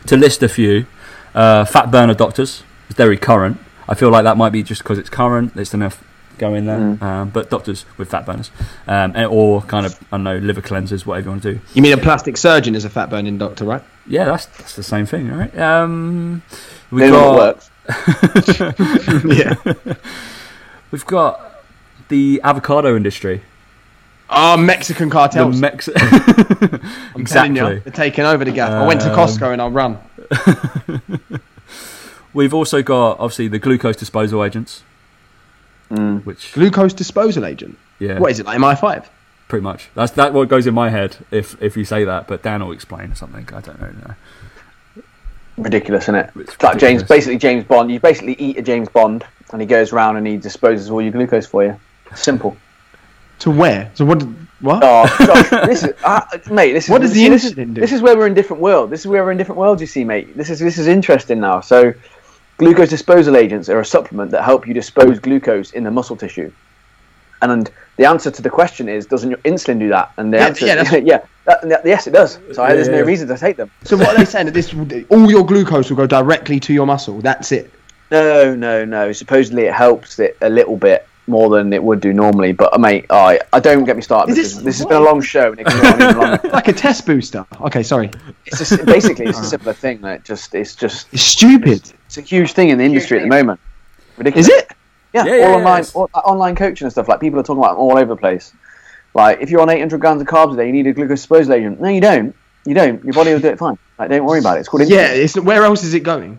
[SPEAKER 2] to list a few uh, fat burner doctors is very current i feel like that might be just because it's current there's enough going there
[SPEAKER 3] Mm.
[SPEAKER 2] um, but doctors with fat burners um, and, or kind of i don't know liver cleansers whatever you want to do
[SPEAKER 4] You mean a plastic surgeon is a fat burning doctor, right?
[SPEAKER 2] yeah that's, that's the same thing all right um, we
[SPEAKER 3] They don't work.
[SPEAKER 4] yeah.
[SPEAKER 2] we've got the avocado industry
[SPEAKER 5] Oh, Mexican
[SPEAKER 2] the
[SPEAKER 5] cartels.
[SPEAKER 2] Mex-
[SPEAKER 5] I'm telling you,
[SPEAKER 2] exactly
[SPEAKER 5] they're taking over the gaff. I went to
[SPEAKER 4] Um,
[SPEAKER 5] Costco and I run.
[SPEAKER 2] We've also got obviously the glucose disposal agents,
[SPEAKER 3] Mm.
[SPEAKER 2] which
[SPEAKER 4] Glucose disposal agent.
[SPEAKER 2] yeah,
[SPEAKER 4] What is it like MI5?
[SPEAKER 2] pretty much. That's that what goes in my head if if you say that. But Dan will explain something. I don't know.
[SPEAKER 3] ridiculous, isn't it?
[SPEAKER 2] It's
[SPEAKER 3] It's like James,
[SPEAKER 2] ridiculous.
[SPEAKER 3] basically James Bond. You basically eat a James Bond, and he goes around and he disposes all your glucose for you. Simple.
[SPEAKER 4] To where? So what? did- What?
[SPEAKER 3] Oh, Josh, this is, uh, mate. This is
[SPEAKER 4] What does the
[SPEAKER 3] see, this,
[SPEAKER 4] insulin do?
[SPEAKER 3] This is where we're in different world. This is where we're in different worlds. You see, mate. This is this is interesting now. So, glucose disposal agents are a supplement that help you dispose glucose in the muscle tissue. And, and the answer to the question is, doesn't your insulin do that? And the
[SPEAKER 5] Yeah,
[SPEAKER 3] answer,
[SPEAKER 5] yeah,
[SPEAKER 3] is
[SPEAKER 5] that's-
[SPEAKER 3] yeah, that- that- yes, it does. So I, there's
[SPEAKER 2] yeah.
[SPEAKER 3] no reason to take them.
[SPEAKER 4] So what are they saying that this will do- all your glucose will go directly to your muscle? That's it.
[SPEAKER 3] No, no, no. Supposedly it helps it a little bit more than it would do normally. But uh, mate, I I don't get me started.
[SPEAKER 4] Is
[SPEAKER 3] This,
[SPEAKER 4] this-
[SPEAKER 3] this has been a long show, and it can go on even longer.
[SPEAKER 4] Like a test booster. Okay, sorry.
[SPEAKER 3] It's just, basically it's a similar thing. That just it's just
[SPEAKER 4] It's stupid.
[SPEAKER 3] it's a huge thing in the industry at the moment. Ridiculous.
[SPEAKER 4] Is it?
[SPEAKER 3] Yeah,
[SPEAKER 2] Yeah,
[SPEAKER 3] all
[SPEAKER 2] yeah, yeah,
[SPEAKER 3] online,
[SPEAKER 2] it's-
[SPEAKER 3] all, like, online coaching and stuff. Like people are talking about all over the place. Like if you're on 800 grams of carbs a day, you need a glucose disposal agent. No, you don't. You don't. Your body will do it fine. Like don't worry about it. It's called
[SPEAKER 4] Yeah.
[SPEAKER 3] insulin.
[SPEAKER 4] It's where else is it going?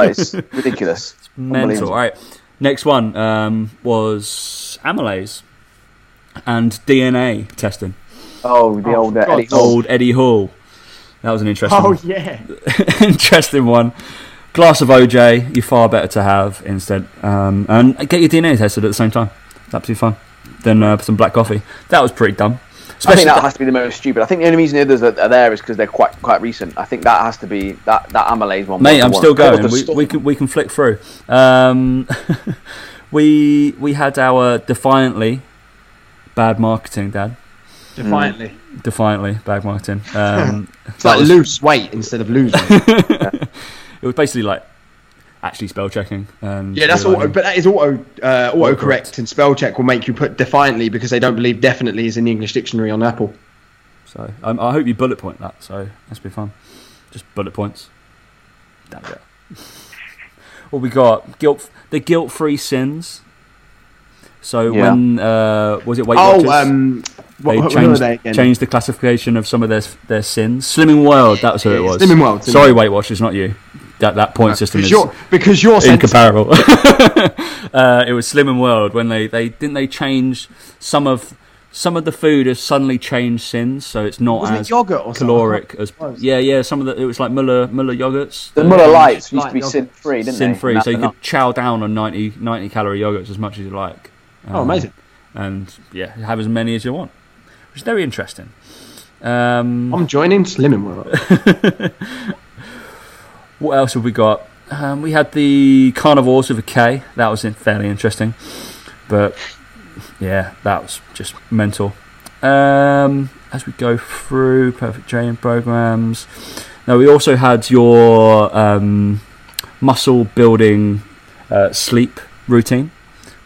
[SPEAKER 3] it's ridiculous.
[SPEAKER 2] Mental.
[SPEAKER 3] Unbelievable.
[SPEAKER 2] All right. Next one um, was amylase and DNA testing.
[SPEAKER 3] Oh, Oh. the old uh,
[SPEAKER 4] God.
[SPEAKER 3] Eddie Hall.
[SPEAKER 2] Old Eddie Hall. That was an interesting,
[SPEAKER 4] Oh, yeah.
[SPEAKER 2] interesting one. glass of OJ, you're far better to have instead. Um, and get your DNA tested at the same time. It's absolutely fine. Then uh, some black coffee. That was pretty dumb.
[SPEAKER 3] I
[SPEAKER 2] Especially
[SPEAKER 3] think that has to be the most stupid. I think the only reason the others are, are there is because they're quite quite recent. I think that has to be that that amylase one.
[SPEAKER 2] Mate,
[SPEAKER 3] was
[SPEAKER 2] I'm
[SPEAKER 3] the
[SPEAKER 2] still
[SPEAKER 3] one. That was
[SPEAKER 2] going. We, we
[SPEAKER 3] the storm.
[SPEAKER 2] can we can flick through. Um, we we had our defiantly bad marketing, Dad.
[SPEAKER 6] Defiantly.
[SPEAKER 2] Defiantly bad marketing. Um,
[SPEAKER 4] It's like lose weight instead of lose weight.
[SPEAKER 2] it was basically like actually spell checking. And
[SPEAKER 4] yeah, that's auto,
[SPEAKER 2] realising-
[SPEAKER 4] but that is auto uh, auto
[SPEAKER 2] correct.
[SPEAKER 4] correct and spell check will make you put defiantly because they don't believe definitely is in the English dictionary on Apple.
[SPEAKER 2] So um, I hope you bullet point that. So that's be fun. Just bullet points. Damn it. well, we got guilt. The guilt-free sins. So
[SPEAKER 3] Yeah.
[SPEAKER 2] when uh, was it? Weight
[SPEAKER 4] Oh,
[SPEAKER 2] Watchers?
[SPEAKER 4] um, what,
[SPEAKER 2] they
[SPEAKER 4] what were
[SPEAKER 2] changed,
[SPEAKER 4] they again?
[SPEAKER 2] changed the classification of some of their their sins. Slimming World, that was who it was.
[SPEAKER 4] Slimming World, Slimming
[SPEAKER 2] Sorry, Weight Watchers, not you. That that point system
[SPEAKER 4] because
[SPEAKER 2] is
[SPEAKER 4] you're because you're sensitive.
[SPEAKER 2] incomparable. uh, it was Slim and World when they, they didn't they change some of some of the food has suddenly changed sins, so it's not
[SPEAKER 4] Wasn't it
[SPEAKER 2] as
[SPEAKER 4] yogurt or something?
[SPEAKER 2] caloric as
[SPEAKER 4] was.
[SPEAKER 2] yeah yeah. Some of the it was like Muller Muller yogurts.
[SPEAKER 3] the Muller Lights used
[SPEAKER 4] Light
[SPEAKER 3] to be
[SPEAKER 4] yogurt.
[SPEAKER 3] sin free, didn't
[SPEAKER 2] Sin
[SPEAKER 3] they?
[SPEAKER 2] free,
[SPEAKER 3] Not
[SPEAKER 2] so you
[SPEAKER 3] enough.
[SPEAKER 2] could chow down on 90, 90 calorie yogurts as much as you like. Um,
[SPEAKER 4] Oh, amazing.
[SPEAKER 2] And yeah, have as many as you want, which is very interesting. Um,
[SPEAKER 4] I'm joining Slimming World.
[SPEAKER 2] What else have we got? Um, we had the carnivores with a K. That was in- fairly interesting, but yeah, that was just mental. Um, as we go through perfect training programs, now we also had your um, muscle building uh, sleep routine.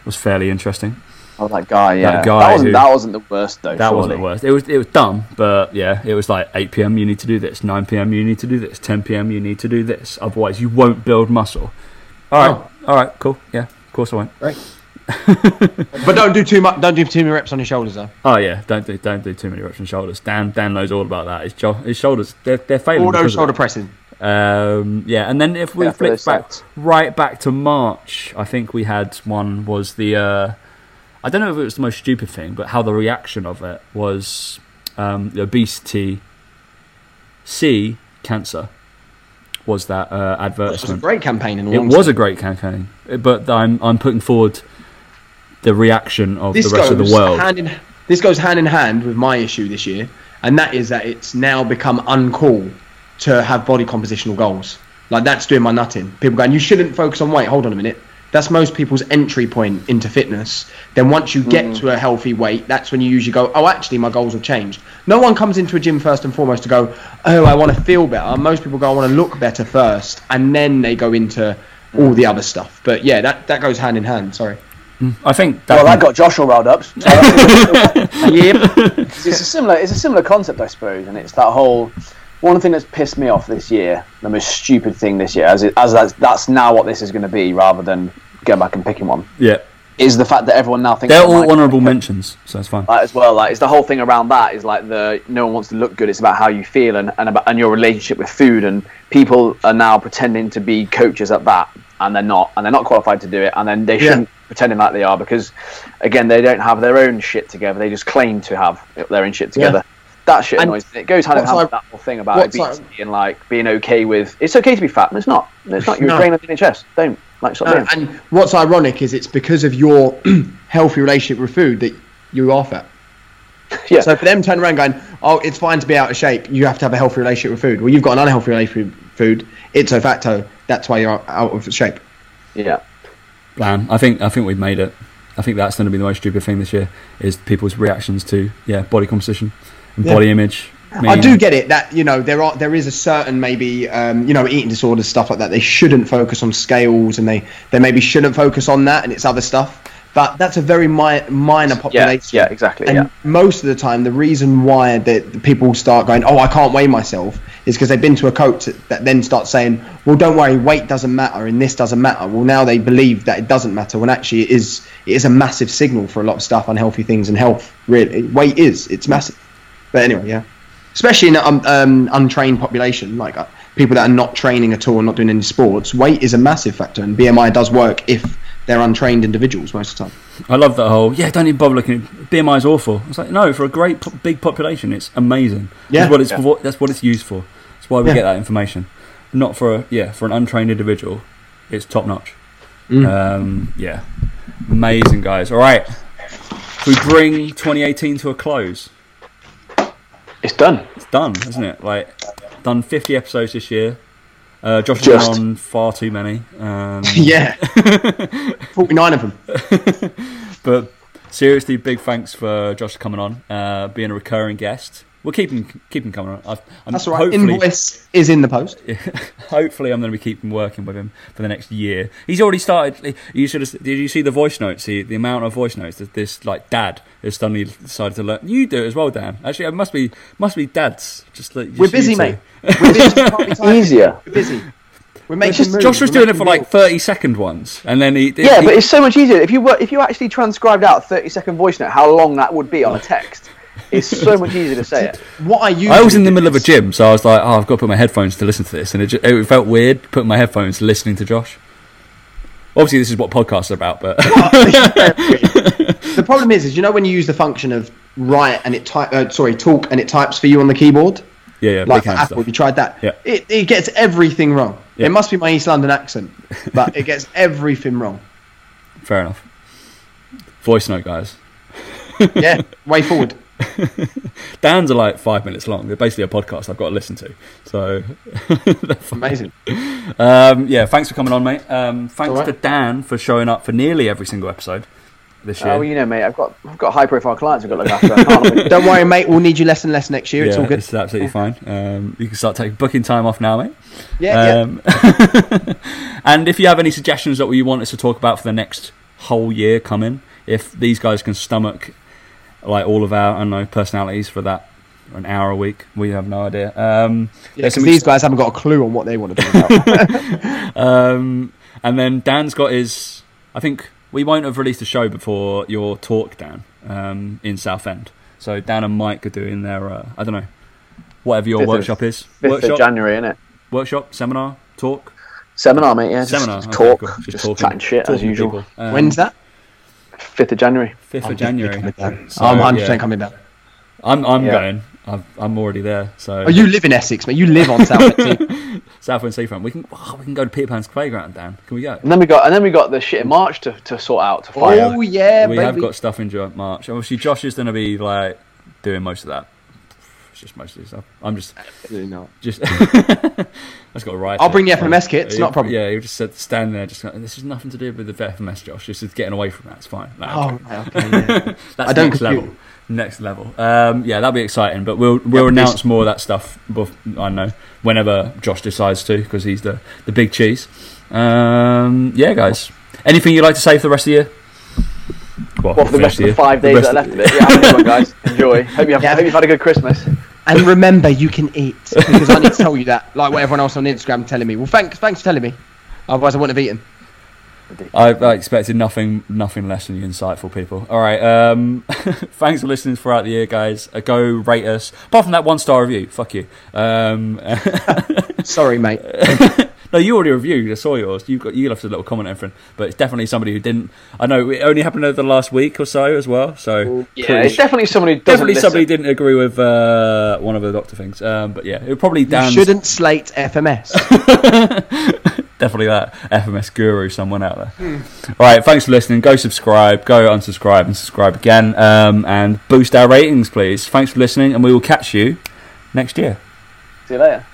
[SPEAKER 2] Was fairly interesting.
[SPEAKER 3] Oh, that guy. Yeah,
[SPEAKER 2] guy
[SPEAKER 3] wasn't,
[SPEAKER 2] who-
[SPEAKER 3] that wasn't the worst though.
[SPEAKER 2] That wasn't the
[SPEAKER 3] surely.
[SPEAKER 2] worst. It was it was dumb, but yeah, it was like 8 p.m. You need to do this, 9 p.m. You need to do this, 10 p.m. You need to do this. Otherwise, you won't build muscle. All right,
[SPEAKER 3] Oh.
[SPEAKER 2] all right, cool. Yeah, of course I won't.
[SPEAKER 4] but don't do too much. Don't do too many reps on your shoulders though.
[SPEAKER 2] Oh yeah, don't do don't do too many reps on shoulders. Dan Dan knows all about that. His, jo- his shoulders they're they're failing.
[SPEAKER 4] All those
[SPEAKER 2] because of
[SPEAKER 4] shoulder
[SPEAKER 2] it.
[SPEAKER 4] pressing.
[SPEAKER 2] Um, yeah, and then if we
[SPEAKER 3] Yeah, for
[SPEAKER 2] flip
[SPEAKER 3] those
[SPEAKER 2] back
[SPEAKER 3] sets.
[SPEAKER 2] right back to March, I think we had one was the uh, I don't know if it was the most stupid thing, but how the reaction of it was um, the obesity C cancer was that uh,
[SPEAKER 4] It was a
[SPEAKER 2] advertisement.
[SPEAKER 4] great campaign in the
[SPEAKER 2] It
[SPEAKER 4] long
[SPEAKER 2] was
[SPEAKER 4] term.
[SPEAKER 2] a great campaign, but I'm I'm putting forward the reaction of
[SPEAKER 4] This
[SPEAKER 2] the rest of the
[SPEAKER 4] goes
[SPEAKER 2] world.
[SPEAKER 4] Hand in, this goes hand in hand with my issue this year, and that is that it's now become uncool to have body compositional goals. Like that's doing my nutting. People going, you shouldn't focus on weight. Hold on a minute. That's most people's entry point into fitness. Then once you
[SPEAKER 2] Mm.
[SPEAKER 4] get to a healthy weight, that's when you usually go, oh, actually, my goals have changed. No one comes into a gym first and foremost to go, oh, I want to feel better. Most people go, I want to look better first, and then they go into all the other stuff. But yeah, that, that goes hand in hand. Sorry.
[SPEAKER 2] I think that
[SPEAKER 3] Well, that got Josh all riled up.
[SPEAKER 4] yep.
[SPEAKER 3] it's a similar it's a similar concept I suppose and it's that whole one thing that's pissed me off this year the most stupid thing this year as, it, as that's, that's now what this is going to be rather than going back and picking one
[SPEAKER 2] yeah,
[SPEAKER 3] is the fact that everyone now thinks
[SPEAKER 2] they're
[SPEAKER 3] they
[SPEAKER 2] all
[SPEAKER 3] like-
[SPEAKER 2] honourable mentions, so that's fine.
[SPEAKER 3] like, as well like it's the whole thing around that is like the no one wants to look good it's about how you feel and, and about and your relationship with food and people are now pretending to be coaches at that and they're not and they're not qualified to do it and then they
[SPEAKER 4] Yeah.
[SPEAKER 3] shouldn't be pretending like they are because again they don't have their own shit together they just claim to have their own shit together that shit
[SPEAKER 4] And
[SPEAKER 3] annoys me it goes hand in
[SPEAKER 4] what's
[SPEAKER 3] hand
[SPEAKER 4] I-
[SPEAKER 3] with that whole thing about
[SPEAKER 4] what's I-
[SPEAKER 3] obesity and like being okay with it's okay to be fat and it's not it's not you're
[SPEAKER 4] No.
[SPEAKER 3] a drain on the NHS don't like stop doing
[SPEAKER 4] No,
[SPEAKER 3] it.
[SPEAKER 4] Uh, and what's ironic is it's because of your healthy relationship with food that you are fat.
[SPEAKER 3] yeah
[SPEAKER 4] So for them to turn around going, oh, it's fine to be out of shape. You have to have a healthy relationship with food. Well, you've got an unhealthy relationship with food. It's a facto. That's why you're out of shape.
[SPEAKER 3] yeah
[SPEAKER 2] plan. I think I think we've made it. I think that's going to be the most stupid thing this year is people's reactions to yeah body composition and
[SPEAKER 4] Yeah.
[SPEAKER 2] body image.
[SPEAKER 4] I
[SPEAKER 2] mean,
[SPEAKER 4] do get it that you know there are there is a certain maybe um, you know eating disorders stuff like that. They shouldn't focus on scales and they they maybe shouldn't focus on that and it's other stuff. But that's a very mi- minor population.
[SPEAKER 3] yeah, exactly,
[SPEAKER 4] And
[SPEAKER 3] yeah.
[SPEAKER 4] most of the time, the reason why that the people start going, oh, I can't weigh myself, is because they've been to a coach that, that then starts saying, well, don't worry, weight doesn't matter and this doesn't matter. Well, now they believe that it doesn't matter when actually it is it is a massive signal for a lot of stuff, unhealthy things and health. Really, weight is it's massive. But anyway, yeah especially in an um, um, untrained population, like uh, people that are not training at all and not doing any sports, weight is a massive factor, and BMI does work if they're untrained individuals most of the time.
[SPEAKER 2] I love that whole yeah. Don't even bother looking. at BMI is awful. It's like no, for a great po- big population, it's amazing.
[SPEAKER 4] Yeah.
[SPEAKER 2] that's what it's for, that's what it's used for. That's why we
[SPEAKER 4] Yeah.
[SPEAKER 2] get that information. not for a yeah for an untrained individual, it's top notch.
[SPEAKER 4] Mm.
[SPEAKER 2] Um, yeah, amazing guys. All right, we bring 2018 to a close.
[SPEAKER 3] It's done.
[SPEAKER 2] It's done, isn't it? Like done 50 episodes this year. Uh, Josh has
[SPEAKER 3] Just.
[SPEAKER 2] been on far too many. Um,
[SPEAKER 4] Yeah. 49 of them.
[SPEAKER 2] But seriously, big thanks for Josh coming on, uh, being a recurring guest. We'll keep him, keep him coming on. I, I'm
[SPEAKER 4] That's all right.
[SPEAKER 2] Hopefully,
[SPEAKER 4] Invoice is in the post.
[SPEAKER 2] hopefully, I'm going to be keeping working with him for the next year. He's already started. You should. Have, did you see the voice notes? See the amount of voice notes that this like dad has suddenly decided to learn. You do it as well, Dan. Actually, it must be must be dads. Just like,
[SPEAKER 4] We're
[SPEAKER 2] just you
[SPEAKER 4] busy,
[SPEAKER 2] two.
[SPEAKER 4] mate. We're busy. Can't be tired.
[SPEAKER 3] Easier.
[SPEAKER 4] We're busy. We're
[SPEAKER 2] It's
[SPEAKER 4] making
[SPEAKER 2] just-
[SPEAKER 4] moves.
[SPEAKER 2] Josh was
[SPEAKER 4] We're
[SPEAKER 2] doing it
[SPEAKER 4] making
[SPEAKER 2] for like
[SPEAKER 4] moves.
[SPEAKER 2] 30 second ones, and then he.
[SPEAKER 3] Yeah,
[SPEAKER 2] he-
[SPEAKER 3] but it's so much easier if you were, if you actually transcribed out a thirty second voice note. How long that would be on a text? It's so much easier to say it.
[SPEAKER 4] What I usually
[SPEAKER 2] I was in the
[SPEAKER 4] do
[SPEAKER 2] middle of a
[SPEAKER 4] is-
[SPEAKER 2] gym, so I was like, "Oh, I've got to put my headphones to listen to this," and it, just, it felt weird putting my headphones listening to Josh. Obviously, this is what podcasts are about, but
[SPEAKER 4] The problem is, is you know when you use the function of write and it type, uh, sorry, talk and it types for you on the keyboard,
[SPEAKER 2] yeah, yeah,
[SPEAKER 4] like
[SPEAKER 2] big hand
[SPEAKER 4] Apple.
[SPEAKER 2] stuff.
[SPEAKER 4] Have you tried that?
[SPEAKER 2] Yeah.
[SPEAKER 4] It, it gets everything wrong.
[SPEAKER 2] Yeah.
[SPEAKER 4] It must be my East London accent, but it gets everything wrong.
[SPEAKER 2] Fair enough. Voice note, guys.
[SPEAKER 4] Yeah, way forward.
[SPEAKER 2] Dan's are like five minutes long. They're basically a podcast I've got to listen to. So,
[SPEAKER 4] Amazing.
[SPEAKER 2] um, yeah, thanks for coming on, mate. Um, thanks
[SPEAKER 4] All right.
[SPEAKER 2] to Dan for showing up for nearly every single episode this year.
[SPEAKER 3] Oh, well, you know, mate, I've got I've got high profile clients I've got to look after. I can't-
[SPEAKER 4] Don't worry, mate. We'll need you less and less next year.
[SPEAKER 2] yeah,
[SPEAKER 4] it's all good.
[SPEAKER 2] It's absolutely fine. Um, you can start taking booking time off now, mate.
[SPEAKER 4] Yeah, yeah.
[SPEAKER 2] Um, and if you have any suggestions that you want us to talk about for the next whole year coming, if these guys can stomach like all of our, I don't know, personalities for that an hour a week, we have no idea. Um,
[SPEAKER 4] Yeah,
[SPEAKER 2] there's
[SPEAKER 4] 'cause
[SPEAKER 2] some
[SPEAKER 4] these guys haven't got a clue on what they want to do. About.
[SPEAKER 2] um, and then Dan's got his. I think we won't have released a show before your talk, Dan, um, in Southend. So Dan and Mike are doing their. Uh, I don't know, whatever your
[SPEAKER 3] Fifth of-
[SPEAKER 2] workshop is.
[SPEAKER 3] Fifth of
[SPEAKER 2] workshop,
[SPEAKER 3] January, innit?
[SPEAKER 2] workshop, seminar, talk,
[SPEAKER 3] Seminar, mate. Yeah,
[SPEAKER 2] seminar,
[SPEAKER 3] Just
[SPEAKER 2] okay,
[SPEAKER 3] talk,
[SPEAKER 2] cool.
[SPEAKER 3] just,
[SPEAKER 2] talking-
[SPEAKER 3] chatting shit
[SPEAKER 2] talking
[SPEAKER 3] as
[SPEAKER 2] to
[SPEAKER 3] usual.
[SPEAKER 2] people. Um,
[SPEAKER 4] When's that?
[SPEAKER 3] Fifth of January.
[SPEAKER 2] Fifth of January.
[SPEAKER 4] Coming down.
[SPEAKER 2] So,
[SPEAKER 4] Oh, I'm 100
[SPEAKER 2] yeah.
[SPEAKER 4] percent coming down.
[SPEAKER 2] I'm I'm
[SPEAKER 3] Yeah.
[SPEAKER 2] going. I've, I'm already there. So
[SPEAKER 4] Oh, you live in Essex, mate. You live on South Essex.
[SPEAKER 2] Southwind Seafront. We can oh, we can go to Peter Pan's playground, Dan. Can we go?
[SPEAKER 3] And then we got and then we got the shit in March to, to sort out to fire.
[SPEAKER 4] oh yeah,
[SPEAKER 2] we
[SPEAKER 4] baby.
[SPEAKER 2] have got stuff in Ju- March. Obviously, Josh is going to be like doing most of that. It's just most of his stuff. I'm just
[SPEAKER 4] Absolutely not.
[SPEAKER 2] just. I just got to write.
[SPEAKER 4] I'll
[SPEAKER 2] it.
[SPEAKER 4] bring the FMS kit, it's
[SPEAKER 2] Yeah,
[SPEAKER 4] not a problem.
[SPEAKER 2] Yeah, you just said stand there. Just go, this is nothing to do with the FMS, Josh. This is getting away from that. It's fine. No,
[SPEAKER 4] Oh,
[SPEAKER 2] okay.
[SPEAKER 4] right, okay, yeah.
[SPEAKER 2] that's
[SPEAKER 4] I don't
[SPEAKER 2] next
[SPEAKER 4] compute.
[SPEAKER 2] level. Next level. Um, yeah, that'll be exciting. But we'll we'll
[SPEAKER 4] Yeah,
[SPEAKER 2] announce more of that stuff. Bef- I don't know whenever Josh decides to, because he's the the big cheese. Um, yeah, guys. Anything you'd like to say for the rest of the year? Well,
[SPEAKER 3] What for the
[SPEAKER 2] finish
[SPEAKER 3] rest of the
[SPEAKER 2] year.
[SPEAKER 3] five
[SPEAKER 2] The
[SPEAKER 3] days
[SPEAKER 2] rest
[SPEAKER 3] that are
[SPEAKER 2] of-
[SPEAKER 3] left of it? Yeah, have a good one, guys. Enjoy. Hope you have,
[SPEAKER 4] Yeah.
[SPEAKER 3] hope you've had a good Christmas.
[SPEAKER 4] and remember, you can eat because I need to tell you that. Like what everyone else on Instagram telling me. Well, thanks, thanks for telling me. Otherwise, I wouldn't have eaten.
[SPEAKER 2] I, I expected nothing, nothing less than you insightful people. All right, um, thanks for listening throughout the year, guys. Uh, go rate us. Apart from that one star review, fuck you. Um,
[SPEAKER 4] Sorry, mate.
[SPEAKER 2] no, you already reviewed. I saw yours. You got you left a little comment and everything, but it's definitely somebody who didn't. I know it only happened over the last week or so as well. So
[SPEAKER 3] Yeah,
[SPEAKER 2] pretty-
[SPEAKER 3] it's definitely someone who doesn't
[SPEAKER 2] definitely
[SPEAKER 3] listen.
[SPEAKER 2] somebody didn't agree with uh, one of the doctor things. Um, but yeah, it was probably
[SPEAKER 4] You
[SPEAKER 2] Dan's
[SPEAKER 4] shouldn't slate FMS.
[SPEAKER 2] definitely that FMS guru, someone out there.
[SPEAKER 4] Hmm.
[SPEAKER 2] All right, thanks for listening. Go subscribe, go unsubscribe, and subscribe again, um, and boost our ratings, please. Thanks for listening, and we will catch you next year.
[SPEAKER 3] See you later.